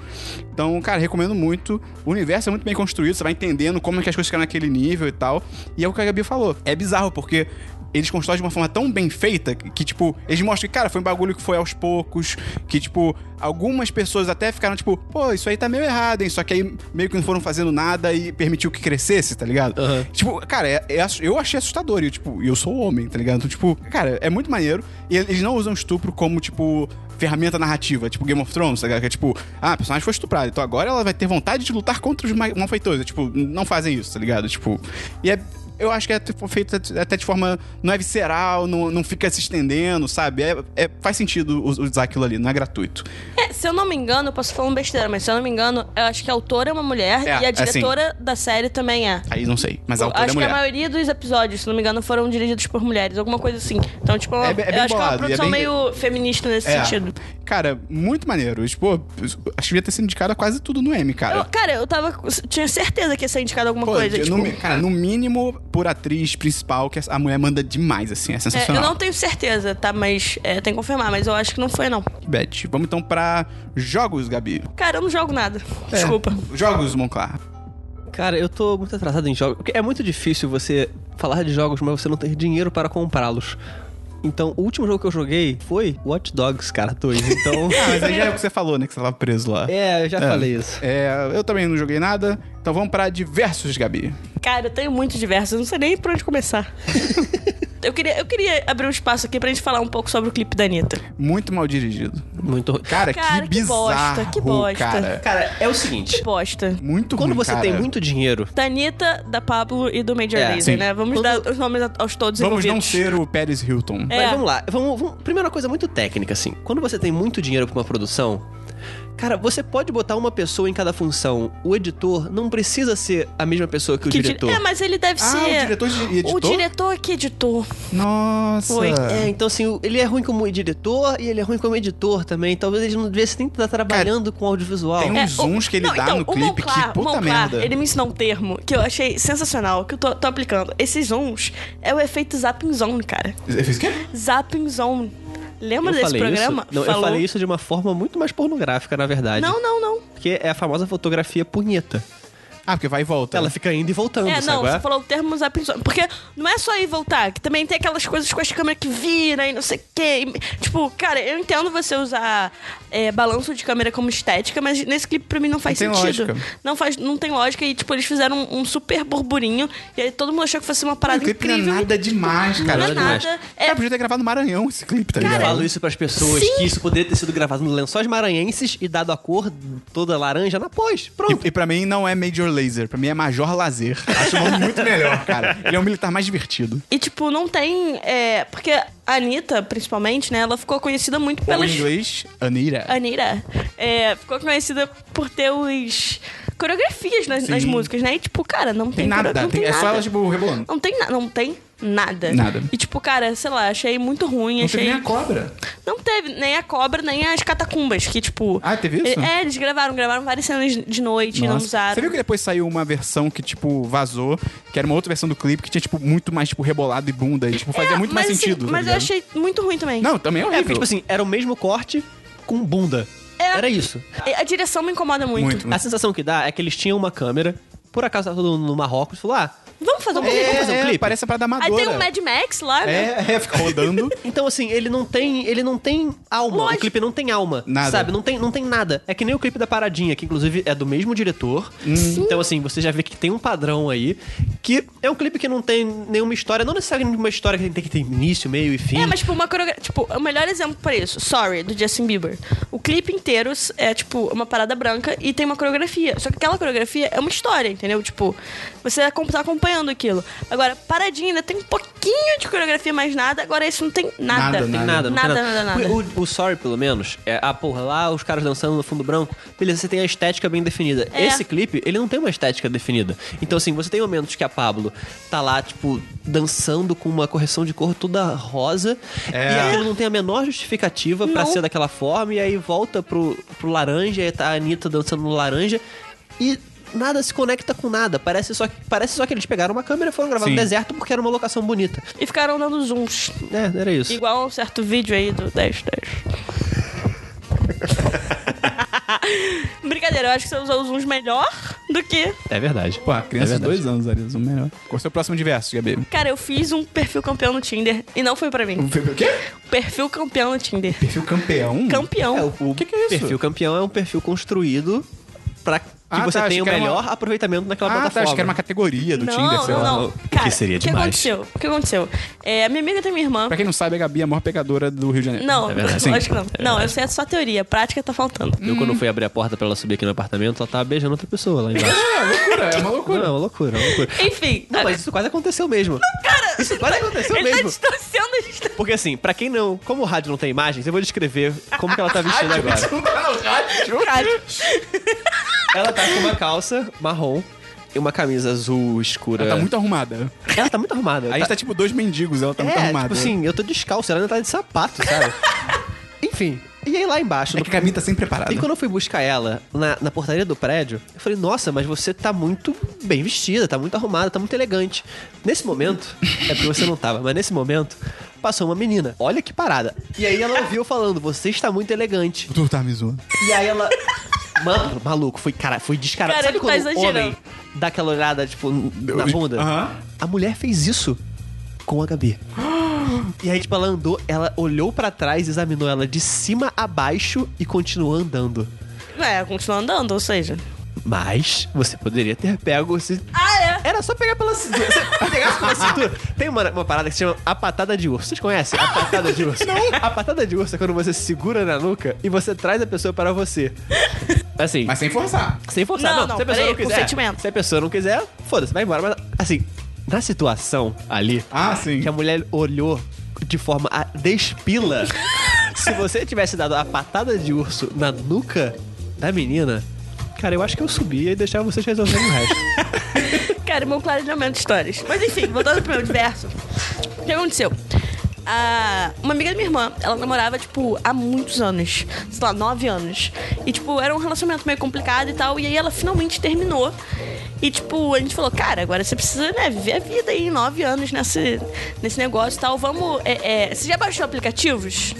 Speaker 1: Então, cara, recomendo muito. O universo é muito bem construído, você vai entendendo como é que as coisas ficam naquele nível e tal. E é o que a Gabi falou. É bizarro, porque eles constroem de uma forma tão bem feita que, que, tipo, eles mostram que, cara, foi um bagulho que foi aos poucos, que, tipo, algumas pessoas até ficaram, tipo, pô, isso aí tá meio errado, hein? Só que aí meio que não foram fazendo nada e permitiu que crescesse, tá ligado?
Speaker 3: Aham.
Speaker 1: Tipo, cara, é- é ass- eu achei assustador. E, eu, tipo, eu sou homem, tá ligado? Então, tipo, cara, é muito maneiro. E eles não usam estupro como, tipo, ferramenta narrativa. Tipo Game of Thrones, tá ligado? Que é tipo, ah, a personagem foi estuprada. Então agora ela vai ter vontade de lutar contra os ma- malfeitores. É, tipo, não fazem isso, tá ligado? Tipo, e é... Eu acho que é tipo, feito até de forma. Não é visceral, não, não fica se estendendo, sabe? É- é- faz sentido us- usar aquilo ali, não é gratuito.
Speaker 2: É, se eu não me engano, eu posso falar um besteira, mas se eu não me engano, eu acho que a autora é uma mulher
Speaker 1: É,
Speaker 2: e a
Speaker 1: é sim.
Speaker 2: diretora da série também é.
Speaker 1: Aí não sei. Mas a
Speaker 2: Eu
Speaker 1: autora
Speaker 2: acho
Speaker 1: é mulher.
Speaker 2: que a maioria dos episódios, se não me engano, foram dirigidos por mulheres, alguma coisa assim. Então, tipo,
Speaker 1: É
Speaker 2: eu
Speaker 1: bem- é bem
Speaker 2: acho que é uma
Speaker 1: bolado e é
Speaker 2: produção
Speaker 1: bem-
Speaker 2: meio feminista nesse
Speaker 1: É.
Speaker 2: sentido.
Speaker 1: Cara, muito maneiro. Tipo, acho que devia ter sido indicado a quase tudo no M, cara.
Speaker 2: Eu- cara, eu tava. Tinha certeza que ia ser indicado alguma
Speaker 1: Pô,
Speaker 2: coisa.
Speaker 1: de-
Speaker 2: tipo,
Speaker 1: no mi- cara, no mínimo, por atriz principal, que a mulher manda demais, assim, é
Speaker 2: é, eu
Speaker 1: sensacional.
Speaker 2: não tenho certeza, tá? Mas é, tem que confirmar, mas eu acho que não foi, não.
Speaker 1: Bet. Vamos então pra jogos, Gabi.
Speaker 2: Cara, eu não jogo nada. Desculpa.
Speaker 1: Jogos,
Speaker 2: (laughs)
Speaker 1: Monclar.
Speaker 3: Cara, eu tô muito atrasado em jogos. Porque é muito difícil você falar de jogos, mas você não ter dinheiro para comprá-los. Então, o último jogo que eu joguei foi Watch Dogs, cara, 2. Então.
Speaker 1: (laughs) Ah, mas aí já é o que você falou, né? Que você tava preso lá.
Speaker 3: é, eu já falei isso.
Speaker 1: É, eu também não joguei nada. Então vamos pra diversos, Gabi.
Speaker 2: Cara, eu tenho muito diversos, eu não sei nem por onde começar. eu, queria, eu queria abrir um espaço aqui pra gente falar um pouco sobre o clipe da Anitta.
Speaker 1: Muito mal dirigido.
Speaker 3: Muito.
Speaker 1: Cara,
Speaker 2: Cara,
Speaker 1: que
Speaker 2: que
Speaker 1: bizarro,
Speaker 2: bosta, que bosta.
Speaker 1: cara.
Speaker 3: Cara, é o seguinte.
Speaker 2: Que bosta.
Speaker 1: Muito
Speaker 3: Quando
Speaker 1: ruim,
Speaker 3: você
Speaker 1: cara.
Speaker 3: tem muito dinheiro,
Speaker 2: Da Anitta, da Pablo e do Major
Speaker 3: É,
Speaker 1: sim.
Speaker 2: Lazer, né? Vamos
Speaker 3: Quando-
Speaker 2: dar os nomes a- aos todos
Speaker 1: Vamos não
Speaker 2: envolvidos.
Speaker 1: ser o Pérez Hilton.
Speaker 2: É.
Speaker 3: Mas vamos lá. Vamos, vamos- Primeira coisa muito técnica, assim. Quando você tem muito dinheiro pra uma produção, cara, você pode botar uma pessoa em cada função. O editor não precisa ser a mesma pessoa que o
Speaker 2: Que di-
Speaker 3: diretor.
Speaker 2: É, mas ele deve
Speaker 1: Ah,
Speaker 2: ser.
Speaker 1: o diretor e editor?
Speaker 2: é. O diretor que editou.
Speaker 1: Nossa.
Speaker 2: Foi.
Speaker 3: É, então assim, o- ele é ruim como diretor e ele é ruim como editor também. Talvez ele não devesse nem estar trabalhando com audiovisual.
Speaker 1: tem um-
Speaker 2: É,
Speaker 1: Uns zooms que ele dá no
Speaker 2: o
Speaker 1: clipe,
Speaker 2: Monclar-
Speaker 1: que puta
Speaker 2: Monclar,
Speaker 1: merda.
Speaker 2: Ele me ensinou um termo que eu achei sensacional, que eu tô, tô aplicando. Esses zooms é o efeito zapping zone, cara.
Speaker 1: Fez o quê?
Speaker 2: Zapping zone. Lembra
Speaker 3: Eu
Speaker 2: desse
Speaker 3: falei
Speaker 2: programa?
Speaker 3: Isso, não, eu
Speaker 2: Falou.
Speaker 3: falei isso de uma forma muito mais pornográfica, na verdade.
Speaker 2: Não, não, não.
Speaker 3: Porque é a famosa fotografia punheta.
Speaker 1: Ah, porque vai e volta.
Speaker 3: Ela fica indo e voltando,
Speaker 2: É,
Speaker 3: sabe?
Speaker 2: não,
Speaker 3: qual é?
Speaker 2: você falou o termo zapping zone. Porque não é só ir e voltar, que também tem aquelas coisas com as câmeras que viram e não sei o quê. E, Tipo, cara, eu entendo você usar é, balanço de câmera como estética, mas nesse clipe pra mim não faz
Speaker 1: tem
Speaker 2: sentido.
Speaker 1: lógica.
Speaker 2: Não faz, não tem lógica. E, tipo, eles fizeram um, um super burburinho e aí todo mundo achou que fosse uma
Speaker 1: O
Speaker 2: parada
Speaker 1: clipe não é
Speaker 2: incrível.
Speaker 1: nada demais, cara.
Speaker 2: Não é
Speaker 1: Tipo,
Speaker 2: nada. É,
Speaker 1: Cara, podia ter gravado no Maranhão esse clipe, tá
Speaker 3: Eu
Speaker 1: ligado?
Speaker 3: falo isso pras pessoas
Speaker 2: Sim.
Speaker 3: que isso poderia ter sido gravado nos lençóis maranhenses e dado a cor toda laranja na pós. Pronto.
Speaker 1: E, e pra mim não é Major Laser, pra mim é Major
Speaker 2: (laughs)
Speaker 1: Lazer. Acho o nome muito melhor, cara. Ele é um militar mais divertido.
Speaker 2: E, tipo, não tem. é, porque a Anitta, principalmente, né? Ela ficou conhecida muito
Speaker 1: Ou
Speaker 2: pelas.
Speaker 1: em inglês, Anira.
Speaker 2: Anira. É, ficou conhecida por ter os. coreografias nas, nas
Speaker 1: Sim.
Speaker 2: músicas, né? E tipo, cara, não tem,
Speaker 1: Tem nada,
Speaker 2: coreo- não
Speaker 1: tem- é só
Speaker 2: nada.
Speaker 1: elas, tipo, rebolando.
Speaker 2: Não tem nada, não tem nada.
Speaker 1: Nada.
Speaker 2: E tipo, cara, sei lá, achei muito ruim,
Speaker 1: Não
Speaker 2: achei...
Speaker 1: teve nem a cobra.
Speaker 2: Não teve nem a cobra, nem as catacumbas, que tipo...
Speaker 1: Ah, teve isso?
Speaker 2: É, eles gravaram, gravaram várias cenas de noite, e não
Speaker 1: Nossa.
Speaker 2: usaram.
Speaker 1: Você viu que depois saiu uma versão que, tipo, vazou, que era uma outra versão do clipe que tinha, tipo, muito mais, tipo, rebolado e bunda. E, tipo, fazia
Speaker 2: É,
Speaker 1: muito mais
Speaker 2: mas, assim,
Speaker 1: sentido. tá
Speaker 2: Mas eu
Speaker 1: ligado?
Speaker 2: achei muito ruim também.
Speaker 1: Não, também é
Speaker 3: É,
Speaker 1: horrível.
Speaker 3: porque, tipo assim, era o mesmo corte com bunda.
Speaker 2: É.
Speaker 3: Era isso.
Speaker 2: A- A direção me incomoda muito.
Speaker 1: Muito.
Speaker 3: A sensação que dá é que eles tinham uma câmera, por acaso tava todo mundo no Marrocos, falou, ah,
Speaker 2: Vamos fazer um
Speaker 3: É,
Speaker 2: clipe?
Speaker 3: vamos fazer um
Speaker 1: é,
Speaker 3: clipe?
Speaker 1: Parece a parada
Speaker 2: Aí
Speaker 1: amadora.
Speaker 2: tem o Mad Max lá, né?
Speaker 1: É, é, fica rodando.
Speaker 3: Então, assim, ele não tem. Ele não tem alma.
Speaker 2: Lógico.
Speaker 3: O clipe não tem alma.
Speaker 1: Nada.
Speaker 3: Sabe? Não tem, não tem nada. É que nem o clipe da Paradinha, que inclusive é do mesmo diretor. Então, assim, você já vê que tem um padrão aí. Que é um clipe que não tem nenhuma história. Não necessariamente uma história que tem que ter início, meio e fim.
Speaker 2: É, mas tipo, uma coreografia. Tipo, o melhor exemplo pra isso, Sorry, do Justin Bieber. O clipe inteiro é, tipo, uma parada branca e tem uma coreografia. Só que aquela coreografia é uma história, entendeu? Tipo, você acom- tá acompanhando aquilo. Agora, paradinha ainda tem um pouquinho de coreografia, mais nada. Agora, isso não tem nada.
Speaker 1: Nada,
Speaker 3: Não tem nada, não
Speaker 2: nada,
Speaker 3: tem
Speaker 2: nada,
Speaker 3: nada.
Speaker 2: nada.
Speaker 3: O, o Sorry, pelo menos, é, ah, porra, lá os caras dançando no fundo branco, beleza, você tem a estética bem definida.
Speaker 2: É.
Speaker 3: Esse clipe, ele não tem uma estética definida. Então, assim, você tem momentos que a Pablo tá lá, tipo, dançando com uma correção de cor toda rosa,
Speaker 1: É.
Speaker 3: e aquilo não tem a menor justificativa pra
Speaker 2: Não.
Speaker 3: ser daquela forma, e aí volta pro, pro laranja, e tá a Anitta dançando no laranja, e... Nada se conecta com nada. Parece só que, parece só que eles pegaram uma câmera e foram gravar
Speaker 1: Sim.
Speaker 3: no deserto porque era uma locação bonita.
Speaker 2: E ficaram dando zooms.
Speaker 3: É, era isso.
Speaker 2: Igual um certo vídeo aí do 10 10. (laughs) Brincadeira, eu acho que você usou os uns melhor do que.
Speaker 3: É verdade.
Speaker 1: Pô, a criança
Speaker 3: É
Speaker 1: de
Speaker 3: verdade.
Speaker 1: dois anos, Arisa, o melhor. Qual é o seu próximo diverso, Gabi?
Speaker 2: Cara, eu fiz um perfil campeão no Tinder e não foi pra mim.
Speaker 1: O quê?
Speaker 2: Perfil campeão no Tinder.
Speaker 1: Perfil campeão?
Speaker 2: Campeão.
Speaker 3: É, o, o
Speaker 1: Que que é isso?
Speaker 3: perfil campeão é um perfil construído pra que
Speaker 1: Ah,
Speaker 3: você
Speaker 1: tá, achei
Speaker 3: tenha o
Speaker 1: que era
Speaker 3: melhor
Speaker 1: uma-
Speaker 3: aproveitamento naquela
Speaker 1: Ah, tá,
Speaker 3: plataforma.
Speaker 1: acho que era uma categoria do
Speaker 2: não,
Speaker 1: Tinder, sei
Speaker 2: não,
Speaker 1: lá.
Speaker 2: não. Cara,
Speaker 3: que seria
Speaker 2: o que
Speaker 3: demais.
Speaker 2: aconteceu? O que aconteceu? É, minha amiga tem minha irmã.
Speaker 1: Pra quem não sabe, a Gabi é a maior pegadora do Rio de Janeiro.
Speaker 2: Não,
Speaker 3: É verdade.
Speaker 2: lógico que não. não, eu sei é só teoria. Prática tá faltando.
Speaker 3: Eu,
Speaker 1: Hum.
Speaker 3: quando fui abrir a porta pra ela subir aqui no apartamento, ela tava beijando outra pessoa lá embaixo.
Speaker 1: É loucura, é uma loucura.
Speaker 3: Não, é uma loucura, é uma loucura.
Speaker 2: Enfim.
Speaker 3: Não, mas isso quase aconteceu mesmo. Cara, isso quase aconteceu
Speaker 2: ele tá
Speaker 3: mesmo.
Speaker 2: distanciando a gente. da-
Speaker 3: Porque assim, pra quem não... Como o rádio não tem imagens, eu vou descrever como que
Speaker 2: (laughs)
Speaker 3: ela tá vestindo agora. Ela tá com uma calça marrom e uma camisa azul escura.
Speaker 1: Ela tá muito arrumada.
Speaker 3: Ela tá muito arrumada.
Speaker 1: A gente tá tipo dois mendigos, ela tá muito
Speaker 3: é,
Speaker 1: arrumada.
Speaker 3: tipo assim, eu tô descalço, ela ainda tá de sapato,
Speaker 1: (laughs)
Speaker 3: sabe? Enfim, e aí lá embaixo...
Speaker 1: é
Speaker 3: no
Speaker 1: que a Gabi tá sempre preparada.
Speaker 3: E quando eu fui buscar ela na, na portaria do prédio, eu falei, nossa, mas você tá muito bem vestida, tá muito arrumada, tá muito elegante. Nesse momento, é porque você não tava, mas nesse momento, passou uma menina. Olha que parada. E aí ela ouviu eu falando, você está muito elegante.
Speaker 1: Tu tá me zoando.
Speaker 3: E aí ela. Mano, maluco, foi, cara, foi descarado.
Speaker 2: Cara,
Speaker 3: Sabe
Speaker 2: ele tá
Speaker 3: quando o
Speaker 2: exagerando.
Speaker 3: homem dá aquela olhada, tipo, na
Speaker 1: Eu-
Speaker 3: bunda?
Speaker 1: Aham.
Speaker 3: A mulher fez isso com a Gabi. E aí, tipo, ela andou, ela olhou pra trás, examinou ela de cima a baixo e continuou andando.
Speaker 2: Ué, É, continua andando, ou seja.
Speaker 3: Mas você poderia ter pego esse.
Speaker 2: Ah, é?
Speaker 3: Era só pegar pela cintura. Você pegasse pela cintura. Tem uma, uma parada que se chama a patada de urso. Vocês conhecem? A patada de urso. Não. A patada de urso é quando você segura na nuca e você traz a pessoa para você. Assim.
Speaker 1: Mas sem forçar.
Speaker 3: Sem forçar,
Speaker 2: Não,
Speaker 3: não.
Speaker 2: não,
Speaker 3: se a pessoa
Speaker 2: peraí,
Speaker 3: não quiser.
Speaker 2: consentimento.
Speaker 3: Se a pessoa não quiser, foda-se, vai embora. Mas, assim, na situação ali,
Speaker 1: Ah, sim.
Speaker 3: que é a mulher olhou de forma a despila, se você tivesse dado a patada de urso na nuca da menina, cara, eu acho que eu subia e deixava vocês resolverem o resto.
Speaker 2: (laughs) Cara, bom um planejamento de histórias. Mas enfim, voltando pro meu diverso. O que aconteceu? Ah, uma amiga da minha irmã, ela namorava, tipo, há muitos anos. Sei lá, nove anos. E, tipo, era um relacionamento meio complicado e tal. E aí ela finalmente terminou. E, tipo, a gente falou, cara, agora você precisa, né, viver a vida aí, nove anos nesse, nesse negócio e tal. Vamos. É, é, você já baixou aplicativos?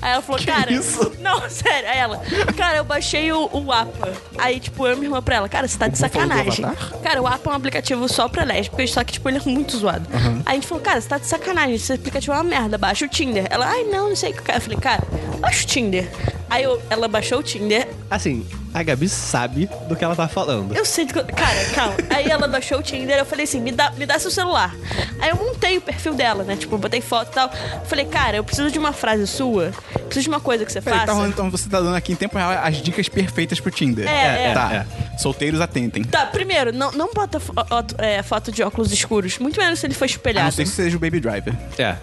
Speaker 2: Aí ela falou, cara.
Speaker 1: isso?
Speaker 2: Não, (laughs) sério, aí ela. Cara, eu baixei o, o APA. Aí, tipo, eu e minha irmã pra ela, cara, você tá de
Speaker 1: Buffalo do
Speaker 2: sacanagem.
Speaker 1: Avatar?
Speaker 2: Cara, o Apple é um aplicativo só pra lésbicas, só que, tipo, ele é muito zoado. Aí a gente falou, cara, você tá de sacanagem, esse aplicativo é uma merda, baixa o Tinder. Ela, ai, não, não sei o que. é." Eu falei, cara, baixa o Tinder. Aí eu- ela baixou o Tinder,
Speaker 3: Assim, a Gabi sabe do que ela tá falando.
Speaker 2: eu sei do que eu- Cara, calma. Aí ela baixou o Tinder, eu falei assim, me dá, me dá seu celular. Aí eu montei o perfil dela, né? Tipo, botei foto e tal. Falei, cara, eu preciso de uma frase sua, preciso de uma coisa que você
Speaker 1: Peraí, tá
Speaker 2: faça.
Speaker 1: rolando, então você tá dando aqui em tempo real as dicas perfeitas pro Tinder.
Speaker 2: É, é.
Speaker 1: Tá. Solteiros atentem.
Speaker 2: Tá, primeiro, não, não bota fo- ó- é, foto de óculos escuros, muito menos se ele for
Speaker 1: A
Speaker 2: espelhado.
Speaker 1: Ah, não ser que seja o Baby Driver.
Speaker 3: É.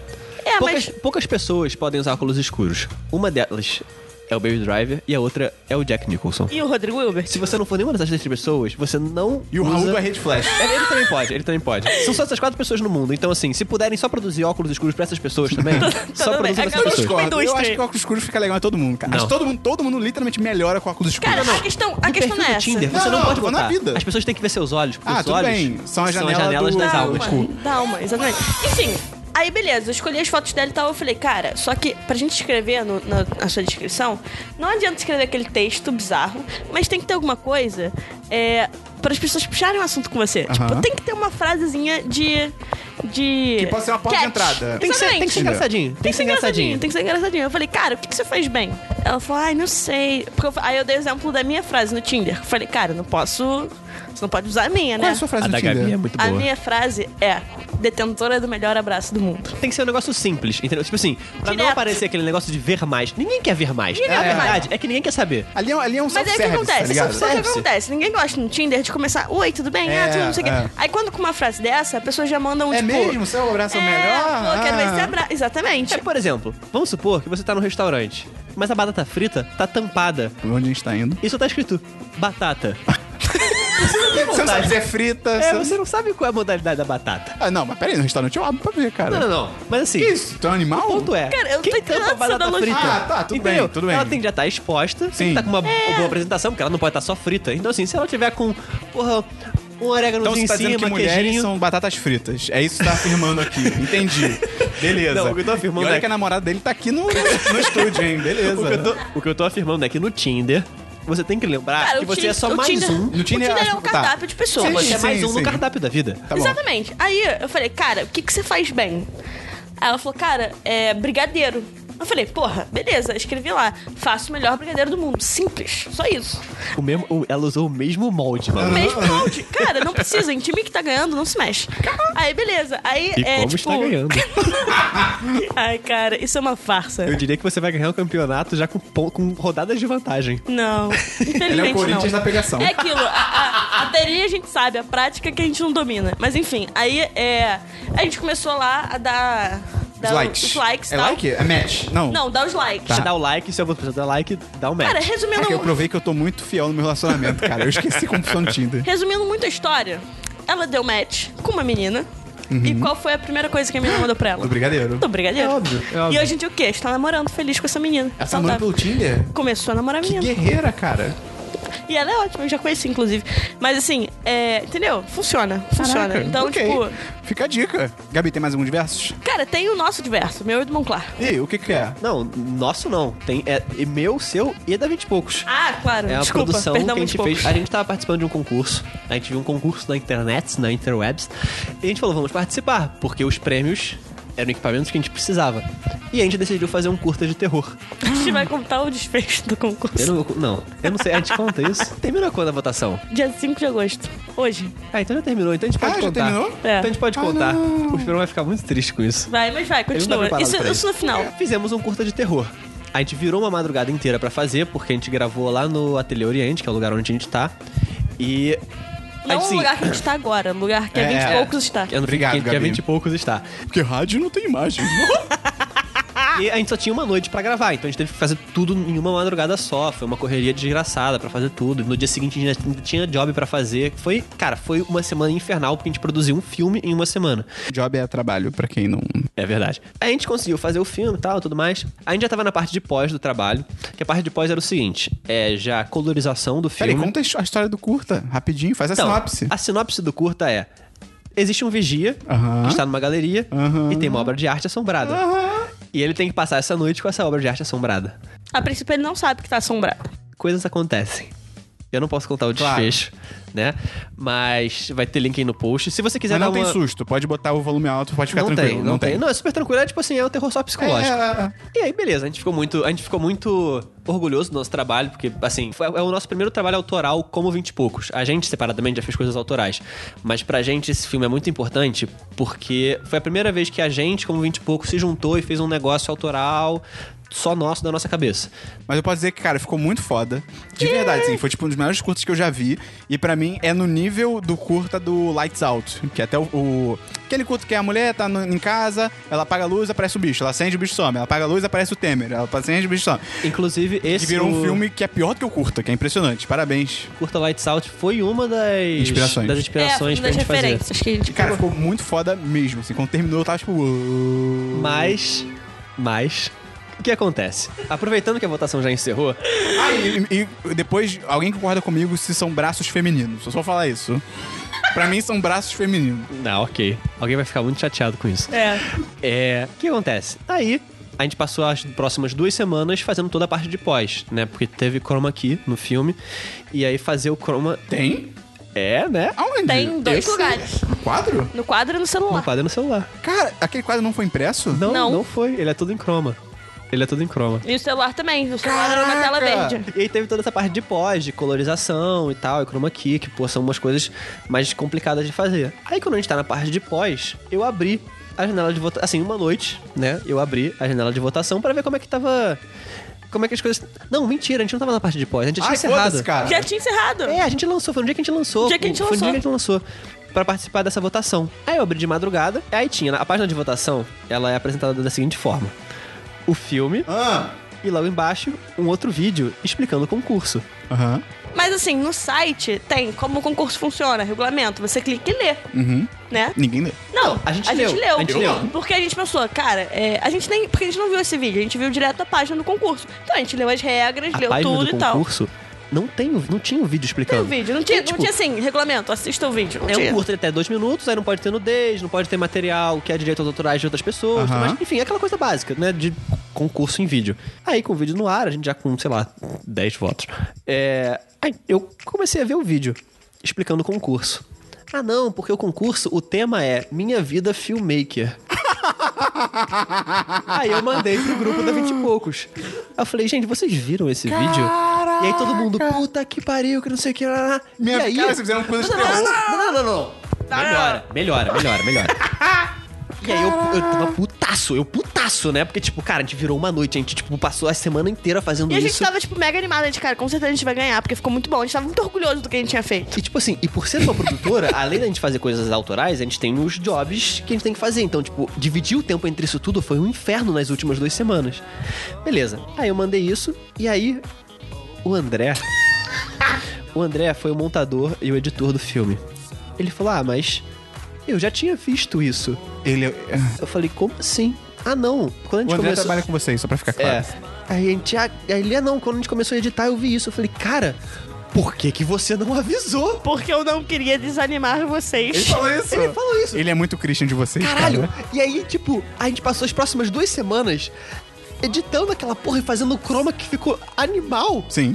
Speaker 2: É,
Speaker 3: poucas,
Speaker 2: mas-
Speaker 3: poucas pessoas podem usar óculos escuros. Uma delas é o Baby Driver e a outra é o Jack Nicholson.
Speaker 2: E o Rodrigo Wilbert?
Speaker 3: Se você não for nenhuma dessas três pessoas, você não.
Speaker 1: E o Raul
Speaker 3: usa-
Speaker 1: da Rede Flash.
Speaker 3: Ele, ele também pode, ele também pode. São só essas quatro pessoas no mundo. Então, assim, se puderem só produzir óculos escuros pra essas pessoas
Speaker 2: (laughs)
Speaker 3: também, só
Speaker 2: bem.
Speaker 3: produzir
Speaker 2: É
Speaker 3: essas
Speaker 2: que eu
Speaker 3: pessoas.
Speaker 2: discordo. Uma
Speaker 1: Eu
Speaker 2: indústria.
Speaker 1: acho que o óculos escuro fica legal em todo mundo, cara.
Speaker 3: Não.
Speaker 1: Acho que todo mundo, todo mundo literalmente melhora com óculos escuros.
Speaker 2: Cara, a questão, a
Speaker 3: No
Speaker 2: questão
Speaker 3: perfil
Speaker 2: não é
Speaker 3: do
Speaker 2: essa.
Speaker 3: Tinder, você
Speaker 1: Não,
Speaker 3: não,
Speaker 1: não,
Speaker 3: pode
Speaker 1: tô falando
Speaker 3: botar.
Speaker 1: na vida.
Speaker 3: As pessoas têm que ver seus olhos, porque
Speaker 1: Ah,
Speaker 3: os
Speaker 1: tudo
Speaker 3: olhos
Speaker 1: bem. São as janelas do-
Speaker 3: das
Speaker 1: da
Speaker 3: almas.
Speaker 1: alma. Tipo-
Speaker 2: Da alma, exatamente. Enfim, aí beleza, eu escolhi as fotos dela e tal. Eu falei, cara, só que pra gente escrever no- na, na sua descrição, não adianta escrever aquele texto bizarro, mas tem que ter alguma coisa é, para as pessoas puxarem o assunto com você. Tipo, tem que ter uma frasezinha de. de
Speaker 1: Que possa ser uma porta de entrada.
Speaker 3: Tem que, ser, tem que ser
Speaker 1: Exatamente.
Speaker 3: engraçadinho. Tem que ser engraçadinho.
Speaker 2: Tem que ser engraçadinho. Eu falei, cara, o que, que você faz bem? Ela falou, ai, não sei. Porque eu fa- aí eu dei o exemplo da minha frase no Tinder. Eu falei, cara, não posso. Você não pode usar a minha,
Speaker 1: Qual é
Speaker 2: né?
Speaker 1: a sua
Speaker 3: A
Speaker 1: frase no
Speaker 3: da Gabi é
Speaker 1: Tinder?
Speaker 3: muito
Speaker 2: A
Speaker 3: boa.
Speaker 2: minha frase é: detentora do melhor abraço do mundo.
Speaker 3: Tem que ser um negócio simples, entendeu? Tipo assim, pra não
Speaker 2: Direto.
Speaker 3: aparecer aquele negócio de ver mais. Ninguém quer ver mais.
Speaker 2: Ninguém
Speaker 3: a
Speaker 2: quer ver mais.
Speaker 3: verdade é que ninguém quer saber.
Speaker 1: Ali é, ali é um
Speaker 2: Mas aí o que
Speaker 1: self-service, tá
Speaker 2: acontece?
Speaker 1: ligado?
Speaker 2: Só que o que
Speaker 3: Self-service.
Speaker 2: acontece? Ninguém gosta no Tinder de começar, oi, tudo bem? ah,
Speaker 1: É,
Speaker 2: tudo, não sei o
Speaker 1: é.
Speaker 2: quê. Aí quando com uma frase dessa, a pessoa já manda um
Speaker 1: É
Speaker 2: tipo.
Speaker 1: mesmo? Seu abraço é o melhor?
Speaker 2: Pô, quero ver esse
Speaker 1: Ah.
Speaker 2: abraço. Exatamente.
Speaker 3: É, por exemplo, vamos supor que você tá num restaurante, mas a batata frita tá tampada.
Speaker 1: Onde a gente tá indo?
Speaker 3: E só tá escrito batata.
Speaker 1: Você não sabe se é frita.
Speaker 3: É,
Speaker 1: você-
Speaker 3: você não sabe qual é a modalidade da batata.
Speaker 1: Ah, não, mas peraí, no restaurante eu abro pra ver, cara.
Speaker 3: Não, não, não. Mas assim.
Speaker 1: Que isso? Tu é um animal?
Speaker 3: O ponto é.
Speaker 2: Cara, eu não
Speaker 3: quem
Speaker 2: tô
Speaker 3: tampa
Speaker 2: entendendo
Speaker 3: a batata
Speaker 2: essa analogia.
Speaker 3: frita?
Speaker 1: Ah, tá, tudo bem,
Speaker 3: Entendeu?
Speaker 1: tudo bem.
Speaker 3: Ela tem que já estar exposta, tem que
Speaker 1: Sim.
Speaker 3: estar com uma
Speaker 2: É.
Speaker 3: boa apresentação, porque ela não pode estar só frita. Então, assim, se ela tiver com, porra, um oréganozinho
Speaker 1: Então você tá
Speaker 3: em cima,
Speaker 1: dizendo que mulheres
Speaker 3: queijinho.
Speaker 1: são batatas fritas. É isso que você tá afirmando aqui. Entendi. Beleza.
Speaker 3: Não, o que eu tô afirmando
Speaker 1: e olha
Speaker 3: é-
Speaker 1: que a namorada dele tá aqui no, no estúdio, hein? Beleza.
Speaker 3: O que, eu tô, o que eu tô afirmando é que no Tinder, você tem que lembrar
Speaker 2: Cara,
Speaker 3: que
Speaker 2: o
Speaker 3: você
Speaker 2: Tin-
Speaker 3: é só
Speaker 2: o
Speaker 3: mais
Speaker 2: Tinder-
Speaker 3: um.
Speaker 1: No
Speaker 2: O
Speaker 1: Tinder,
Speaker 2: Tinder é
Speaker 1: acho
Speaker 2: um
Speaker 1: que- tá.
Speaker 2: cardápio de pessoas.
Speaker 1: Sim,
Speaker 3: Você é
Speaker 1: sim,
Speaker 3: mais um
Speaker 1: sim.
Speaker 3: no cardápio da vida.
Speaker 1: Tá bom.
Speaker 2: Exatamente. Aí eu falei, cara, o que, que você faz bem? Aí ela falou, cara, é brigadeiro. Eu falei, porra, beleza, escrevi lá. Faço o melhor brigadeiro do mundo. Simples, só isso.
Speaker 3: O mesmo, o- ela usou o mesmo molde,
Speaker 2: O
Speaker 3: mano.
Speaker 1: Ah.
Speaker 2: mesmo molde. Cara, não precisa. Em time que tá ganhando, não se mexe. Aí, beleza. Aí
Speaker 3: E
Speaker 2: é
Speaker 3: como
Speaker 2: tipo.
Speaker 3: está ganhando?
Speaker 2: Ai, cara, isso é uma farsa.
Speaker 3: Eu diria que você vai ganhar o campeonato já com, pon- com rodadas de vantagem. tá?
Speaker 2: Não.
Speaker 1: Ele é o
Speaker 2: Infelizmente
Speaker 1: Corinthians
Speaker 2: não.
Speaker 1: da pegação.
Speaker 2: É aquilo, a, a, a teoria a gente sabe, a prática é que a gente não domina. Mas enfim, aí é. A gente começou lá a dar. dar
Speaker 1: likes.
Speaker 2: Os likes
Speaker 1: é
Speaker 2: tal.
Speaker 1: like? Tá. É match? Não.
Speaker 2: Não, dá os likes.
Speaker 3: Você dá o like, se a outra pessoa dá like, dá o match.
Speaker 2: Cara,
Speaker 1: É
Speaker 2: resumindo,
Speaker 1: que eu provei que eu tô muito fiel no meu relacionamento, cara. Eu esqueci como funciona o Tinder.
Speaker 2: resumindo muito a história, ela deu match com uma menina. E qual foi a primeira coisa que a menina mandou pra ela?
Speaker 1: Do brigadeiro.
Speaker 2: Do brigadeiro.
Speaker 3: Uhum. É óbvio, é óbvio.
Speaker 2: E hoje em dia o quê? Está namorando, feliz com essa menina.
Speaker 1: Ela tá
Speaker 2: Saudável.
Speaker 1: namorando pelo Tinder?
Speaker 2: Começou a namorar a
Speaker 1: Que
Speaker 2: menina.
Speaker 1: guerreira, cara.
Speaker 2: E ela é ótima, eu já conheci, inclusive. Mas assim, é, entendeu? Funciona, funciona.
Speaker 1: Caraca,
Speaker 2: então,
Speaker 1: ok.
Speaker 2: tipo,
Speaker 1: Fica a dica. Gabi, tem mais algum diversos?
Speaker 2: cara, tem o nosso diverso, meu e do Monclar.
Speaker 1: E aí, o que que é?
Speaker 3: Não, nosso não. Tem é, e meu, seu e da 20 e poucos.
Speaker 2: Ah, claro,
Speaker 3: É uma
Speaker 2: desculpa,
Speaker 3: produção que
Speaker 2: perdão
Speaker 3: a gente
Speaker 2: muito pouco.
Speaker 3: fez. A gente tava participando de um concurso. A gente viu um concurso na internet, na interwebs. E a gente falou, vamos participar, porque os prêmios eram equipamentos que a gente precisava. E a gente decidiu fazer um curta de terror.
Speaker 2: A gente vai contar o desfecho do concurso.
Speaker 3: Eu não, vou- não, eu não sei, a gente conta isso. (laughs) Terminou quando a votação?
Speaker 2: Dia 5 de agosto. Hoje.
Speaker 3: Ah, então já terminou, então a gente pode
Speaker 1: Ah, já
Speaker 3: contar.
Speaker 1: terminou? Ah,
Speaker 2: É.
Speaker 3: Então a gente pode contar. o Esperão vai ficar muito triste com isso.
Speaker 2: Vai, mas vai,
Speaker 3: Ele não tá
Speaker 2: continua.
Speaker 3: preparado
Speaker 2: Isso,
Speaker 3: pra
Speaker 2: isso no final.
Speaker 3: Fizemos um curta de terror. A gente virou uma madrugada inteira pra fazer, porque a gente gravou lá no Ateliê Oriente, que é o lugar onde a gente tá. E. a
Speaker 2: Não
Speaker 3: gente,
Speaker 2: o
Speaker 3: assim,
Speaker 2: lugar que a gente tá agora, o lugar que a
Speaker 1: É.
Speaker 2: 20 e poucos tá. está.
Speaker 3: que é no-
Speaker 1: Obrigado,
Speaker 3: que, que a
Speaker 1: Gabi.
Speaker 3: 20 e poucos está.
Speaker 1: Porque rádio não tem imagem.
Speaker 2: Ah.
Speaker 3: E a gente só tinha uma noite pra gravar, então a gente teve que fazer tudo em uma madrugada só. Foi uma correria desgraçada pra fazer tudo. No dia seguinte a gente ainda tinha job pra fazer. Foi, cara, foi uma semana infernal porque a gente produziu um filme em uma semana.
Speaker 1: (laughs) Job é trabalho, pra quem não...
Speaker 3: É verdade. A gente conseguiu fazer o filme e tal, tudo mais. A gente já tava na parte de pós do trabalho, que a parte de pós era o seguinte: é já a colorização do filme.
Speaker 1: Peraí, conta a his- a história do curta, rapidinho. Faz a
Speaker 3: Então,
Speaker 1: sinopse.
Speaker 3: A sinopse do curta é: existe um vigia
Speaker 1: Aham.
Speaker 3: que está numa galeria e tem uma obra de arte assombrada. E ele tem que passar essa noite com essa obra de arte assombrada.
Speaker 2: A princípio ele não sabe que tá assombrado.
Speaker 3: Coisas acontecem. Eu não posso contar o
Speaker 1: Claro.
Speaker 3: desfecho, né? Mas vai ter link aí no post. Se você quiser
Speaker 1: Mas não
Speaker 3: dar
Speaker 1: tem
Speaker 3: é uma...
Speaker 1: susto. Pode botar o volume alto, pode ficar
Speaker 3: não
Speaker 1: tranquilo.
Speaker 3: tem, não, tem. Não, é super tranquilo. É tipo assim, é um terror só
Speaker 1: É,
Speaker 3: psicológico.
Speaker 1: é, é.
Speaker 3: E aí, beleza, a gente ficou muito, a gente ficou muito orgulhoso do nosso trabalho, porque, assim, foi- é o nosso primeiro trabalho autoral como vinte e poucos. A gente, separadamente, já fez coisas autorais. Mas pra gente, esse filme é muito importante, porque foi a primeira vez que a gente, como vinte e poucos, se juntou e fez um negócio autoral só nosso, da nossa cabeça.
Speaker 1: Mas eu posso dizer que, cara, ficou muito foda. De verdade, assim, foi tipo um dos melhores curtos que eu já vi. E pra mim, mim, é no nível do curta do Lights Out. Que é até o. o- aquele curta que a mulher tá no- em casa, ela apaga a luz, aparece o bicho. Ela acende o bicho some. Ela apaga a luz, aparece o Temer. Ela acende o bicho some.
Speaker 3: Inclusive,
Speaker 1: Que
Speaker 3: esse
Speaker 1: virou um
Speaker 3: o
Speaker 1: filme que é pior do que o curta, que é impressionante. Parabéns.
Speaker 3: Curta Lights Out foi uma das
Speaker 1: Inspirações.
Speaker 3: das
Speaker 2: É, foi
Speaker 3: inspirações
Speaker 2: uma
Speaker 3: pra
Speaker 2: das
Speaker 3: gente fazer.
Speaker 2: referências que a gente
Speaker 1: Cara,
Speaker 2: pegou.
Speaker 1: ficou muito foda mesmo. Assim, quando terminou, eu tava tipo. "Uou".
Speaker 3: Mas, mas, o que acontece? Aproveitando que a votação já encerrou,
Speaker 1: Ah, e, e depois, alguém concorda comigo se são braços femininos. Eu só vou falar isso. Pra mim, são braços femininos.
Speaker 3: não, ok. Alguém vai ficar muito chateado com isso.
Speaker 2: É.
Speaker 3: É, o que acontece? Aí, a gente passou as próximas duas semanas fazendo toda a parte de pós, né? Porque teve chroma key no filme. E aí fazer o chroma
Speaker 1: Tem?
Speaker 3: é, né?
Speaker 1: Aonde?
Speaker 2: Tem dois
Speaker 3: sei.
Speaker 2: lugares.
Speaker 1: Quadro?
Speaker 2: No quadro e no
Speaker 3: Um
Speaker 2: celular.
Speaker 3: quadro no celular.
Speaker 1: Cara, aquele quadro não foi impresso?
Speaker 3: Não, não,
Speaker 2: Não.
Speaker 3: foi. Ele é todo em croma. Ele é todo em croma.
Speaker 2: E o celular também. O celular era uma tela
Speaker 1: Caraca!
Speaker 2: verde.
Speaker 3: É. E aí teve toda essa parte de pós, de colorização e tal, e chroma key, que pô, são umas coisas mais complicadas de fazer. Aí quando a gente tá na parte de pós, eu abri a janela de votação, assim, uma noite, né? Eu abri a janela de votação pra ver como é que tava... Como é que as coisas... Não, mentira, a gente não tava na parte de pós, a gente já tinha
Speaker 1: Ai,
Speaker 3: encerrado.
Speaker 1: Ah, foda-se, cara.
Speaker 2: Já tinha encerrado.
Speaker 3: É, a gente lançou, foi no dia que a gente lançou.
Speaker 2: No dia que a gente
Speaker 3: foi no dia
Speaker 2: lançou.
Speaker 3: que a gente lançou. Pra participar dessa votação. Aí eu abri de madrugada, aí tinha, a página de votação, ela é apresentada da seguinte forma. O filme,
Speaker 1: Ah.
Speaker 3: e logo embaixo, um outro vídeo explicando o concurso.
Speaker 1: Aham.
Speaker 2: Mas assim, no site tem como o concurso funciona, regulamento. Você clica e lê,
Speaker 1: Uhum.
Speaker 2: né?
Speaker 1: Ninguém lê.
Speaker 2: Não,
Speaker 3: a gente leu, a gente leu.
Speaker 2: Porque a gente pensou, cara, é, a gente nem. Porque a gente não viu esse vídeo, a gente viu direto a página do concurso. Então a gente leu as regras,
Speaker 3: A
Speaker 2: leu
Speaker 3: página
Speaker 2: tudo
Speaker 3: do
Speaker 2: e tal.
Speaker 3: concurso não, tem, o- não tinha um vídeo
Speaker 2: Não
Speaker 3: explicando.
Speaker 2: tinha o vídeo, não tinha,
Speaker 3: Tipo,
Speaker 2: não tinha assim, regulamento, assista o
Speaker 1: Tipo,
Speaker 2: vídeo. Não
Speaker 3: É um
Speaker 2: tinha.
Speaker 3: curto de até dois minutos, aí não pode ter nudez, não pode ter material que é direito aos autorais de outras pessoas, tudo
Speaker 1: Aham.
Speaker 3: mais. enfim, é aquela coisa básica, né? De concurso em vídeo. Aí com o vídeo no ar, a gente já com, sei lá, 10 votos. É... Aí eu comecei a ver o vídeo explicando o concurso. Ah não, porque o concurso, o tema é Minha
Speaker 1: (laughs)
Speaker 3: Vida Filmmaker. Aí eu mandei pro grupo da 20 e poucos. Aí eu falei, gente, vocês viram esse vídeo? E aí todo mundo, puta que pariu, que não sei o que. lá, lá.
Speaker 1: Minha
Speaker 3: e aí,
Speaker 1: cara, vocês fizeram coisa de
Speaker 3: (laughs) Não, não,
Speaker 1: terror.
Speaker 3: não, não, não, não, não. Melhora, melhora, melhora, melhora.
Speaker 2: (laughs)
Speaker 3: E aí eu, eu tava putaço, eu putaço, né? Porque, tipo, cara, a gente virou uma noite, a gente, tipo, passou a semana inteira fazendo
Speaker 2: E a gente
Speaker 3: isso.
Speaker 2: tava, tipo, mega animada, a gente, cara, com certeza a gente vai ganhar, porque ficou muito bom. A gente tava muito orgulhoso do que a gente tinha feito.
Speaker 3: E tipo assim, e por ser uma produtora, (laughs) além da gente fazer coisas autorais, a gente tem os jobs que a gente tem que fazer. Então, tipo, dividir o tempo entre isso tudo foi um inferno nas últimas duas semanas. Beleza. Aí eu mandei isso, e aí o
Speaker 2: (laughs)
Speaker 3: André. o André foi o montador e o editor do filme. Ele falou: Ah, mas eu já tinha visto isso.
Speaker 1: Ele. é-
Speaker 3: Eu falei, como assim? Ah, não. Quando a gente
Speaker 1: O André
Speaker 3: começou.
Speaker 1: trabalha com vocês, só pra ficar
Speaker 3: É.
Speaker 1: claro.
Speaker 3: Aí a gente. ah, Aí ele, ah, não, quando a gente começou a editar, eu vi isso. Eu falei, cara, por que, que você não avisou?
Speaker 2: Porque eu não queria desanimar
Speaker 1: Ele
Speaker 2: vocês.
Speaker 1: falou isso?
Speaker 3: Ele falou isso.
Speaker 1: Ele né? é muito Christian de vocês,
Speaker 3: Caralho!
Speaker 1: cara.
Speaker 3: E aí, tipo, a gente passou as próximas duas semanas editando aquela porra e fazendo o croma que ficou animal.
Speaker 1: Sim.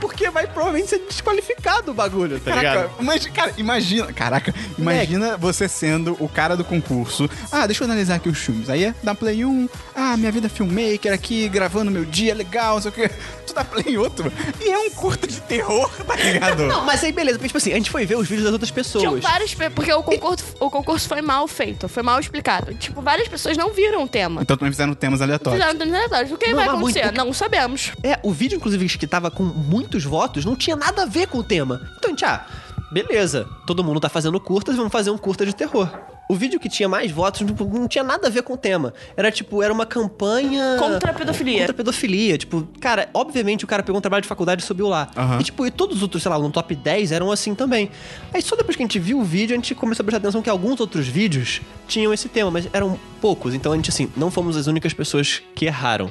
Speaker 3: Porque vai provavelmente ser desqualificado o bagulho, tá ligado?
Speaker 1: Caraca, mas, cara, imagina. Caraca, imagina você sendo o cara do concurso. Ah, deixa eu analisar aqui os filmes. Aí é dá play em um. Ah, minha vida é filmmaker aqui, gravando meu dia, legal, não sei o quê. Tu dá play em outro. E é um curto de terror, tá ligado?
Speaker 3: (laughs) Não, mas aí beleza, porque, tipo assim, a gente foi ver os vídeos das outras
Speaker 2: Tinham
Speaker 3: pessoas.
Speaker 2: várias pe- Porque o concurso, o concurso foi mal feito, foi mal explicado. Tipo, várias pessoas não viram o tema.
Speaker 1: Então também fizeram temas aleatórios.
Speaker 2: Fizeram tantos relatórios. O que
Speaker 3: Não,
Speaker 2: vai
Speaker 3: mas
Speaker 2: acontecer?
Speaker 3: muito-
Speaker 2: Não sabemos.
Speaker 3: É, o vídeo, inclusive, que tava com muitos votos, não tinha nada a ver com o tema. Então, a gente, ah, beleza, todo mundo tá fazendo curtas, vamos fazer um curta de terror. O vídeo que tinha mais votos tipo, não tinha nada a ver com o tema. Era tipo, era uma campanha.
Speaker 2: Contra a pedofilia.
Speaker 3: Contra a pedofilia. Tipo, cara, obviamente o cara pegou um trabalho de faculdade e subiu lá.
Speaker 1: Aham.
Speaker 3: E tipo, e todos os outros, sei lá, no top 10 eram assim também. Aí só depois que a gente viu o vídeo, a gente começou a prestar atenção que alguns outros vídeos tinham esse tema, mas eram poucos. Então a gente, assim, não fomos as únicas pessoas que erraram.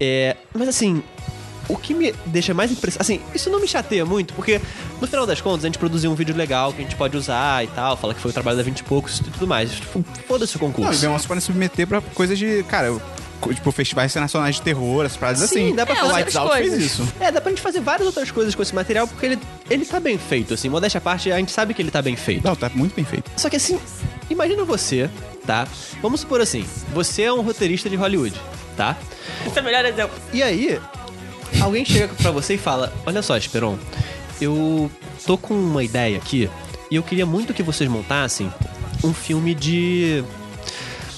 Speaker 3: É, mas assim, o que me deixa mais impressionado. Assim, isso não me chateia muito, porque no final das contas a gente produziu um vídeo legal que a gente pode usar e tal, fala que foi o trabalho da 20 e poucos e tudo mais. Tipo, foda-se o
Speaker 1: Não, os
Speaker 3: concurso.
Speaker 1: Beyoncé podem submeter pra coisas de. Cara, co- tipo, festivais internacionais de terror, essas paradas
Speaker 3: Sim,
Speaker 1: assim.
Speaker 3: dá pra
Speaker 2: É,
Speaker 3: falar
Speaker 1: O
Speaker 2: outras
Speaker 1: Lights Out fez
Speaker 2: coisas.
Speaker 1: isso.
Speaker 3: É, dá pra gente fazer várias outras coisas com esse material, porque ele, ele tá bem feito, assim. Modéstia à parte, a gente sabe que ele tá bem feito.
Speaker 1: Não, tá muito bem feito.
Speaker 3: Só que assim, imagina você, tá? Vamos supor assim, você é um roteirista de Hollywood, tá?
Speaker 2: Esse é o melhor exemplo.
Speaker 3: E aí, alguém chega pra você e fala: Olha só, Esperon, eu tô com uma ideia aqui e eu queria muito que vocês montassem um filme de.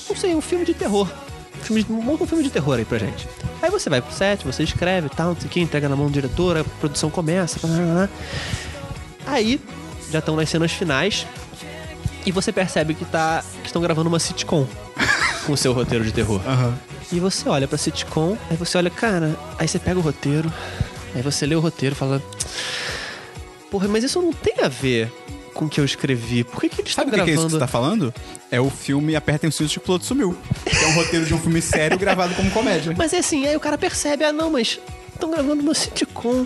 Speaker 3: Não sei, um filme de terror. Um filme de- Monta um filme de terror aí pra gente. Aí você vai pro set, você escreve e tal, não sei o que, entrega na mão do diretor, a produção começa. blá, blá, blá. Aí, já estão nas cenas finais e você percebe que, tá, que estão gravando
Speaker 1: (laughs)
Speaker 3: uma sitcom com o seu roteiro de terror. E você olha pra sitcom, aí você olha, cara, aí você pega o roteiro, aí você lê o roteiro e fala. Porra, mas isso não tem a ver com o que eu escrevi. Por que, que eles estão
Speaker 1: Sabe o que, que é isso que
Speaker 3: gravando?
Speaker 1: você tá falando? É o filme Apertem os Cintos que o Piloto Sumiu. Que é um roteiro de um filme sério gravado como comédia.
Speaker 3: Mas é assim, aí o cara percebe, ah não, mas estão gravando uma sitcom.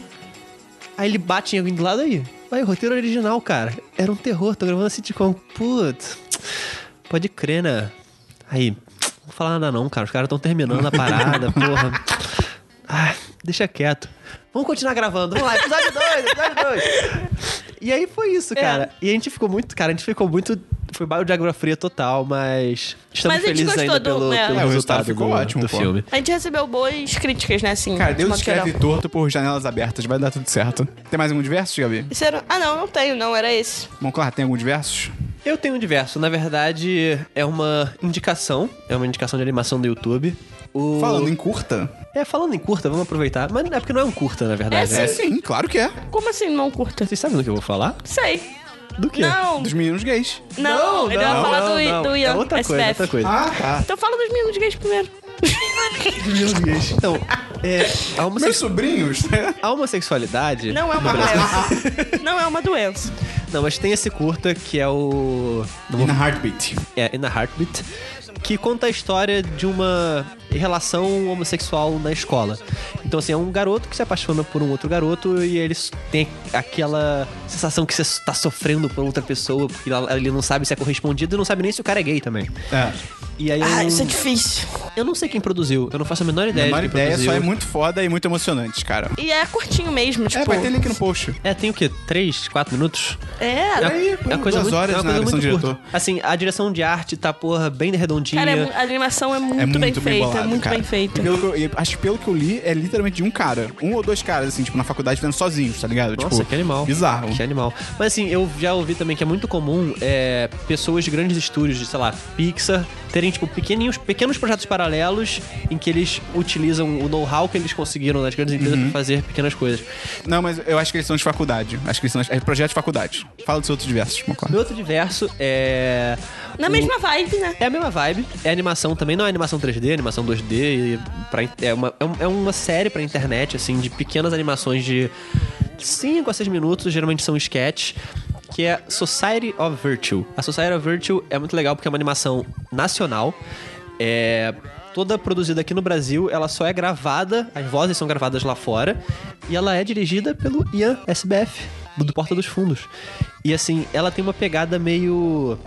Speaker 3: Aí ele bate em alguém do lado aí. Aí o roteiro original, cara. Era um terror, tô gravando uma sitcom. Putz, pode crer, né? Aí, não vou falar nada não, cara. Os caras estão terminando a
Speaker 2: (laughs)
Speaker 3: parada, porra. Ah, deixa quieto. Vamos continuar gravando. Vamos lá, episódio 2, episódio 2. E aí foi isso,
Speaker 2: É.
Speaker 3: cara. E a gente ficou muito, cara, a gente ficou muito. Foi bairro de agrofria total, mas. Estamos
Speaker 2: Mas a gente
Speaker 3: felizes
Speaker 2: gostou
Speaker 3: ainda
Speaker 2: do-
Speaker 3: pelo,
Speaker 2: né?
Speaker 3: pelo
Speaker 1: É, o resultado
Speaker 3: resultado
Speaker 1: ficou
Speaker 3: do,
Speaker 1: ótimo,
Speaker 3: do
Speaker 1: pô.
Speaker 3: filme.
Speaker 2: A gente recebeu boas críticas, né? Assim,
Speaker 1: Cara,
Speaker 2: de
Speaker 1: Deus
Speaker 2: modo geral.
Speaker 1: escreve torto por janelas abertas. Vai dar tudo certo. Tem mais algum diverso, Gabi?
Speaker 2: Esse era- Ah, não, não tenho, não. Era esse.
Speaker 1: Bom, claro, tem algum diversos?
Speaker 3: Eu tenho um diverso. Na verdade, é uma indicação. É uma indicação de animação do YouTube. O-
Speaker 1: Falando em curta.
Speaker 3: É, falando em curta, vamos aproveitar. Mas é porque não é um curta, na verdade.
Speaker 2: É,
Speaker 3: né?
Speaker 1: É sim, claro que é.
Speaker 2: Como assim não curta?
Speaker 3: Vocês sabem do que eu vou falar?
Speaker 2: Sei.
Speaker 3: Do quê?
Speaker 2: Não,
Speaker 1: Dos meninos gays.
Speaker 2: não, ele vai falar do,
Speaker 3: não.
Speaker 2: do Ian
Speaker 3: É outra coisa,
Speaker 2: SBF.
Speaker 3: é outra coisa.
Speaker 1: Ah, tá.
Speaker 2: Então fala dos meninos gays primeiro.
Speaker 3: (laughs) Então, é, a,
Speaker 1: Meus (laughs)
Speaker 3: homosse-
Speaker 1: sobrinhos, né?
Speaker 3: a homossexualidade...
Speaker 2: Não é uma doença. Não é uma doença.
Speaker 3: Não, mas tem esse curta que é o... Não vou
Speaker 1: Na Heartbeat.
Speaker 3: é In a Heartbeat, que conta a história de uma relação homossexual na escola. Então, assim, é um garoto que se apaixona por um outro garoto e eles têm aquela sensação que você tá sofrendo por outra pessoa, porque ela- ele não sabe se é correspondido e não sabe nem se o cara é gay também.
Speaker 1: É.
Speaker 3: E aí,
Speaker 2: Ah,
Speaker 3: eu,
Speaker 2: isso é difícil.
Speaker 3: eu não sei quem produziu, eu não faço a menor ideia
Speaker 1: Menor
Speaker 3: de quem
Speaker 1: ideia, só
Speaker 3: produziu.
Speaker 1: é muito foda e muito emocionante, cara.
Speaker 2: E é curtinho mesmo, tipo.
Speaker 1: É, vai ter link no post.
Speaker 3: É, tem o quê? Três, quatro minutos?
Speaker 2: É,
Speaker 3: É,
Speaker 1: aí,
Speaker 3: é uma coisa
Speaker 1: duas
Speaker 3: muito,
Speaker 1: horas
Speaker 3: é uma
Speaker 1: na
Speaker 3: coisa
Speaker 1: direção
Speaker 3: muito
Speaker 1: do
Speaker 3: curta. Assim, a direção de arte tá, porra, bem redondinha.
Speaker 2: Cara, é mu- a animação é muito,
Speaker 1: É muito
Speaker 2: bem, feita,
Speaker 1: bolado,
Speaker 2: é muito
Speaker 1: cara.
Speaker 2: bem feita.
Speaker 1: E pelo que eu- e acho que pelo que eu li, é literalmente de um cara. Um ou dois caras, assim, tipo, na faculdade vendo sozinhos, tá ligado?
Speaker 3: Nossa,
Speaker 1: tipo,
Speaker 3: que animal.
Speaker 1: Bizarro.
Speaker 3: Que animal. Mas assim, eu já ouvi também que é muito comum é, pessoas de grandes estúdios, de, sei lá, Pixar, terem, tipo, pequeninhos, pequenos projetos paralelos em que eles utilizam o know-how que eles conseguiram nas grandes empresas
Speaker 1: Uhum.
Speaker 3: pra fazer pequenas coisas.
Speaker 1: Não, mas eu acho que eles são de faculdade. Acho que eles são de- é projeto de faculdade. Fala dos outros diversos, tipo, claro.
Speaker 3: Meu outro diverso é.
Speaker 2: Na
Speaker 3: o-
Speaker 2: mesma vibe, né?
Speaker 3: É a mesma vibe, é animação também, não é animação 3D, é animação 2D, e pra in- é, uma, é um- é uma série pra internet, assim, de pequenas animações de 5 a 6 minutos, geralmente são sketch, que é Society of Virtue. A Society of Virtue é muito legal porque é uma animação nacional, é toda produzida aqui no Brasil, ela só é gravada, as vozes são gravadas lá fora, e ela é dirigida pelo Ian SBF, do Porta dos Fundos. E assim, ela tem uma pegada meio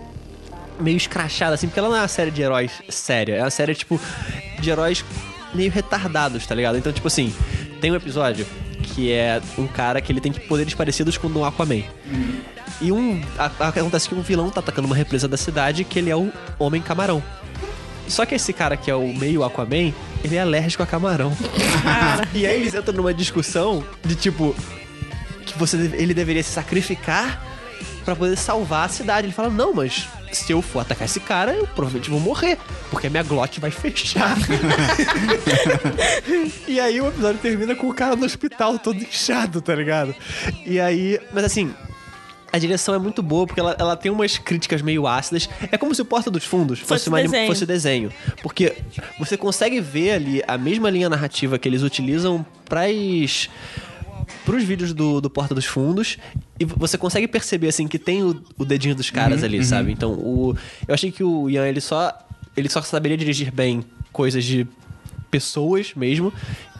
Speaker 3: meio escrachada, assim, porque ela não é uma série de heróis séria, é uma série, tipo, de heróis meio retardados, tá ligado? Então, tipo assim, tem um episódio que é um cara que ele tem poderes parecidos com o do Aquaman. E um. a- a- acontece que um vilão tá atacando uma represa da cidade que ele é o Homem Camarão. Só que esse cara que é o meio Aquaman, ele é alérgico a camarão. (laughs) e aí eles entram numa discussão de tipo. Que você, deve- ele deveria se sacrificar pra poder salvar a cidade. Ele fala, não, mas se eu for atacar esse cara, eu provavelmente vou morrer, porque a minha glote vai fechar. (laughs) E aí o episódio termina com o cara no hospital todo inchado, tá ligado? E aí. Mas assim. A direção é muito boa, porque ela, ela tem umas críticas meio ácidas. É como se o Porta dos Fundos fosse,
Speaker 2: Fosse
Speaker 3: uma, anim-
Speaker 2: desenho.
Speaker 3: fosse desenho. Porque você consegue ver ali a mesma linha narrativa que eles utilizam pras, pros vídeos do, do Porta dos Fundos. E você consegue perceber, assim, que tem o, o dedinho dos caras ali, sabe? Então, o, eu achei que o Ian, ele só, ele só saberia dirigir bem coisas de pessoas mesmo.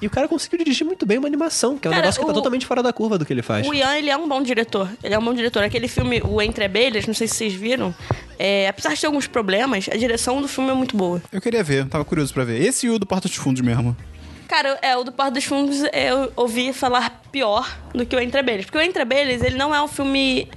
Speaker 3: E o cara conseguiu dirigir muito bem uma animação, que é um
Speaker 2: Cara,
Speaker 3: negócio que tá
Speaker 2: o-
Speaker 3: totalmente fora da curva do que ele faz.
Speaker 2: O Ian, ele é um bom diretor. Ele é um bom diretor. Aquele filme, O Entre Abelhas, não sei se vocês viram. é, apesar de ter alguns problemas, a direção do filme é muito boa.
Speaker 1: Eu queria ver, tava curioso pra ver. Esse e o do Porta de Fundos mesmo.
Speaker 2: Cara, é, o do Porto dos Fundos é, eu ouvi falar pior do que o Entre Abelhas. Porque o Entre Abelhas, ele não é um filme.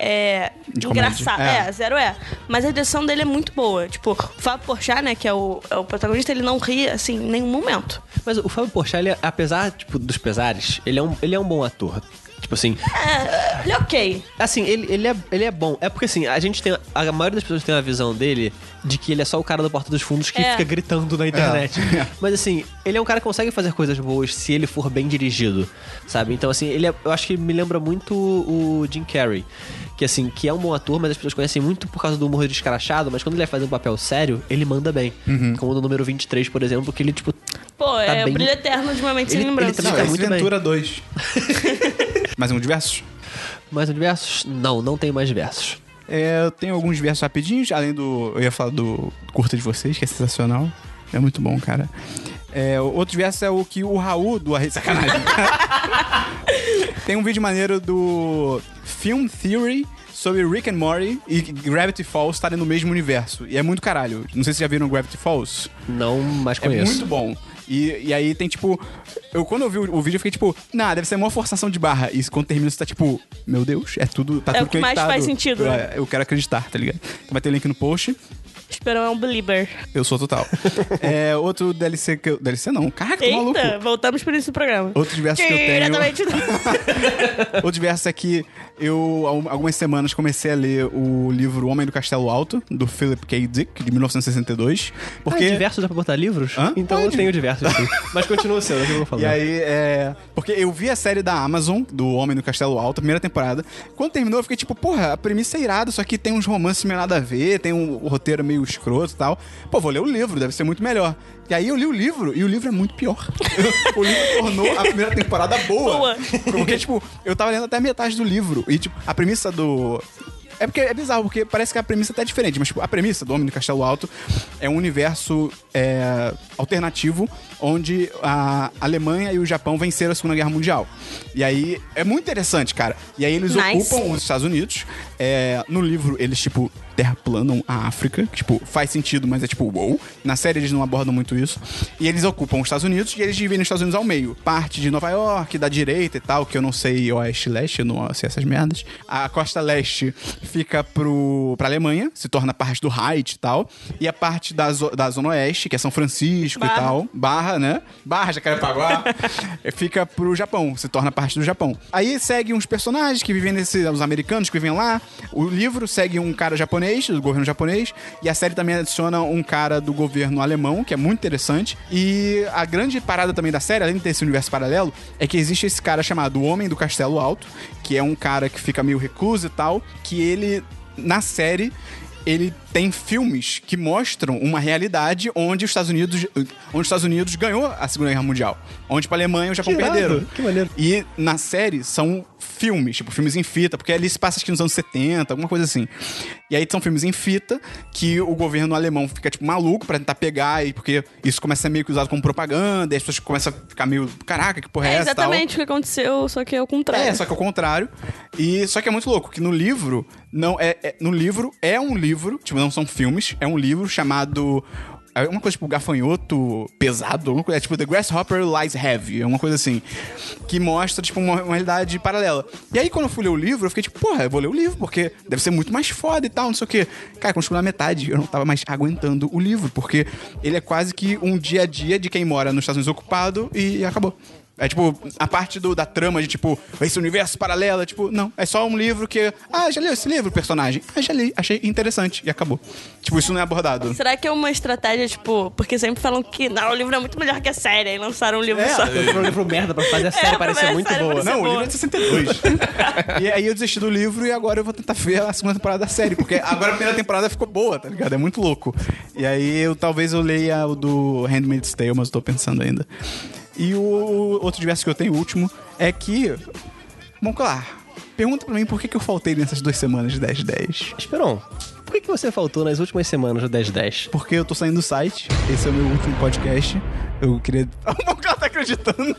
Speaker 2: É,
Speaker 1: De comédia.
Speaker 2: engraçado.
Speaker 1: É.
Speaker 2: É. zero é. Mas a direção dele é muito boa. Tipo, o Fábio Porchat, né, que é o, é o protagonista, ele não ri, assim, em nenhum momento.
Speaker 3: Mas o Fábio Porchat, ele, apesar tipo, dos pesares, ele é um, ele é um bom ator. Tipo assim,
Speaker 2: É, ele é ok.
Speaker 3: Assim, ele, ele, é, ele é bom. É porque assim, a gente tem. A maioria das pessoas tem a visão dele de que ele é só o cara da porta dos fundos que
Speaker 2: É.
Speaker 3: fica gritando na internet. Mas assim, ele é um cara que consegue fazer coisas boas se ele for bem dirigido. Sabe? Então, assim, ele é- eu acho que me lembra muito o Jim Carrey. Que assim, que é um bom ator, mas as pessoas conhecem muito por causa do humor descarachado, mas quando ele vai fazer um papel sério, ele manda bem. Como no número 23, por exemplo, que ele, tipo,
Speaker 2: Pô,
Speaker 1: Tá
Speaker 2: é
Speaker 3: bem-
Speaker 2: o brilho eterno de uma mente sem
Speaker 3: Ele- ele
Speaker 2: lembrança.
Speaker 3: tá-
Speaker 6: Não,
Speaker 3: Tá
Speaker 6: esse
Speaker 3: muito bem. (laughs)
Speaker 6: Ventura 2.
Speaker 1: Mais um de versos?
Speaker 3: mais versos? Não, não tem mais versos.
Speaker 1: É, eu tenho alguns versos rapidinhos, além do. Eu ia falar do Curta de Vocês, que é sensacional. É muito bom, cara. É, o- outro verso é o que o Raul do Arre...
Speaker 3: (laughs)
Speaker 1: Sacanagem. Tem um vídeo maneiro do Film Theory sobre Rick and Morty e Gravity Falls estarem no mesmo universo. E é muito caralho. Não sei se vocês já viram Gravity Falls.
Speaker 3: Não mais
Speaker 1: É
Speaker 3: conheço.
Speaker 1: muito bom. E, e aí tem tipo. Eu, quando eu vi o, o vídeo, eu fiquei tipo, nah, deve ser uma forçação de barra. E quando termina, você tá tipo, meu Deus, é tudo. Tá
Speaker 2: É o
Speaker 1: tudo
Speaker 2: que mais
Speaker 1: conectado.
Speaker 2: faz sentido,
Speaker 1: Eu,
Speaker 2: né?
Speaker 1: eu quero acreditar, tá ligado? Então vai ter link no post.
Speaker 2: Esperão é um believer.
Speaker 1: Eu sou
Speaker 2: (laughs)
Speaker 1: total. é, outro DLC que eu. DLC não, caraca, tô maluco.
Speaker 2: Eita, voltamos para esse programa.
Speaker 1: Outro diverso que eu tenho. é
Speaker 2: Diretamente do...
Speaker 1: (laughs)
Speaker 2: É
Speaker 1: Outro verso é que eu, há um- algumas semanas, comecei a ler o livro Homem do Castelo Alto, do Philip K. Dick, de 1962. Porque.
Speaker 3: Ah, diversos dá pra botar livros?
Speaker 1: Hã?
Speaker 3: Então eu
Speaker 1: Pode.
Speaker 3: tenho diversos
Speaker 1: (laughs)
Speaker 3: sim. Mas continua sendo, é o que eu vou falar.
Speaker 1: E aí, é. Porque eu vi a série da Amazon, do Homem no Castelo Alto, a primeira temporada. Quando terminou, eu fiquei tipo, porra, a premissa é irada, só que tem uns romances meio nada a ver, tem um roteiro meio escroto e tal. Pô, vou ler o livro, deve ser muito melhor. E aí eu li o livro, e o livro é muito pior. (laughs) o livro tornou a primeira temporada boa.
Speaker 2: Boa.
Speaker 1: Porque, tipo, eu tava lendo até a metade do livro. E, tipo, a premissa do. É porque é bizarro, porque parece que a premissa tá diferente, mas tipo, a premissa do Homem do Castelo Alto é um universo é, alternativo onde a Alemanha e o Japão venceram a Segunda Guerra Mundial. E aí é muito interessante, cara. E aí eles
Speaker 2: Nice.
Speaker 1: ocupam Então, os Estados Unidos. É, no livro eles, tipo, terraplanam a África, que, tipo, faz sentido, mas é tipo, uou. Na série eles não abordam muito isso. E eles ocupam os Estados Unidos e eles dividem os Estados Unidos ao meio. Parte de Nova York, da direita e tal, que eu não sei oeste e leste, eu não sei essas merdas. A costa leste fica pro, pra Alemanha, se torna parte do Reich e tal. E a parte da, zo- da zona oeste, que é São Francisco e
Speaker 2: Barra.
Speaker 1: tal, (laughs) Barra, né? Barra, Jacarepaguá. Eh, (laughs) fica pro Japão, se torna parte do Japão. Aí segue uns personagens que vivem nesse... Os americanos que vivem lá. O livro segue um cara japonês, do governo japonês. E a série também adiciona um cara do governo alemão, que é muito interessante. E a grande parada também da série, além de ter esse universo paralelo, é que existe esse cara chamado Homem do Castelo Alto, que é um cara que fica meio recluso e tal, que ele, na série ele tem filmes que mostram uma realidade onde os Estados Unidos, onde os Estados Unidos ganhou a Segunda Guerra Mundial, onde para a Alemanha e o Japão
Speaker 3: Que irado,
Speaker 1: perderam.
Speaker 3: que maneiro.
Speaker 1: E na série são filmes, tipo filmes em fita, porque ali se passa acho que nos anos 70, alguma coisa assim. E aí são filmes em fita que o governo alemão fica tipo maluco pra tentar pegar e porque isso começa a ser meio que usado como propaganda, e as pessoas começam a ficar meio, caraca, que porra é,
Speaker 2: É
Speaker 1: essa e tal.
Speaker 2: exatamente o que aconteceu, só que é o contrário.
Speaker 1: É, só que é o contrário. E só que é muito louco que no livro não é, é- no livro é um livro, tipo não são filmes, é um livro chamado é uma coisa tipo gafanhoto pesado, alguma coisa, é tipo The Grasshopper Lies Heavy, é uma coisa assim, que mostra tipo uma, uma realidade paralela. E aí quando eu fui ler o livro, eu fiquei tipo, porra, eu vou ler o livro porque deve ser muito mais foda e tal, não sei o quê. Cara, quando chegou na metade, eu não tava mais aguentando o livro, porque ele é quase que um dia a dia de quem mora nos Estados Unidos ocupado e acabou. É tipo, a parte do, da trama de tipo, esse universo paralelo, é, tipo, não. É só um livro que. Ah, já leu esse livro, personagem? Ah, já li, achei interessante. E acabou. Tipo, isso não é abordado.
Speaker 2: Será que é uma estratégia, tipo, porque sempre falam que não, o livro é muito melhor que a série, aí lançaram um livro só. (laughs)
Speaker 3: um livro merda pra fazer a
Speaker 2: É,
Speaker 3: série
Speaker 2: pra
Speaker 3: parecer
Speaker 2: fazer a
Speaker 3: muito
Speaker 2: série
Speaker 3: boa.
Speaker 2: parecer-
Speaker 1: Não, o
Speaker 2: boa.
Speaker 1: livro é de 62. e aí eu desisti do livro e agora eu vou tentar ver a segunda temporada da série, porque agora a primeira temporada ficou boa, tá ligado? É muito louco. E aí eu talvez eu leia o do Handmaid's Tale, mas eu tô pensando ainda. E o outro diverso que eu tenho, o último, é que. Bom, claro. Pergunta pra mim por que, que eu faltei nessas duas semanas de 10 10.
Speaker 3: Esperon, por que, que você faltou nas últimas semanas do 1010?
Speaker 1: porque eu tô saindo do site. Esse é o meu último podcast. Eu queria. (laughs) O cara tá acreditando.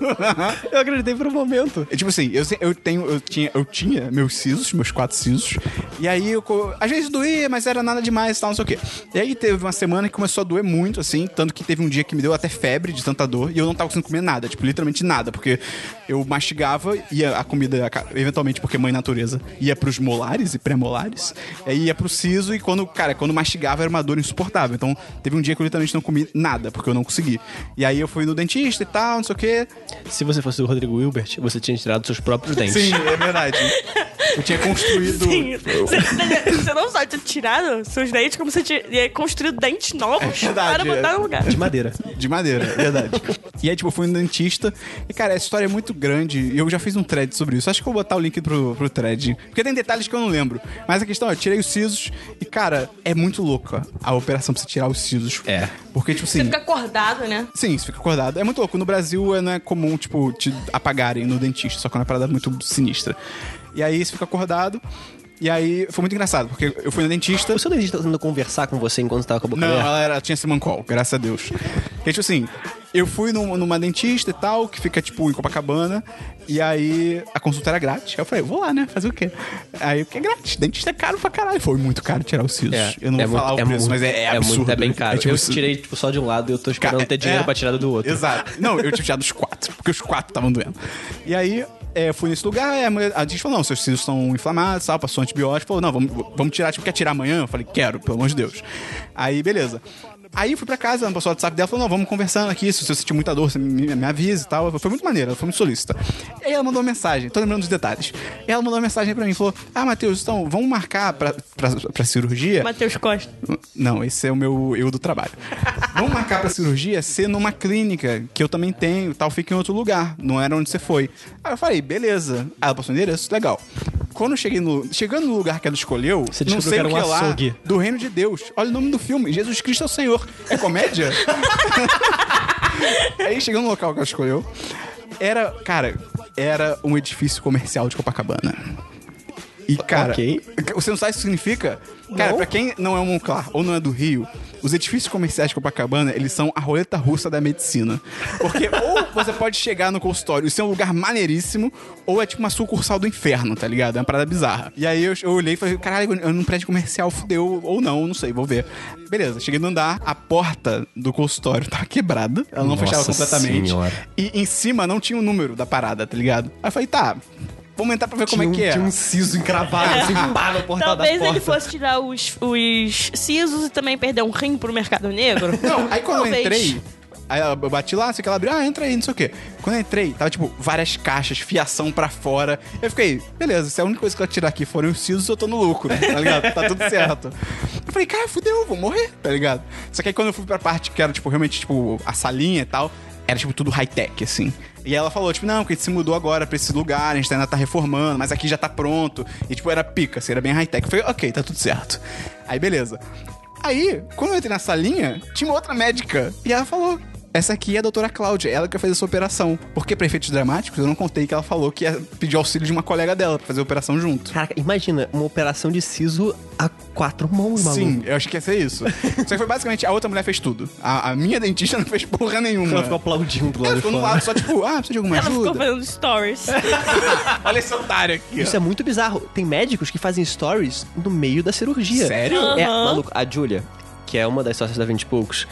Speaker 3: Eu acreditei por um momento.
Speaker 1: É, tipo assim, eu, se- eu tenho, eu tinha, eu tinha meus sisos, meus quatro sisos. E aí eu. co- Às vezes doía, mas era nada demais e tal, não sei o quê. E aí teve uma semana que começou a doer muito, assim, tanto que teve um dia que me deu até febre de tanta dor e eu não tava conseguindo comer nada, tipo, literalmente nada, porque eu mastigava e a, a comida, aca- eventualmente, porque é mãe natureza, ia pros molares e pré-molares, e aí ia pro siso e quando, cara, quando mastigava era uma dor insuportável. Então teve um dia que eu literalmente não comi nada, porque eu não consegui. E aí eu fui no dentista e tal, não sei o quê.
Speaker 3: Se você fosse o Rodrigo Wilbert, você tinha tirado seus próprios dentes.
Speaker 1: Sim, é verdade. Eu tinha construído.
Speaker 2: Sim. Você, você não só tinha tirado seus dentes, como você tinha construído dentes novos
Speaker 1: É verdade,
Speaker 2: para botar
Speaker 1: é.
Speaker 2: no lugar.
Speaker 3: De madeira.
Speaker 1: De madeira, é verdade. e aí, tipo, eu fui no dentista. E, cara, essa história é muito grande. E eu já fiz um thread sobre isso. Acho que eu vou botar o link pro, pro thread. Porque tem detalhes que eu não lembro. Mas a questão é, eu tirei os sisos. E, cara, é muito louca a operação pra você tirar os sisos.
Speaker 3: É.
Speaker 1: Porque, tipo
Speaker 2: Você
Speaker 1: assim...
Speaker 2: fica acordado, né?
Speaker 1: Sim, você fica acordado. É muito louco. No Brasil é, não é comum, tipo, te apagarem no dentista, só que é uma parada muito sinistra. E aí você fica acordado. E aí foi muito engraçado, porque eu fui no dentista.
Speaker 3: O seu dentista tá tentando conversar com você enquanto tava com a boca
Speaker 1: Não,
Speaker 3: aberta?
Speaker 1: ela era, tinha Simancol, graças a Deus. Porque, tipo assim, eu fui num- numa dentista e tal, que fica, tipo, em Copacabana, e aí a consulta era grátis. Aí eu falei, vou lá, né? Fazer o quê? Aí o que é grátis? Dentista é caro pra caralho. Foi muito caro tirar os sisos. eu não vou falar o
Speaker 3: É, muito-
Speaker 1: preço, mas é, é absurdo.
Speaker 3: muito, é bem caro.
Speaker 1: tipo,
Speaker 3: eu
Speaker 1: isso-
Speaker 3: tirei tipo, só de um lado e eu tô esperando
Speaker 1: Ca-
Speaker 3: ter dinheiro
Speaker 1: é.
Speaker 3: pra tirar do outro.
Speaker 1: Exato. Não, eu tive tirado os quatro, porque os quatro estavam doendo. E aí, é, fui nesse lugar, é, a, mulher, a gente falou, não, seus cílios estão inflamados, tal, passou antibiótico, falou, não, vamos, vamos tirar, tipo, quer tirar amanhã? Eu falei, quero, pelo amor de Deus. Aí, beleza. Aí fui pra casa, ela passou o WhatsApp dela falou: não, vamos conversando aqui, se você sentir muita dor, você me, me avisa e tal. Foi muito maneiro, ela foi muito solícita. E aí ela mandou uma mensagem, tô lembrando dos detalhes. Ela mandou uma mensagem pra mim, falou: Ah, Matheus, então, vamos marcar pra, pra, pra cirurgia?
Speaker 2: Matheus Costa.
Speaker 1: Não, esse é o meu eu do trabalho. Vamos marcar pra cirurgia ser numa clínica que eu também tenho, tal, fica em outro lugar. Não era onde você foi. Aí eu falei, beleza. ah, Aí ela passou o endereço, legal. Quando eu cheguei no. Chegando no lugar que ela escolheu,
Speaker 3: Você
Speaker 1: não
Speaker 3: descobriu
Speaker 1: sei
Speaker 3: que era
Speaker 1: o que
Speaker 3: um
Speaker 1: lá,
Speaker 3: açougue.
Speaker 1: do reino de Deus. Olha o nome do filme, Jesus Cristo é o Senhor. É comédia? (laughs) Aí chegando no local que ela escolheu, era, cara, era um edifício comercial de Copacabana. E, cara,
Speaker 3: Ok.
Speaker 1: você não sabe o que significa? Cara, pra quem não é um Monclar ou não é do Rio, os edifícios comerciais de Copacabana, eles são a roleta russa da medicina. Porque ou você pode chegar no consultório e ser um lugar maneiríssimo, ou é tipo uma sucursal do inferno, tá ligado? É uma parada bizarra. E aí eu, eu olhei e falei, caralho, eu num prédio comercial fudeu, ou não, não sei, vou ver. Beleza, cheguei no andar, a porta do consultório tava quebrada, ela não
Speaker 3: Nossa
Speaker 1: fechava completamente.
Speaker 3: Senhora.
Speaker 1: E em cima não tinha o número da parada, tá ligado? Aí eu falei, tá, vamos entrar pra ver como é que é.
Speaker 3: siso encravado, assim, pá, no portal
Speaker 2: Talvez ele fosse tirar os, os sisos e também perder um rim pro mercado negro.
Speaker 1: Não, aí quando
Speaker 2: Talvez.
Speaker 1: eu entrei. Aí eu bati lá, sei que ela abriu, ah, entra aí, não sei o quê. Quando eu entrei, tava tipo várias caixas, fiação pra fora. Eu fiquei, beleza, se a única coisa que eu tirar aqui forem os sisos, eu tô no lucro, tá ligado? Tá tudo certo. Eu falei, cara, fudeu, vou morrer, tá ligado? Só que aí quando eu fui pra parte que era, tipo, realmente, tipo, a salinha e tal, era, tipo, tudo high-tech, assim. E ela falou, tipo, não, porque a gente se mudou agora pra esse lugar, a gente ainda tá reformando, mas aqui já tá pronto. E, tipo, era pica, assim, era bem high-tech. Eu falei, ok, tá tudo certo. Aí, beleza. Aí, quando eu entrei na salinha, tinha uma outra médica. E ela falou: Essa aqui é a doutora Cláudia, ela que vai fazer essa operação. Porque pra efeitos dramáticos, eu não contei que ela falou que ia pedir auxílio de uma colega dela pra fazer a operação junto.
Speaker 3: Caraca, imagina, uma operação de siso a quatro mãos, maluco.
Speaker 1: Sim, eu acho que ia ser isso. Só que foi basicamente a outra mulher fez tudo. A, a minha dentista (laughs) não fez porra nenhuma.
Speaker 3: Ela ficou né? aplaudindo do
Speaker 1: Ela
Speaker 3: lado de
Speaker 1: ficou no
Speaker 3: fora.
Speaker 1: lado só tipo, ah, precisa de alguma
Speaker 2: Ela ficou
Speaker 1: ajuda.
Speaker 2: fazendo stories.
Speaker 1: Olha esse otário aqui. ó.
Speaker 3: Isso é muito bizarro. Tem médicos que fazem stories no meio da cirurgia.
Speaker 1: Sério?
Speaker 3: É,
Speaker 2: Aham.
Speaker 3: maluco, a Julia, que é uma das sócias da 20 e poucos,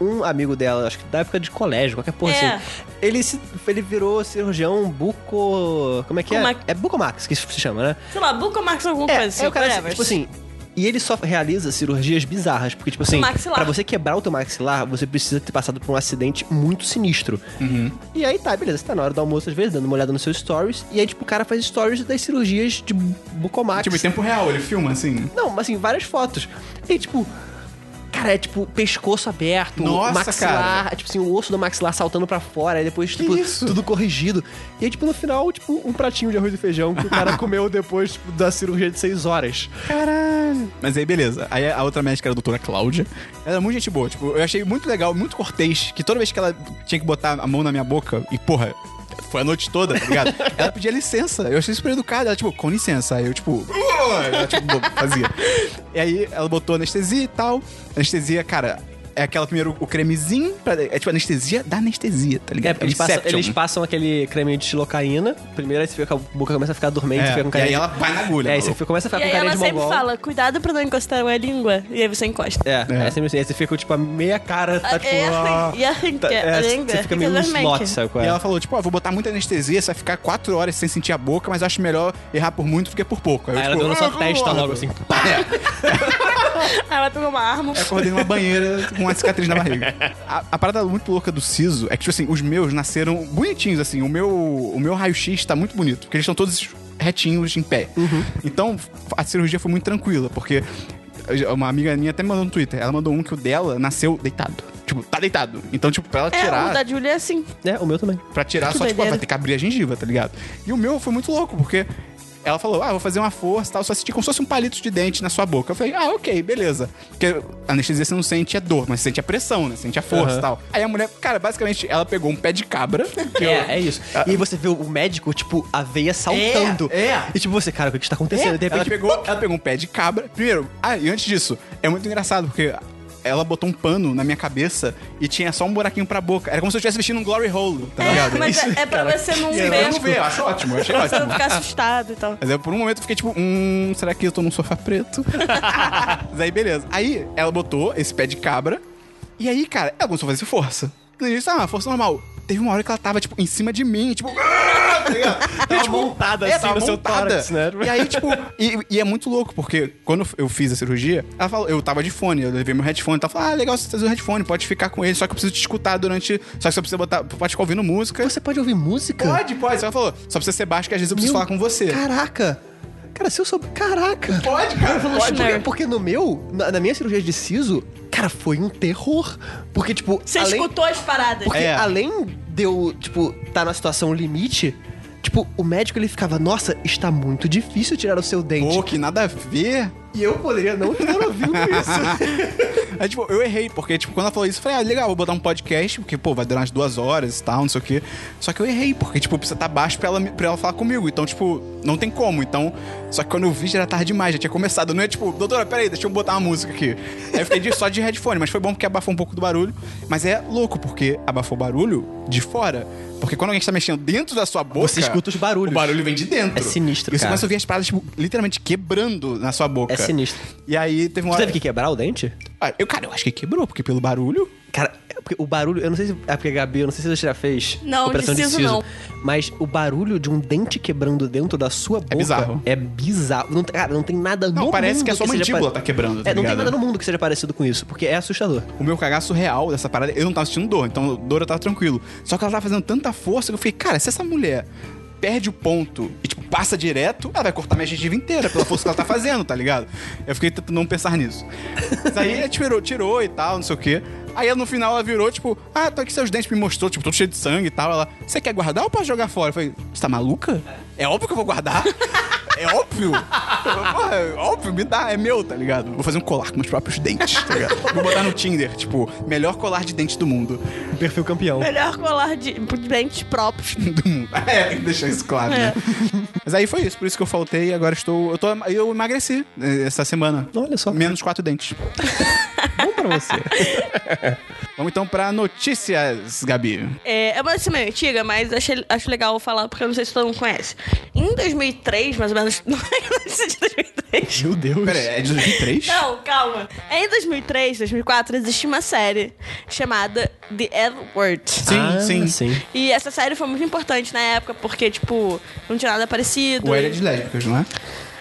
Speaker 3: um amigo dela, acho que da época de colégio, qualquer porra
Speaker 2: É.
Speaker 3: assim, ele, se, ele virou cirurgião buco... Como é que
Speaker 2: Comac-
Speaker 3: é? É bucomax que se chama, né?
Speaker 2: Sei lá, Buco Max alguma
Speaker 3: É,
Speaker 2: coisa assim.
Speaker 3: é o cara,
Speaker 2: whatever.
Speaker 3: tipo assim... E ele só realiza cirurgias bizarras, porque, tipo assim,
Speaker 2: Maxilar.
Speaker 3: pra você quebrar o teu maxilar, você precisa ter passado por um acidente muito sinistro.
Speaker 1: Uhum.
Speaker 3: E aí tá, beleza, você tá na hora do almoço, às vezes, dando uma olhada nos seus stories, e aí, tipo, o cara faz stories das cirurgias de bucomax.
Speaker 1: Tipo, em tempo real, ele filma assim.
Speaker 3: Não, mas assim, várias fotos. E tipo. Cara, é tipo pescoço aberto,
Speaker 1: Nossa,
Speaker 3: maxilar, tipo assim, o osso do maxilar saltando pra fora, aí depois, tipo,
Speaker 1: isso?
Speaker 3: tudo corrigido. E aí, tipo, no final, tipo, um pratinho de arroz e feijão que
Speaker 1: (laughs)
Speaker 3: o cara comeu depois tipo, da cirurgia de seis horas.
Speaker 1: Caralho. Mas aí, beleza. Aí a outra médica era a doutora Cláudia. Ela era muito gente boa. Tipo, eu achei muito legal, muito cortês, que toda vez que ela tinha que botar a mão na minha boca, e porra, foi a noite toda, tá ligado? ela pedia licença. Eu achei super educada. Ela, tipo, com licença. Aí eu, tipo, ela, tipo, fazia. E aí ela botou anestesia e tal. Anestesia, cara. É aquela primeiro, o cremezinho. pra- é tipo anestesia da anestesia, tá ligado?
Speaker 3: É, porque eles passam,
Speaker 1: Inception.
Speaker 3: eles passam aquele creme de xilocaína, primeiro aí você fica, a boca começa a ficar dormente,
Speaker 1: É,
Speaker 3: fica com
Speaker 1: e
Speaker 3: carinha
Speaker 1: aí
Speaker 3: de-
Speaker 1: ela vai na agulha.
Speaker 3: É, aí você
Speaker 1: maluco.
Speaker 3: fica- começa a ficar
Speaker 2: E aí
Speaker 3: com carinha
Speaker 2: ela
Speaker 3: de
Speaker 2: sempre
Speaker 3: mongol.
Speaker 2: fala, cuidado pra não encostar a língua. E aí você encosta.
Speaker 3: É,
Speaker 1: É.
Speaker 3: Aí, sempre, aí você fica, tipo, a meia cara, tá,
Speaker 2: (laughs)
Speaker 3: tipo...
Speaker 2: e
Speaker 3: ah,
Speaker 2: a, É, e a,
Speaker 3: tá-
Speaker 2: a,
Speaker 3: é,
Speaker 2: língua
Speaker 3: você fica meio um
Speaker 2: vermelha.
Speaker 3: slot, sabe qual
Speaker 1: E
Speaker 3: é?
Speaker 1: ela falou, tipo, ó, vou botar muita anestesia, você vai ficar quatro horas sem sentir a boca, mas eu acho melhor errar por muito do que por pouco. Aí eu,
Speaker 3: Aí
Speaker 2: (laughs)
Speaker 3: ela
Speaker 1: tipo,
Speaker 3: deu na
Speaker 1: "Ah,
Speaker 3: sua
Speaker 1: vamos
Speaker 3: testa
Speaker 1: lá."
Speaker 3: logo, assim,
Speaker 1: É.
Speaker 2: Aí ela pegou uma arma.
Speaker 3: É
Speaker 1: Eu acordei numa
Speaker 3: (laughs)
Speaker 1: banheira com uma cicatriz na barriga. A, a parada muito louca do siso é que, tipo assim, os meus nasceram bonitinhos, assim. O meu, o meu raio-x tá muito bonito, porque eles estão todos retinhos em pé.
Speaker 3: Uhum.
Speaker 1: Então, a cirurgia foi muito tranquila, porque uma amiga minha até me mandou no Twitter. Ela mandou um que o dela nasceu deitado. Tipo, tá deitado. Então, tipo, pra ela
Speaker 2: É,
Speaker 1: tirar.
Speaker 2: o da Julia é assim.
Speaker 3: É, o meu também.
Speaker 1: Pra tirar, só,
Speaker 2: Que
Speaker 1: tipo, ah,
Speaker 2: doideira.
Speaker 1: vai ter que abrir a gengiva, tá ligado? E o meu foi muito louco, porque ela falou, ah, vou fazer uma força e tal, só senti como se fosse um palito de dente na sua boca. Eu falei, ah, ok, beleza. Porque a anestesia você não sente a dor, mas você sente a pressão, né? Você sente a força e
Speaker 3: Aham.
Speaker 1: tal. Aí a mulher, cara, basicamente, ela pegou um pé de
Speaker 2: (laughs)
Speaker 1: cabra. que eu-
Speaker 3: É, é isso. E aí você vê o médico, tipo, a veia saltando.
Speaker 1: É, é.
Speaker 3: E tipo, você, cara, o que que tá
Speaker 2: É?
Speaker 3: acontecendo? E de
Speaker 1: ela,
Speaker 3: repente,
Speaker 1: pegou, ela pegou um pé de cabra. Primeiro, ah, e antes disso, é muito engraçado, porque ela botou um pano na minha cabeça e tinha só um buraquinho pra boca. Era como se eu estivesse vestindo um glory hole, tá ligado?
Speaker 2: É, mas
Speaker 3: Isso,
Speaker 2: é, é pra
Speaker 3: cara.
Speaker 2: você não
Speaker 1: E
Speaker 2: ver, tipo,
Speaker 1: eu não vi, eu acho ótimo, eu achei
Speaker 2: pra você
Speaker 1: ótimo.
Speaker 2: não ficar assustado e tal.
Speaker 1: Mas eu, por um momento, eu fiquei tipo, hum, será que eu tô num sofá
Speaker 3: (laughs)
Speaker 1: preto? Mas aí, beleza. Aí, ela botou esse pé de cabra. E aí, cara, ela começou a fazer força. No início, ah, força normal. Teve uma hora que ela tava, tipo, em cima de mim, tipo... (laughs) "Ah", tá ligado?
Speaker 3: tava montada
Speaker 1: É,
Speaker 3: assim
Speaker 1: tava
Speaker 3: no seu
Speaker 1: montada.
Speaker 3: tórax, né?
Speaker 1: E aí, tipo, e, e é muito louco, porque quando eu fiz a cirurgia, ela falou, eu tava de fone, eu levei meu headphone, ela falou, ah, legal você trazer o headphone, pode ficar com ele, só que eu preciso te escutar durante. Só que você precisa botar. Pode ficar ouvindo música.
Speaker 3: Você pode ouvir música?
Speaker 1: Pode, pode. Só Ela falou, só precisa ser baixo que às vezes eu preciso
Speaker 3: Meu-
Speaker 1: falar com você.
Speaker 3: Caraca! Cara, se eu soube. Caraca!
Speaker 1: Pode, cara.
Speaker 3: Pode,
Speaker 2: Revolutionary.
Speaker 3: porque, porque no meu, na, na minha cirurgia de siso, cara, foi um terror. Porque, tipo,
Speaker 2: Você
Speaker 3: além,
Speaker 2: escutou as paradas.
Speaker 3: porque
Speaker 1: É.
Speaker 3: além de eu, tipo, tá na situação limite, tipo, o médico ele ficava, nossa, está muito difícil tirar o seu dente.
Speaker 1: Pô, que nada a ver.
Speaker 3: E eu poderia não estar ouvindo isso.
Speaker 1: Aí, tipo, eu errei, porque, tipo, quando ela falou isso, eu falei, ah, legal, vou botar um podcast, porque, pô, vai durar umas duas horas e tal, não sei o quê. Só que eu errei, porque, tipo, precisa estar baixo pra ela, me- pra ela falar comigo. Então, tipo, não tem como. Então, só que quando eu vi, já era tarde demais, já tinha começado. Eu Não é, tipo, doutora, peraí, deixa eu botar uma música aqui. Aí eu fiquei de- só de headphone, mas foi bom porque abafou um pouco do barulho. Mas é louco, porque abafou o barulho de fora. Porque quando alguém está mexendo dentro da sua boca...
Speaker 3: Você escuta os barulhos.
Speaker 1: O barulho vem de dentro.
Speaker 3: É sinistro,
Speaker 1: E você
Speaker 3: cara.
Speaker 1: começa a ouvir as paradas, tipo, literalmente quebrando na sua boca.
Speaker 3: É sinistro.
Speaker 1: E aí teve uma
Speaker 3: Você
Speaker 1: hora...
Speaker 3: teve que quebrar o dente?
Speaker 1: Ah, Eu, cara, eu acho que quebrou, porque pelo barulho.
Speaker 3: Cara, é porque o barulho, eu não sei se. É porque, Gabi, eu não sei se você já fez.
Speaker 2: Não,
Speaker 3: operação
Speaker 2: de siso
Speaker 3: de siso,
Speaker 2: não.
Speaker 3: Mas o barulho de um dente quebrando dentro da sua boca
Speaker 1: bizarro.
Speaker 3: É bizarro. Não, tem- cara, não tem nada
Speaker 1: Não,
Speaker 3: no
Speaker 1: parece
Speaker 3: mundo
Speaker 1: que a sua
Speaker 3: seja
Speaker 1: mandíbula
Speaker 3: pare-
Speaker 1: tá quebrando, tá
Speaker 3: É, não tem
Speaker 1: ligado?
Speaker 3: nada no mundo que seja parecido com isso, porque é assustador.
Speaker 1: O meu cagaço real dessa parada, eu não tava sentindo dor, então dor eu tava tranquilo. Só que ela tava fazendo tanta força que eu fiquei, cara, se essa mulher perde o ponto e, tipo, passa direto, ela vai cortar minha gengiva inteira pela força que ela tá fazendo, tá ligado? Eu fiquei tentando não pensar nisso. Mas aí ela tirou, tirou e tal, não sei o quê. Aí no final ela virou, tipo, ah, tô aqui seus dentes, me mostrou, tipo, todo cheio de sangue e tal. Ela, você quer guardar ou posso jogar fora? Eu falei, você tá maluca? É óbvio que eu vou guardar. É óbvio. Porra, é óbvio, me dá, é meu, tá ligado? Vou fazer um colar com meus próprios dentes, tá ligado? Vou botar no Tinder, tipo, melhor colar de dente do mundo. (laughs)
Speaker 3: Um Perfil campeão.
Speaker 2: Melhor colar de de dentes próprios.
Speaker 3: Uhum.
Speaker 1: Do mundo. (laughs) É, tem que deixar isso claro, né? Mas aí foi isso, por isso que eu faltei e agora estou. Eu, tô, eu emagreci eh, essa semana.
Speaker 3: Olha só.
Speaker 1: Menos quatro dentes.
Speaker 3: (laughs) Bom pra você.
Speaker 1: Vamos então pra notícias, Gabi.
Speaker 2: É, é uma notícia meio antiga, mas achei, acho legal falar porque eu não sei se todo mundo conhece. Em 2003, mais ou menos. (laughs) Não é a notícia de 2003.
Speaker 3: Meu Deus.
Speaker 1: Pera, é de 2003?
Speaker 2: Não, calma. É Em 2003, 2004, existia uma série chamada The Edward.
Speaker 1: Sim,
Speaker 3: Ah,
Speaker 1: sim.
Speaker 3: sim.
Speaker 2: E essa série foi muito importante na época, porque, tipo, não tinha nada parecido.
Speaker 1: O L é de lésbicas, não é?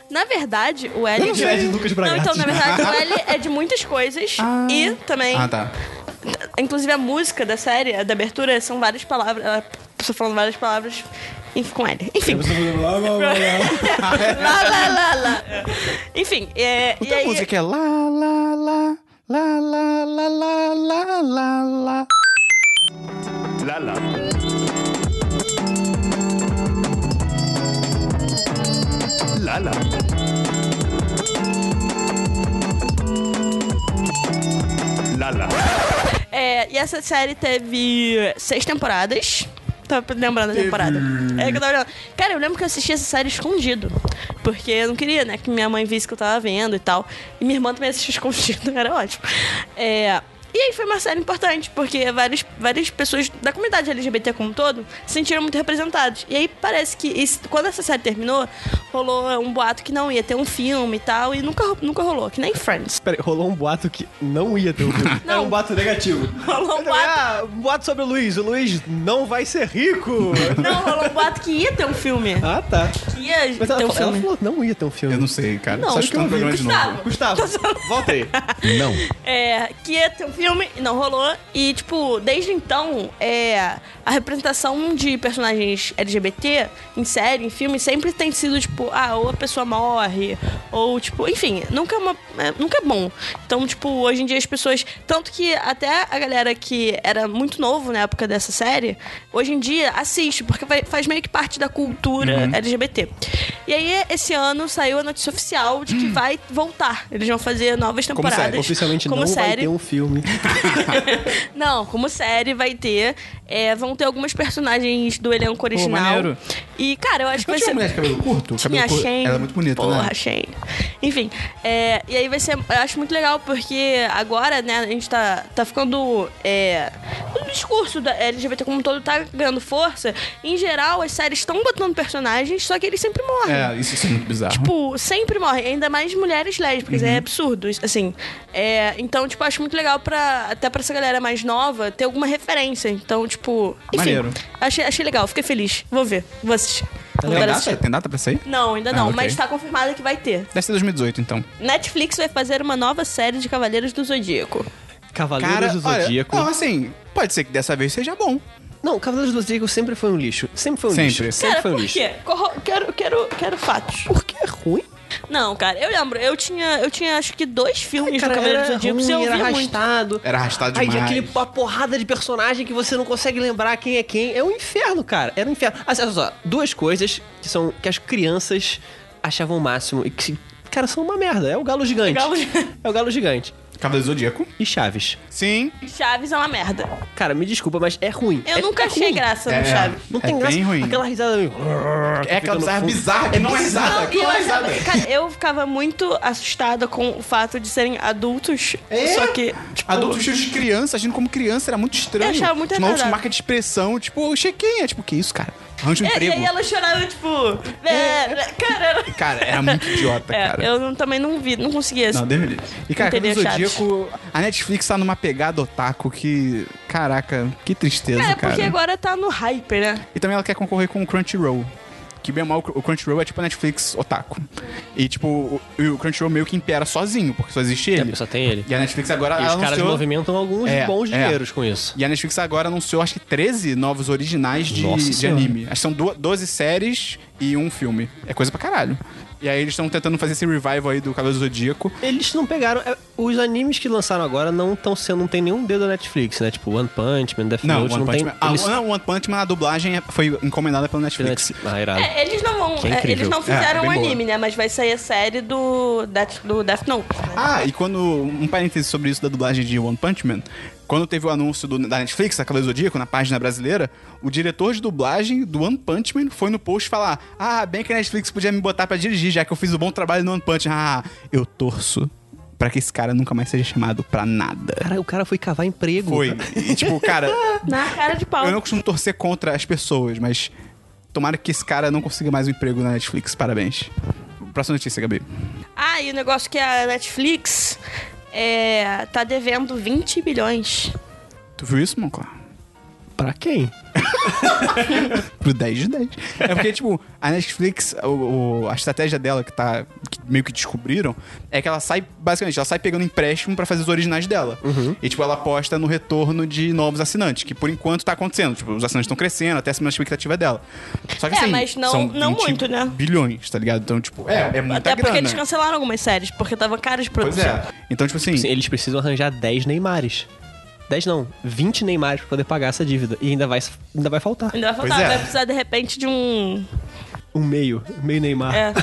Speaker 2: Na verdade, o L
Speaker 3: Eu não sei. L é de Lucas Bragatti.
Speaker 1: (laughs)
Speaker 2: Não, então, na verdade, o L é de muitas coisas. E também.
Speaker 1: Ah, tá.
Speaker 2: Inclusive a música da série, a da abertura, são várias palavras. A pessoa falando várias palavras enfim, com L. Enfim.
Speaker 3: tá
Speaker 1: Ah, é?
Speaker 2: lá, lá, lá, lá. Enfim, é,
Speaker 1: Não
Speaker 2: (laughs) e
Speaker 1: tem
Speaker 2: aí,
Speaker 1: a música que é lá, lá, lá, lá, lá, lá, lá, lá, lá, lá.
Speaker 2: é, e essa série teve seis temporadas. Tava lembrando a temporada. É que eu tava lembrando. Cara, eu lembro que eu assisti essa série escondido. Porque eu não queria, né, (laughs) que minha mãe visse que eu tava vendo e tal. E minha irmã também assistiu escondido, era ótimo. É, E aí foi uma série importante, porque várias, várias pessoas da comunidade LGBT como um todo se sentiram muito representadas. E aí parece que esse- quando essa série terminou, rolou um boato que não ia ter um filme e tal, e nunca, nunca rolou, que nem Friends. (laughs)
Speaker 3: Peraí, rolou um boato que não ia ter um filme.
Speaker 2: Não.
Speaker 3: Era um boato negativo.
Speaker 2: Rolou um boato.
Speaker 3: Ah, um boato sobre o Luiz. O Luiz não vai ser (laughs) rico.
Speaker 2: Não, rolou um boato que ia ter um filme.
Speaker 3: ah, tá.
Speaker 2: Que ia
Speaker 3: Mas ela,
Speaker 2: ter um
Speaker 3: falou- ela
Speaker 2: filme.
Speaker 3: falou que não ia ter um filme.
Speaker 1: Eu não sei, cara.
Speaker 2: Não,
Speaker 1: Só escutando o programa de novo.
Speaker 2: Gustavo.
Speaker 3: Gustavo, volta aí. Não.
Speaker 2: É, que ia ter um filme e não rolou. E, tipo, desde então, é, a representação de personagens LGBT em série, em filme, sempre tem sido, tipo, ah, ou a pessoa morre, ou, tipo, enfim, nunca é, uma, é, nunca é bom. Então, tipo, hoje em dia as pessoas. Tanto que até a galera que era muito novo na época dessa série, hoje em dia assiste, porque vai- faz meio que parte da cultura LGBT. E aí, esse ano saiu a notícia oficial de que vai voltar. Eles vão fazer novas
Speaker 1: Como série,
Speaker 2: temporadas.
Speaker 3: Oficialmente
Speaker 2: como
Speaker 3: não
Speaker 2: série.
Speaker 3: vai ter um filme.
Speaker 2: Não, como série vai ter. é, vão ter alguns personagens do elenco original.
Speaker 1: maneiro.
Speaker 2: e, cara, eu acho que
Speaker 1: Não tinha
Speaker 2: vai ser.
Speaker 1: uma mulher de cabelo curto?
Speaker 2: Tinha a
Speaker 1: cabelo curto.
Speaker 2: Shen.
Speaker 1: Ela é muito bonita,
Speaker 2: Porra,
Speaker 1: né?
Speaker 2: Shen. Enfim, é, e aí vai ser. Eu acho muito legal, porque agora, né, a gente tá, tá ficando. É, o discurso da LGBT como um todo tá ganhando força. Em geral, as séries estão botando personagens, só que eles sempre morrem.
Speaker 1: É, isso, isso é muito bizarro.
Speaker 2: Tipo, sempre morre, ainda mais mulheres lésbicas,
Speaker 3: Uhum.
Speaker 2: é absurdo, isso, assim. É, então, tipo, acho muito legal pra, até pra essa galera mais nova ter alguma referência. Então, tipo, enfim,
Speaker 1: Maneiro.
Speaker 2: achei, achei legal, fiquei feliz. Vou ver, vou assistir.
Speaker 3: Tá
Speaker 2: Vou
Speaker 1: tem,
Speaker 2: para
Speaker 1: data?
Speaker 2: assistir.
Speaker 1: tem data pra sair?
Speaker 2: Não, ainda não,
Speaker 1: Ah, ok.
Speaker 2: mas tá confirmado que vai ter.
Speaker 1: Deve ser 2018, então.
Speaker 2: Netflix vai fazer uma nova série de Cavaleiros do Zodíaco.
Speaker 3: Cavaleiros do
Speaker 1: olha,
Speaker 3: Zodíaco.
Speaker 1: não, assim, pode ser que dessa vez seja bom.
Speaker 3: Não, Cavaleiros do Zodíaco sempre foi um lixo. Sempre foi um
Speaker 1: Sempre.
Speaker 3: lixo. Sempre
Speaker 2: Cara,
Speaker 3: foi um
Speaker 2: por
Speaker 3: lixo.
Speaker 2: quê? Corro- Quero, quero, quero fatos.
Speaker 3: Porque é ruim.
Speaker 2: Não, cara, eu lembro, eu tinha, eu tinha acho que dois filmes
Speaker 3: Cara,
Speaker 2: do Cavaleiros do
Speaker 3: era
Speaker 2: Zodíaco,
Speaker 3: ruim,
Speaker 2: e eu
Speaker 3: era
Speaker 2: via muito.
Speaker 3: arrastado.
Speaker 1: Era arrastado
Speaker 3: Aí
Speaker 1: demais.
Speaker 3: tinha aquele, uma porrada de personagem que você não consegue lembrar quem é quem. É um inferno, cara. Era um inferno. Assim, olha só, duas coisas que são que as crianças achavam o máximo e que, cara, são uma merda. É o galo gigante.
Speaker 2: Galo Gigante.
Speaker 3: É o galo gigante.
Speaker 1: Cavaleiro Zodíaco.
Speaker 3: E Chaves.
Speaker 1: Sim.
Speaker 2: Chaves é uma merda.
Speaker 3: Cara, me desculpa, mas é ruim.
Speaker 2: Eu
Speaker 3: É-
Speaker 2: nunca
Speaker 3: é
Speaker 2: achei
Speaker 3: ruim.
Speaker 2: graça
Speaker 1: É.
Speaker 2: no Chaves.
Speaker 3: Não
Speaker 1: É
Speaker 3: tem graça.
Speaker 1: bem ruim.
Speaker 3: Aquela risada meio...
Speaker 1: É aquela bizarra bizarra que não é risada.
Speaker 2: Não,
Speaker 1: que
Speaker 2: e eu,
Speaker 1: não é risada.
Speaker 2: cara, eu ficava muito assustada com o fato de serem adultos. Só que. Tipo,
Speaker 1: Adultos cheios de criança, agindo como criança, era muito estranho.
Speaker 2: Eu achava muito
Speaker 1: Os malucos
Speaker 2: retardado.
Speaker 1: marca de expressão, tipo, chequinha. Tipo, que isso, cara? Arranja um
Speaker 2: É, e
Speaker 1: emprego.
Speaker 2: aí ela chorava, tipo. É, cara, era-
Speaker 1: Cara, era muito
Speaker 2: (laughs)
Speaker 1: idiota,
Speaker 2: É,
Speaker 1: cara.
Speaker 2: eu não- também não vi, não conseguia.
Speaker 1: Não, Deus me livre. E, cara,
Speaker 2: Não teria
Speaker 1: Cavaleiro Zodíaco... A Netflix tá numa pegada otaku que... Caraca, que tristeza,
Speaker 2: Cara,
Speaker 1: cara.
Speaker 2: é porque agora tá no hype, né?
Speaker 1: E também ela quer concorrer com o Crunchyroll. Que bem ou mal, o Crunchyroll é tipo a Netflix otaku. E tipo, o, e o Crunchyroll meio que impera sozinho, porque só existe ele.
Speaker 3: É, Só tem ele.
Speaker 1: E a Netflix agora
Speaker 3: E os caras
Speaker 1: anunciou...
Speaker 3: movimentam alguns
Speaker 1: É,
Speaker 3: bons
Speaker 1: é.
Speaker 3: dinheiros com isso.
Speaker 1: E a Netflix agora anunciou, acho que 13 novos originais de,
Speaker 3: Nossa
Speaker 1: de
Speaker 3: Senhora.
Speaker 1: anime. Acho que são du- 12 séries e um filme. É coisa pra caralho. E aí eles estão tentando fazer esse revival aí do Cavaleiro Zodíaco.
Speaker 3: Eles não pegaram. é, Os animes que lançaram agora não estão sendo. Não tem nenhum dedo da Netflix, né? Tipo One Punch Man, Death
Speaker 1: Não,
Speaker 3: Note.
Speaker 1: One
Speaker 3: não
Speaker 1: Punch
Speaker 3: tem.
Speaker 1: Man. Ah,
Speaker 3: eles- (laughs)
Speaker 1: não, One Punch Man, a dublagem é- foi encomendada pela Netflix.
Speaker 3: Ah, irado.
Speaker 2: É, eles não vão.
Speaker 3: Que
Speaker 2: é,
Speaker 3: é incrível.
Speaker 2: eles não fizeram
Speaker 1: Tá. É,
Speaker 2: um
Speaker 1: bem boa.
Speaker 2: anime, né? Mas vai sair a série do Death, do Death Note. né?
Speaker 1: Ah, e quando. Um parêntese sobre isso da dublagem de One Punch Man. Quando teve o anúncio do- da Netflix, da Cavaleiro Zodíaco, na página brasileira, o diretor de dublagem do One Punch Man foi no post falar: Ah, bem que a Netflix podia me botar pra dirigir, já que eu fiz um bom trabalho no One Punch. Man. Ah, eu torço pra que esse cara nunca mais seja chamado pra nada.
Speaker 3: Cara, o cara foi cavar emprego.
Speaker 1: Foi. E, tipo, cara,
Speaker 2: Na cara de pau.
Speaker 1: eu não costumo torcer contra as pessoas, mas tomara que esse cara não consiga mais um emprego na Netflix. Parabéns. Próxima notícia, Gabi.
Speaker 2: Ah, e o negócio que a Netflix é, tá devendo 20 bilhões.
Speaker 1: Tu viu isso, Monclar?
Speaker 3: Pra quem?
Speaker 1: Pro 10 de 10. É porque, tipo, a Netflix, o- o- a estratégia dela que tá. Que meio que descobriram, é que ela sai, basicamente, ela sai pegando empréstimo pra fazer os originais dela. E, tipo, ela aposta no retorno de novos assinantes, que por enquanto tá acontecendo. Tipo, os assinantes estão crescendo, até acima da expectativa dela. Só que
Speaker 2: É,
Speaker 1: assim.
Speaker 2: mas não-
Speaker 1: são
Speaker 2: não
Speaker 1: 20
Speaker 2: muito, né?
Speaker 1: Bilhões, tá ligado? Então, tipo, é, é muita
Speaker 2: Até porque
Speaker 1: grana.
Speaker 2: eles cancelaram algumas séries, porque tava caro de
Speaker 1: Pois
Speaker 2: produção.
Speaker 1: é. Então, tipo assim.
Speaker 3: Assim, eles precisam arranjar 10 Neymares. 10 não, 20 Neymares pra poder pagar essa dívida. E ainda vai, ainda vai faltar.
Speaker 2: Ainda vai
Speaker 1: Pois
Speaker 2: faltar,
Speaker 1: é.
Speaker 2: vai precisar de repente de um.
Speaker 3: Um meio. Meio Neymar.
Speaker 2: É,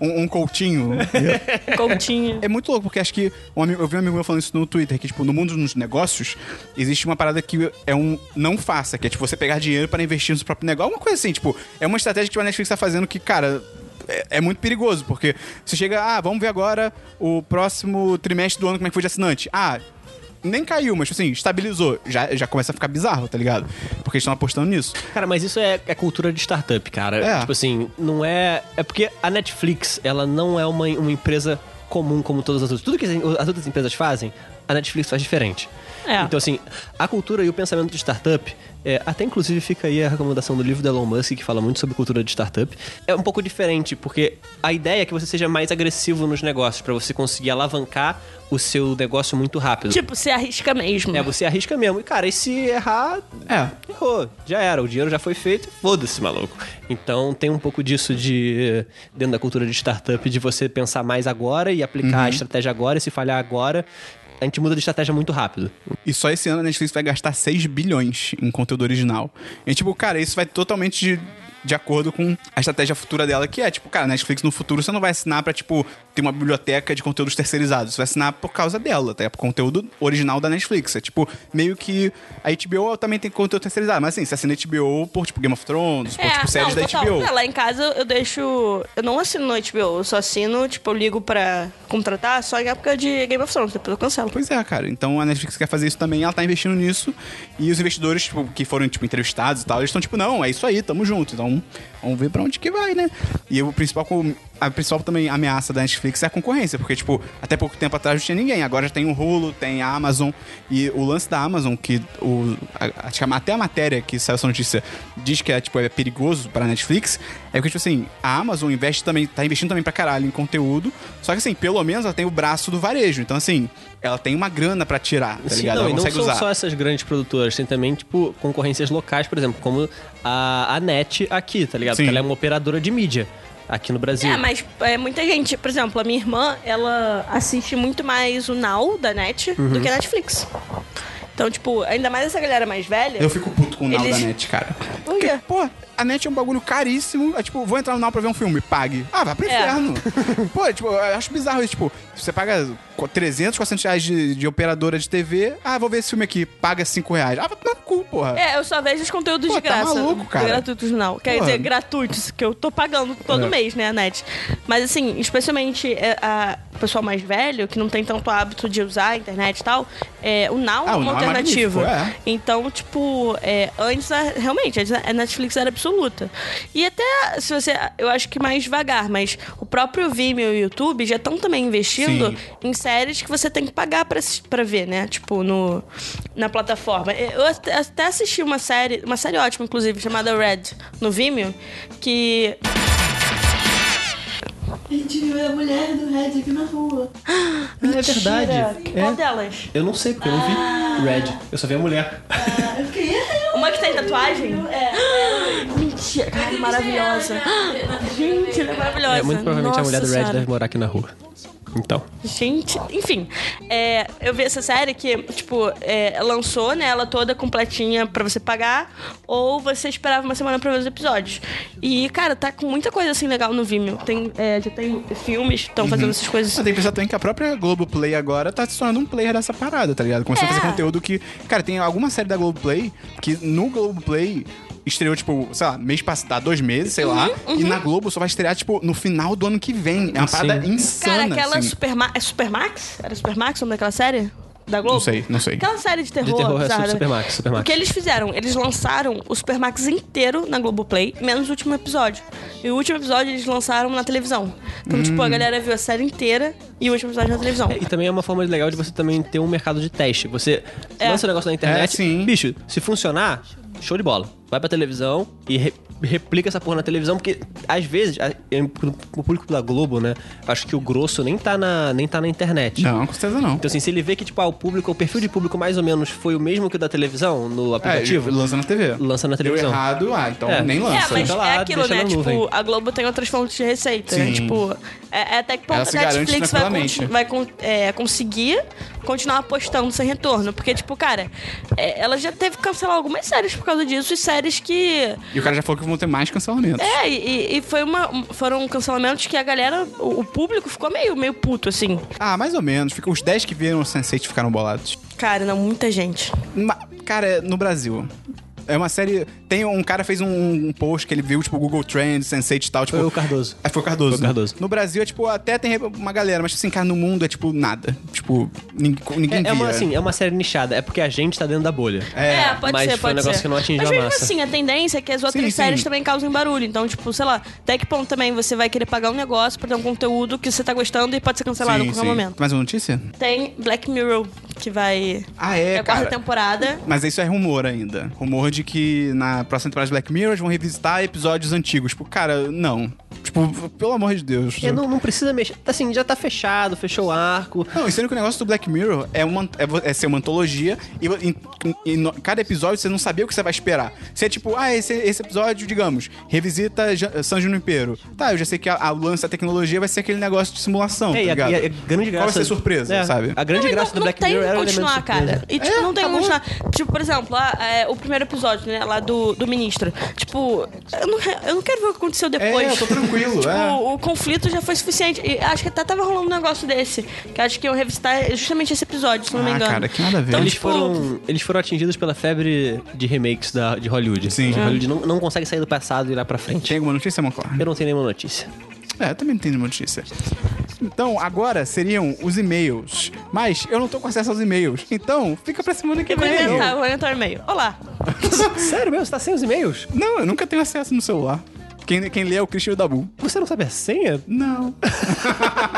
Speaker 1: Um, um coutinho.
Speaker 2: um
Speaker 1: (laughs)
Speaker 2: coutinho.
Speaker 1: É muito louco, porque acho que um ami- eu vi um amigo meu falando isso no Twitter, que, tipo, no mundo dos negócios, existe uma parada que é um não faça, que é, tipo, você pegar dinheiro para investir no seu próprio negócio. Uma coisa assim, tipo, é uma estratégia que tipo, a Netflix tá fazendo que, cara. é- É muito perigoso, porque você chega, ah, vamos ver agora o próximo trimestre do ano como é que foi de assinante. Ah, nem caiu, mas tipo assim, estabilizou. Já, já começa a ficar bizarro, tá ligado? Porque eles estão apostando nisso.
Speaker 3: Cara, mas isso é, é cultura de startup, cara.
Speaker 1: É.
Speaker 3: Tipo assim, não é. É porque a Netflix, ela não é uma, uma empresa comum como todas as outras. Tudo que as outras empresas fazem, a Netflix faz diferente.
Speaker 2: É.
Speaker 3: Então, assim, a cultura e o pensamento de startup, é, até inclusive fica aí a recomendação do livro do Elon Musk, que fala muito sobre cultura de startup, é um pouco diferente, porque a ideia é que você seja mais agressivo nos negócios, pra você conseguir alavancar o seu negócio muito rápido.
Speaker 2: Tipo, se arrisca mesmo.
Speaker 3: É, você arrisca mesmo. E, cara, e se errar,
Speaker 1: É.
Speaker 3: errou. Já era, o dinheiro já foi feito, foda-se, maluco. Então tem um pouco disso de. dentro da cultura de startup, de você pensar mais agora e aplicar a estratégia agora, e se falhar agora. A gente muda de estratégia muito rápido. tá
Speaker 1: E só esse ano a Netflix vai gastar 6 bilhões em conteúdo original. E tipo, cara, isso vai totalmente de, de acordo com a estratégia futura dela, que é, tipo, cara, Netflix no futuro você não vai assinar pra, tipo, ter uma biblioteca de conteúdos terceirizados. Você vai assinar por causa dela, tá? Por conteúdo original da Netflix. É tipo, meio que a HBO também tem conteúdo terceirizado. Mas assim, você assina HBO por, tipo, Game of Thrones, por, tipo, séries
Speaker 2: É, não,
Speaker 1: da
Speaker 2: total.
Speaker 1: HBO.
Speaker 2: É, lá em casa eu deixo. Eu não assino no HBO, eu só assino, tipo, eu ligo pra contratar só em época de Game of Thrones, depois eu cancelo.
Speaker 1: Pois é, cara. Então a Netflix quer fazer isso também, ela tá investindo nisso. E os investidores, tipo, que foram, tipo, entrevistados e tal, eles estão tipo, não, é isso aí, tamo junto. Então, vamos ver pra onde que vai, né? E o principal, com- a principal também ameaça da Netflix é a concorrência, porque, tipo, até pouco tempo atrás não tinha ninguém. Agora já tem o Hulu, tem a Amazon. E o lance da Amazon, que o, a- acho que até a matéria que saiu essa notícia diz que é, tipo, é perigoso pra Netflix, é porque, tipo assim, a Amazon investe também, tá investindo também pra caralho em conteúdo, só que, assim, pelo menos ela tem o braço do varejo. Então, assim, ela tem uma grana pra tirar, tá
Speaker 3: Sim,
Speaker 1: ligado?
Speaker 3: não,
Speaker 1: ela
Speaker 3: e não
Speaker 1: consegue
Speaker 3: são
Speaker 1: usar.
Speaker 3: só essas grandes produtoras, tem também, tipo, concorrências locais, por exemplo, como a, a NET aqui, tá ligado?
Speaker 1: Sim.
Speaker 3: Porque ela é uma operadora de mídia aqui no Brasil.
Speaker 2: É, mas é, muita gente, por exemplo, a minha irmã, ela assiste muito mais o Now da Net
Speaker 1: Uhum.
Speaker 2: do que a Netflix. Então, tipo, ainda mais essa galera mais velha.
Speaker 1: Eu fico puto com o Now
Speaker 2: Eles-
Speaker 1: da net, cara.
Speaker 2: Por quê?
Speaker 1: pô, a net é um bagulho caríssimo. É tipo, vou entrar no Now pra ver um filme, pague. Ah, vai pro
Speaker 2: É.
Speaker 3: (laughs)
Speaker 1: inferno. pô, tipo, eu acho bizarro isso. Tipo, você paga co- 300, 400 reais de, de operadora de TV. Ah, vou ver esse filme aqui, paga 5 reais. Ah, vai tomar no cu, porra.
Speaker 2: É, eu só vejo os conteúdos
Speaker 1: Pô,
Speaker 2: de
Speaker 1: tá
Speaker 2: graça.
Speaker 1: maluco, cara.
Speaker 2: Gratuitos não. Quer
Speaker 1: Porra.
Speaker 2: dizer, gratuitos, que eu tô pagando todo
Speaker 1: É.
Speaker 2: mês, né, a net. Mas assim, especialmente é, a o pessoal mais velho, que não tem tanto hábito de usar a internet e tal, é, o Now
Speaker 1: Ah,
Speaker 2: é
Speaker 1: o Now
Speaker 2: uma
Speaker 1: é
Speaker 2: alternativa.
Speaker 1: magnífico,
Speaker 2: Então, tipo, é, antes, a- realmente, antes a Netflix era absoluta. E até, se você. Eu acho que mais devagar, mas o próprio Vimeo e o YouTube já estão também investindo
Speaker 1: Sim.
Speaker 2: em séries que você tem que pagar pra, assis- pra ver, né? Tipo, no, na plataforma. Eu at- até assisti uma série, uma série ótima, inclusive, chamada Red, no Vimeo, que. A gente viu a mulher do Red aqui na rua.
Speaker 3: É verdade.
Speaker 2: Qual
Speaker 3: É.
Speaker 2: delas?
Speaker 3: Eu não sei, porque eu não
Speaker 2: Ah.
Speaker 3: vi Red. Eu só vi a mulher.
Speaker 2: Uma que tem tatuagem? É. (gasps) Mentira, cara, maravilhosa. Gente, ela é maravilhosa.
Speaker 3: É, muito provavelmente a
Speaker 2: Nossa
Speaker 3: mulher do Red
Speaker 2: Senhora.
Speaker 3: deve morar aqui na rua. Então.
Speaker 2: Gente, enfim. é, eu vi essa série que, tipo, é, lançou, né? Ela toda completinha pra você pagar. Ou você esperava uma semana pra ver os episódios. E, cara, tá com muita coisa assim legal no Vimeo. Tem, é, já tem filmes que estão fazendo essas coisas.
Speaker 1: Mas tem que pensar também que a própria Globoplay agora tá se tornando um player dessa parada, tá ligado? Começou a
Speaker 2: É.
Speaker 1: fazer conteúdo que. Cara, tem alguma série da Globoplay que no Globoplay estreou, tipo, sei lá, mês passado, há dois meses, sei lá.
Speaker 2: Uhum,
Speaker 1: E na Globo só vai estrear, tipo, no final do ano que vem. É uma parada
Speaker 3: Sim.
Speaker 1: insana.
Speaker 2: Cara, aquela
Speaker 1: assim.
Speaker 2: Superma é Supermax? Era Supermax o nome daquela série? Da Globo?
Speaker 1: Não sei, não sei.
Speaker 2: Aquela série de terror.
Speaker 3: De terror é
Speaker 2: bizarra, né?
Speaker 3: Supermax, Supermax.
Speaker 2: O que eles fizeram? Eles lançaram o Supermax inteiro na Globoplay, menos o último episódio. E o último episódio eles lançaram na televisão. Então,
Speaker 1: Hum.
Speaker 2: tipo, a galera viu a série inteira e o último episódio na televisão.
Speaker 3: E também é uma forma legal de você também ter um mercado de teste. Você
Speaker 2: É.
Speaker 3: lança o negócio na internet,
Speaker 1: É, sim.
Speaker 3: bicho, se funcionar, show de bola. Vai pra televisão e re- replica essa porra na televisão, porque às vezes, a- em- pro- pro público da Globo, né? Acho que o grosso nem tá na, nem tá na internet.
Speaker 1: Não, com certeza não. É,
Speaker 3: Então, assim, se ele vê que, tipo, ah, o público, o perfil de público mais ou menos foi o mesmo que o da televisão no
Speaker 1: É,
Speaker 3: aplicativo.
Speaker 1: lança na TV.
Speaker 3: Lança na televisão.
Speaker 1: Deu errado, ah, então
Speaker 3: É.
Speaker 1: nem lança.
Speaker 2: É, mas
Speaker 3: Fica lá,
Speaker 2: é aquilo,
Speaker 3: deixa
Speaker 2: né?
Speaker 3: na
Speaker 2: Tipo,
Speaker 3: nuvem.
Speaker 2: a Globo tem outras fontes de receita, né?
Speaker 1: Sim.
Speaker 2: Tipo, é, é até que ponto
Speaker 1: Ela
Speaker 2: a
Speaker 1: se garante né?
Speaker 2: Netflix vai,
Speaker 1: tranquilamente.
Speaker 2: con- vai con- é, conseguir continuar apostando sem retorno. Porque, tipo, cara, é, ela já teve que cancelar algumas séries por causa disso e séries que.
Speaker 1: E o cara já falou que vão ter mais cancelamentos.
Speaker 2: É, e, e foi uma, um- foram cancelamentos que a galera, o, o público ficou meio, meio puto, assim.
Speaker 1: Ah, mais ou menos. Fica- Os 10 que viram o Sense8 ficaram bolados.
Speaker 2: Cara, não, muita gente.
Speaker 1: Ma- Cara, no Brasil. É uma série. Tem um cara fez um, um post que ele viu, tipo, Google Trends, Sense8 e tal. Tipo,
Speaker 3: Foi o Cardoso.
Speaker 1: Ah, foi o Cardoso.
Speaker 3: Foi o
Speaker 1: né?
Speaker 3: Cardoso.
Speaker 1: No Brasil, é, tipo, até tem uma galera, mas assim, cara, no mundo é tipo nada. Tipo, nin- ninguém
Speaker 3: É, é uma,
Speaker 1: via.
Speaker 3: assim, é uma série nichada. É porque a gente tá dentro da bolha.
Speaker 2: É, pode
Speaker 3: mas
Speaker 2: ser,
Speaker 3: foi
Speaker 2: pode
Speaker 3: um negócio
Speaker 2: ser.
Speaker 3: que não atingiu
Speaker 2: Mas
Speaker 3: a
Speaker 2: mesmo
Speaker 3: massa.
Speaker 2: assim, a tendência é que as outras
Speaker 1: Sim, sim.
Speaker 2: séries também causem barulho. Então, tipo, sei lá, até que ponto também você vai querer pagar um negócio pra ter um conteúdo que você tá gostando e pode ser cancelado a
Speaker 1: Sim,
Speaker 2: qualquer
Speaker 1: sim.
Speaker 2: momento.
Speaker 1: Mais uma notícia?
Speaker 2: Tem Black Mirror, que vai.
Speaker 1: Ah, é,
Speaker 2: a
Speaker 1: cara.
Speaker 2: quarta temporada.
Speaker 1: Mas isso é rumor ainda. Rumor de que na próxima temporada de Black Mirror eles vão revisitar episódios antigos. Tipo, cara, não. Tipo, pelo amor de Deus.
Speaker 3: É, não, não precisa mexer. Assim, já tá fechado, fechou o arco.
Speaker 1: Não, e sendo que o negócio do Black Mirror é, uma, é, vo- é ser uma antologia e, vo- em- em no- cada episódio você não sabia o que você vai esperar. Você é tipo, ah, esse, esse episódio, digamos, revisita Ja- San Junipero. Tá, eu já sei que a, a- o lance da tecnologia vai ser aquele negócio de simulação,
Speaker 3: É,
Speaker 1: tá
Speaker 3: e a,
Speaker 1: ligado?
Speaker 3: e a grande graça.
Speaker 1: Qual vai ser a surpresa,
Speaker 3: É,
Speaker 1: sabe?
Speaker 3: A grande
Speaker 2: Não,
Speaker 3: graça
Speaker 2: não,
Speaker 3: do Black
Speaker 2: não
Speaker 3: Mirror é
Speaker 2: tem
Speaker 3: era o
Speaker 2: como
Speaker 3: elemento
Speaker 2: continuar,
Speaker 3: surpresa.
Speaker 2: cara. E, tipo,
Speaker 1: É,
Speaker 2: não tem como
Speaker 1: acabou.
Speaker 2: continuar. Tipo, por exemplo, lá, é, o primeiro episódio, né, lá do, do ministro. Tipo, eu não, eu não quero ver o que aconteceu depois.
Speaker 1: É, eu tô tranquilo,
Speaker 2: tipo,
Speaker 1: é.
Speaker 2: o conflito já foi suficiente. E acho que até tava rolando um negócio desse. Que acho que iam revisitar é justamente esse episódio, se não me
Speaker 1: Ah,
Speaker 2: engano.
Speaker 1: cara, que nada a ver.
Speaker 2: Então,
Speaker 1: Eles
Speaker 3: Eles,
Speaker 2: tipo,
Speaker 3: foram, eles foram atingidos pela febre de remakes da, de Hollywood.
Speaker 1: Sim.
Speaker 3: De Hollywood não, não consegue sair do passado e ir lá pra frente.
Speaker 1: Tem alguma notícia, Monclar?
Speaker 3: Eu não tenho nenhuma notícia.
Speaker 1: É, eu também não tenho nenhuma notícia. Então, agora seriam os e-mails. Mas eu não tô com acesso aos e-mails. Então, fica pra semana que
Speaker 2: eu vou
Speaker 1: vem.
Speaker 2: inventar, eu vou inventar um e-mail. Olá.
Speaker 3: Sério mesmo? Você tá sem os e-mails?
Speaker 1: Não, eu nunca tenho acesso no celular. Quem, quem lê é o Christian e o Dabu.
Speaker 3: Você não sabe a senha?
Speaker 1: Não. (laughs)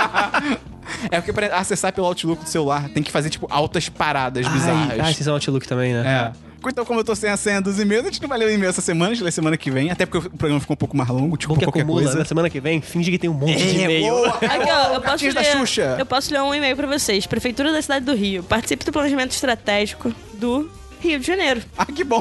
Speaker 1: é porque pra acessar pelo Outlook do celular tem que fazer, tipo, altas paradas
Speaker 3: Ai, ai,
Speaker 1: bizarras.
Speaker 3: Ah, vocês são Outlook também, né?
Speaker 1: É. Então, como eu tô sem a senha dos e-mails, a gente não vai ler o e-mail essa semana, a gente lê semana que vem, até porque o programa ficou um pouco mais longo, tipo,
Speaker 3: Bom que
Speaker 1: qualquer
Speaker 3: acumula,
Speaker 1: coisa.
Speaker 3: na semana que vem, finge que tem um monte de
Speaker 1: É,
Speaker 3: e-mail.
Speaker 1: boa.
Speaker 2: Aqui, ó,
Speaker 1: (laughs)
Speaker 2: eu, posso
Speaker 1: Cartinhas
Speaker 2: ler,
Speaker 1: da Xuxa.
Speaker 2: eu posso ler um e-mail pra vocês. Prefeitura da cidade do Rio. Participe do planejamento estratégico do Rio de Janeiro.
Speaker 1: Ah, que bom.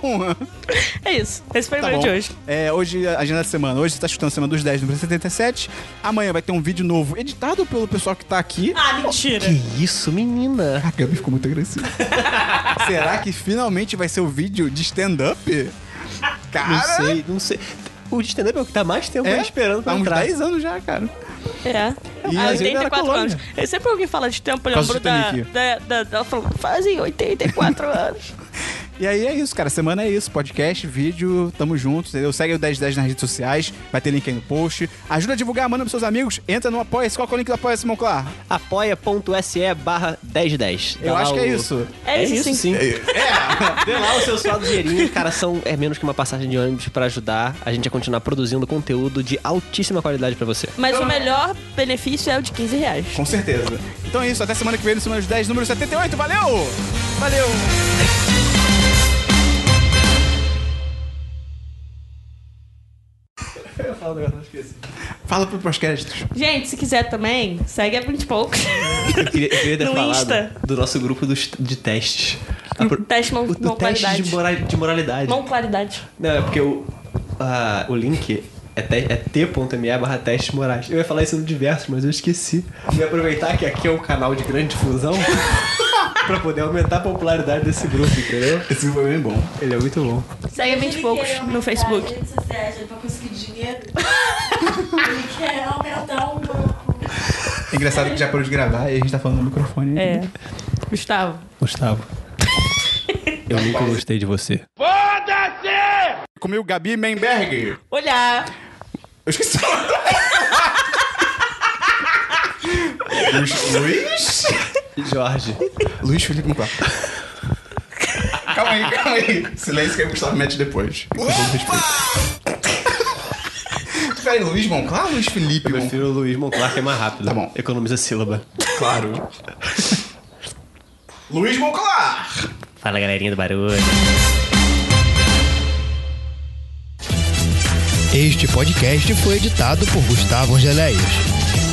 Speaker 2: É isso. Esse foi o
Speaker 1: Tá
Speaker 2: e-mail
Speaker 1: bom.
Speaker 2: de hoje.
Speaker 1: É, hoje, a agenda da semana. Hoje você tá chutando a semana dos 10, número 77. Amanhã vai ter um vídeo novo editado pelo pessoal que tá aqui. Ah,
Speaker 2: Ah, mentira.
Speaker 3: Que isso, menina?
Speaker 1: A Gabi ficou muito
Speaker 3: (laughs)
Speaker 1: agressiva. Será que finalmente vai ser o vídeo de stand-up? Cara,
Speaker 3: Não sei, não sei. O de stand-up é o que tá mais tempo
Speaker 1: É,
Speaker 3: esperando
Speaker 1: Tá
Speaker 3: pra
Speaker 1: uns
Speaker 3: entrar.
Speaker 1: 10 anos já, cara.
Speaker 2: É.
Speaker 1: E
Speaker 2: Há
Speaker 1: às vezes era
Speaker 2: 84 anos.
Speaker 1: colônia.
Speaker 2: Eu sempre alguém fala de tempo, eu
Speaker 1: Causa
Speaker 2: lembro
Speaker 1: do
Speaker 2: da,
Speaker 1: Titanic.
Speaker 2: da, da, Ela falou, fazem 84 anos.
Speaker 1: E aí é isso, cara. Semana é isso. Podcast, vídeo, tamo junto, entendeu? Segue o 1010 nas redes sociais, vai ter link aí no post. Ajuda a divulgar, manda pros seus amigos. Entra no Apoia-se. Qual que é o link do Apoia-se, Monclar?
Speaker 3: apoia.se barra 1010.
Speaker 1: Eu acho que é isso.
Speaker 2: É isso, sim.
Speaker 3: É, Vê lá o seu suado dinheirinho. Cara, são, é menos que uma passagem de ônibus pra ajudar a gente a continuar produzindo conteúdo de altíssima qualidade pra você.
Speaker 2: Mas o melhor benefício é o de 15 reais.
Speaker 1: Com certeza. Então é isso. Até semana que vem, no Semana dos 10, número 78. Valeu! Valeu! Fala pro pós-créditos.
Speaker 2: Gente, se quiser também, segue a 20 e poucos.
Speaker 3: Eu queria, eu queria ter
Speaker 2: No
Speaker 3: falado
Speaker 2: Insta.
Speaker 3: do nosso grupo dos, de testes. A pro-
Speaker 2: (laughs) Teste mão,
Speaker 3: o do
Speaker 2: mão
Speaker 3: teste
Speaker 2: qualidade.
Speaker 3: de, mora- de moralidade.
Speaker 2: Mão qualidade.
Speaker 3: Não, é porque o, ah, o link é, te- é t.me barra testes morais. Eu ia falar isso no diversos, mas eu esqueci. E aproveitar que aqui é um canal de grande difusão (laughs) pra poder aumentar a popularidade desse grupo, entendeu?
Speaker 1: Esse foi bem bom.
Speaker 3: Ele é muito bom.
Speaker 2: Segue a 20 e poucos no Facebook.
Speaker 6: redes sociais ele pra conseguir dinheiro. (laughs) ele quer aumentar um o banco.
Speaker 1: É engraçado que já parou de gravar e a gente tá falando no microfone.
Speaker 2: É. Gustavo.
Speaker 3: Gustavo. Eu nunca gostei de você.
Speaker 1: Comigo Gabi Menberg.
Speaker 2: Olhar.
Speaker 1: Eu (laughs) esqueci. Luiz, Luiz?
Speaker 3: Jorge.
Speaker 1: Luiz Felipe Mugá. Calma aí, calma aí. Silêncio que o Gustavo mete depois. Com todo respeito. Peraí, Luiz Monclar ou Luiz Felipe
Speaker 3: Eu
Speaker 1: Monclar?
Speaker 3: prefiro o Luiz Monclar, que é mais rápido.
Speaker 1: Tá bom.
Speaker 3: Economiza sílaba.
Speaker 1: Claro. Luiz Monclar!
Speaker 3: Fala, galerinha do barulho.
Speaker 5: Este podcast foi editado por Gustavo Angeléias.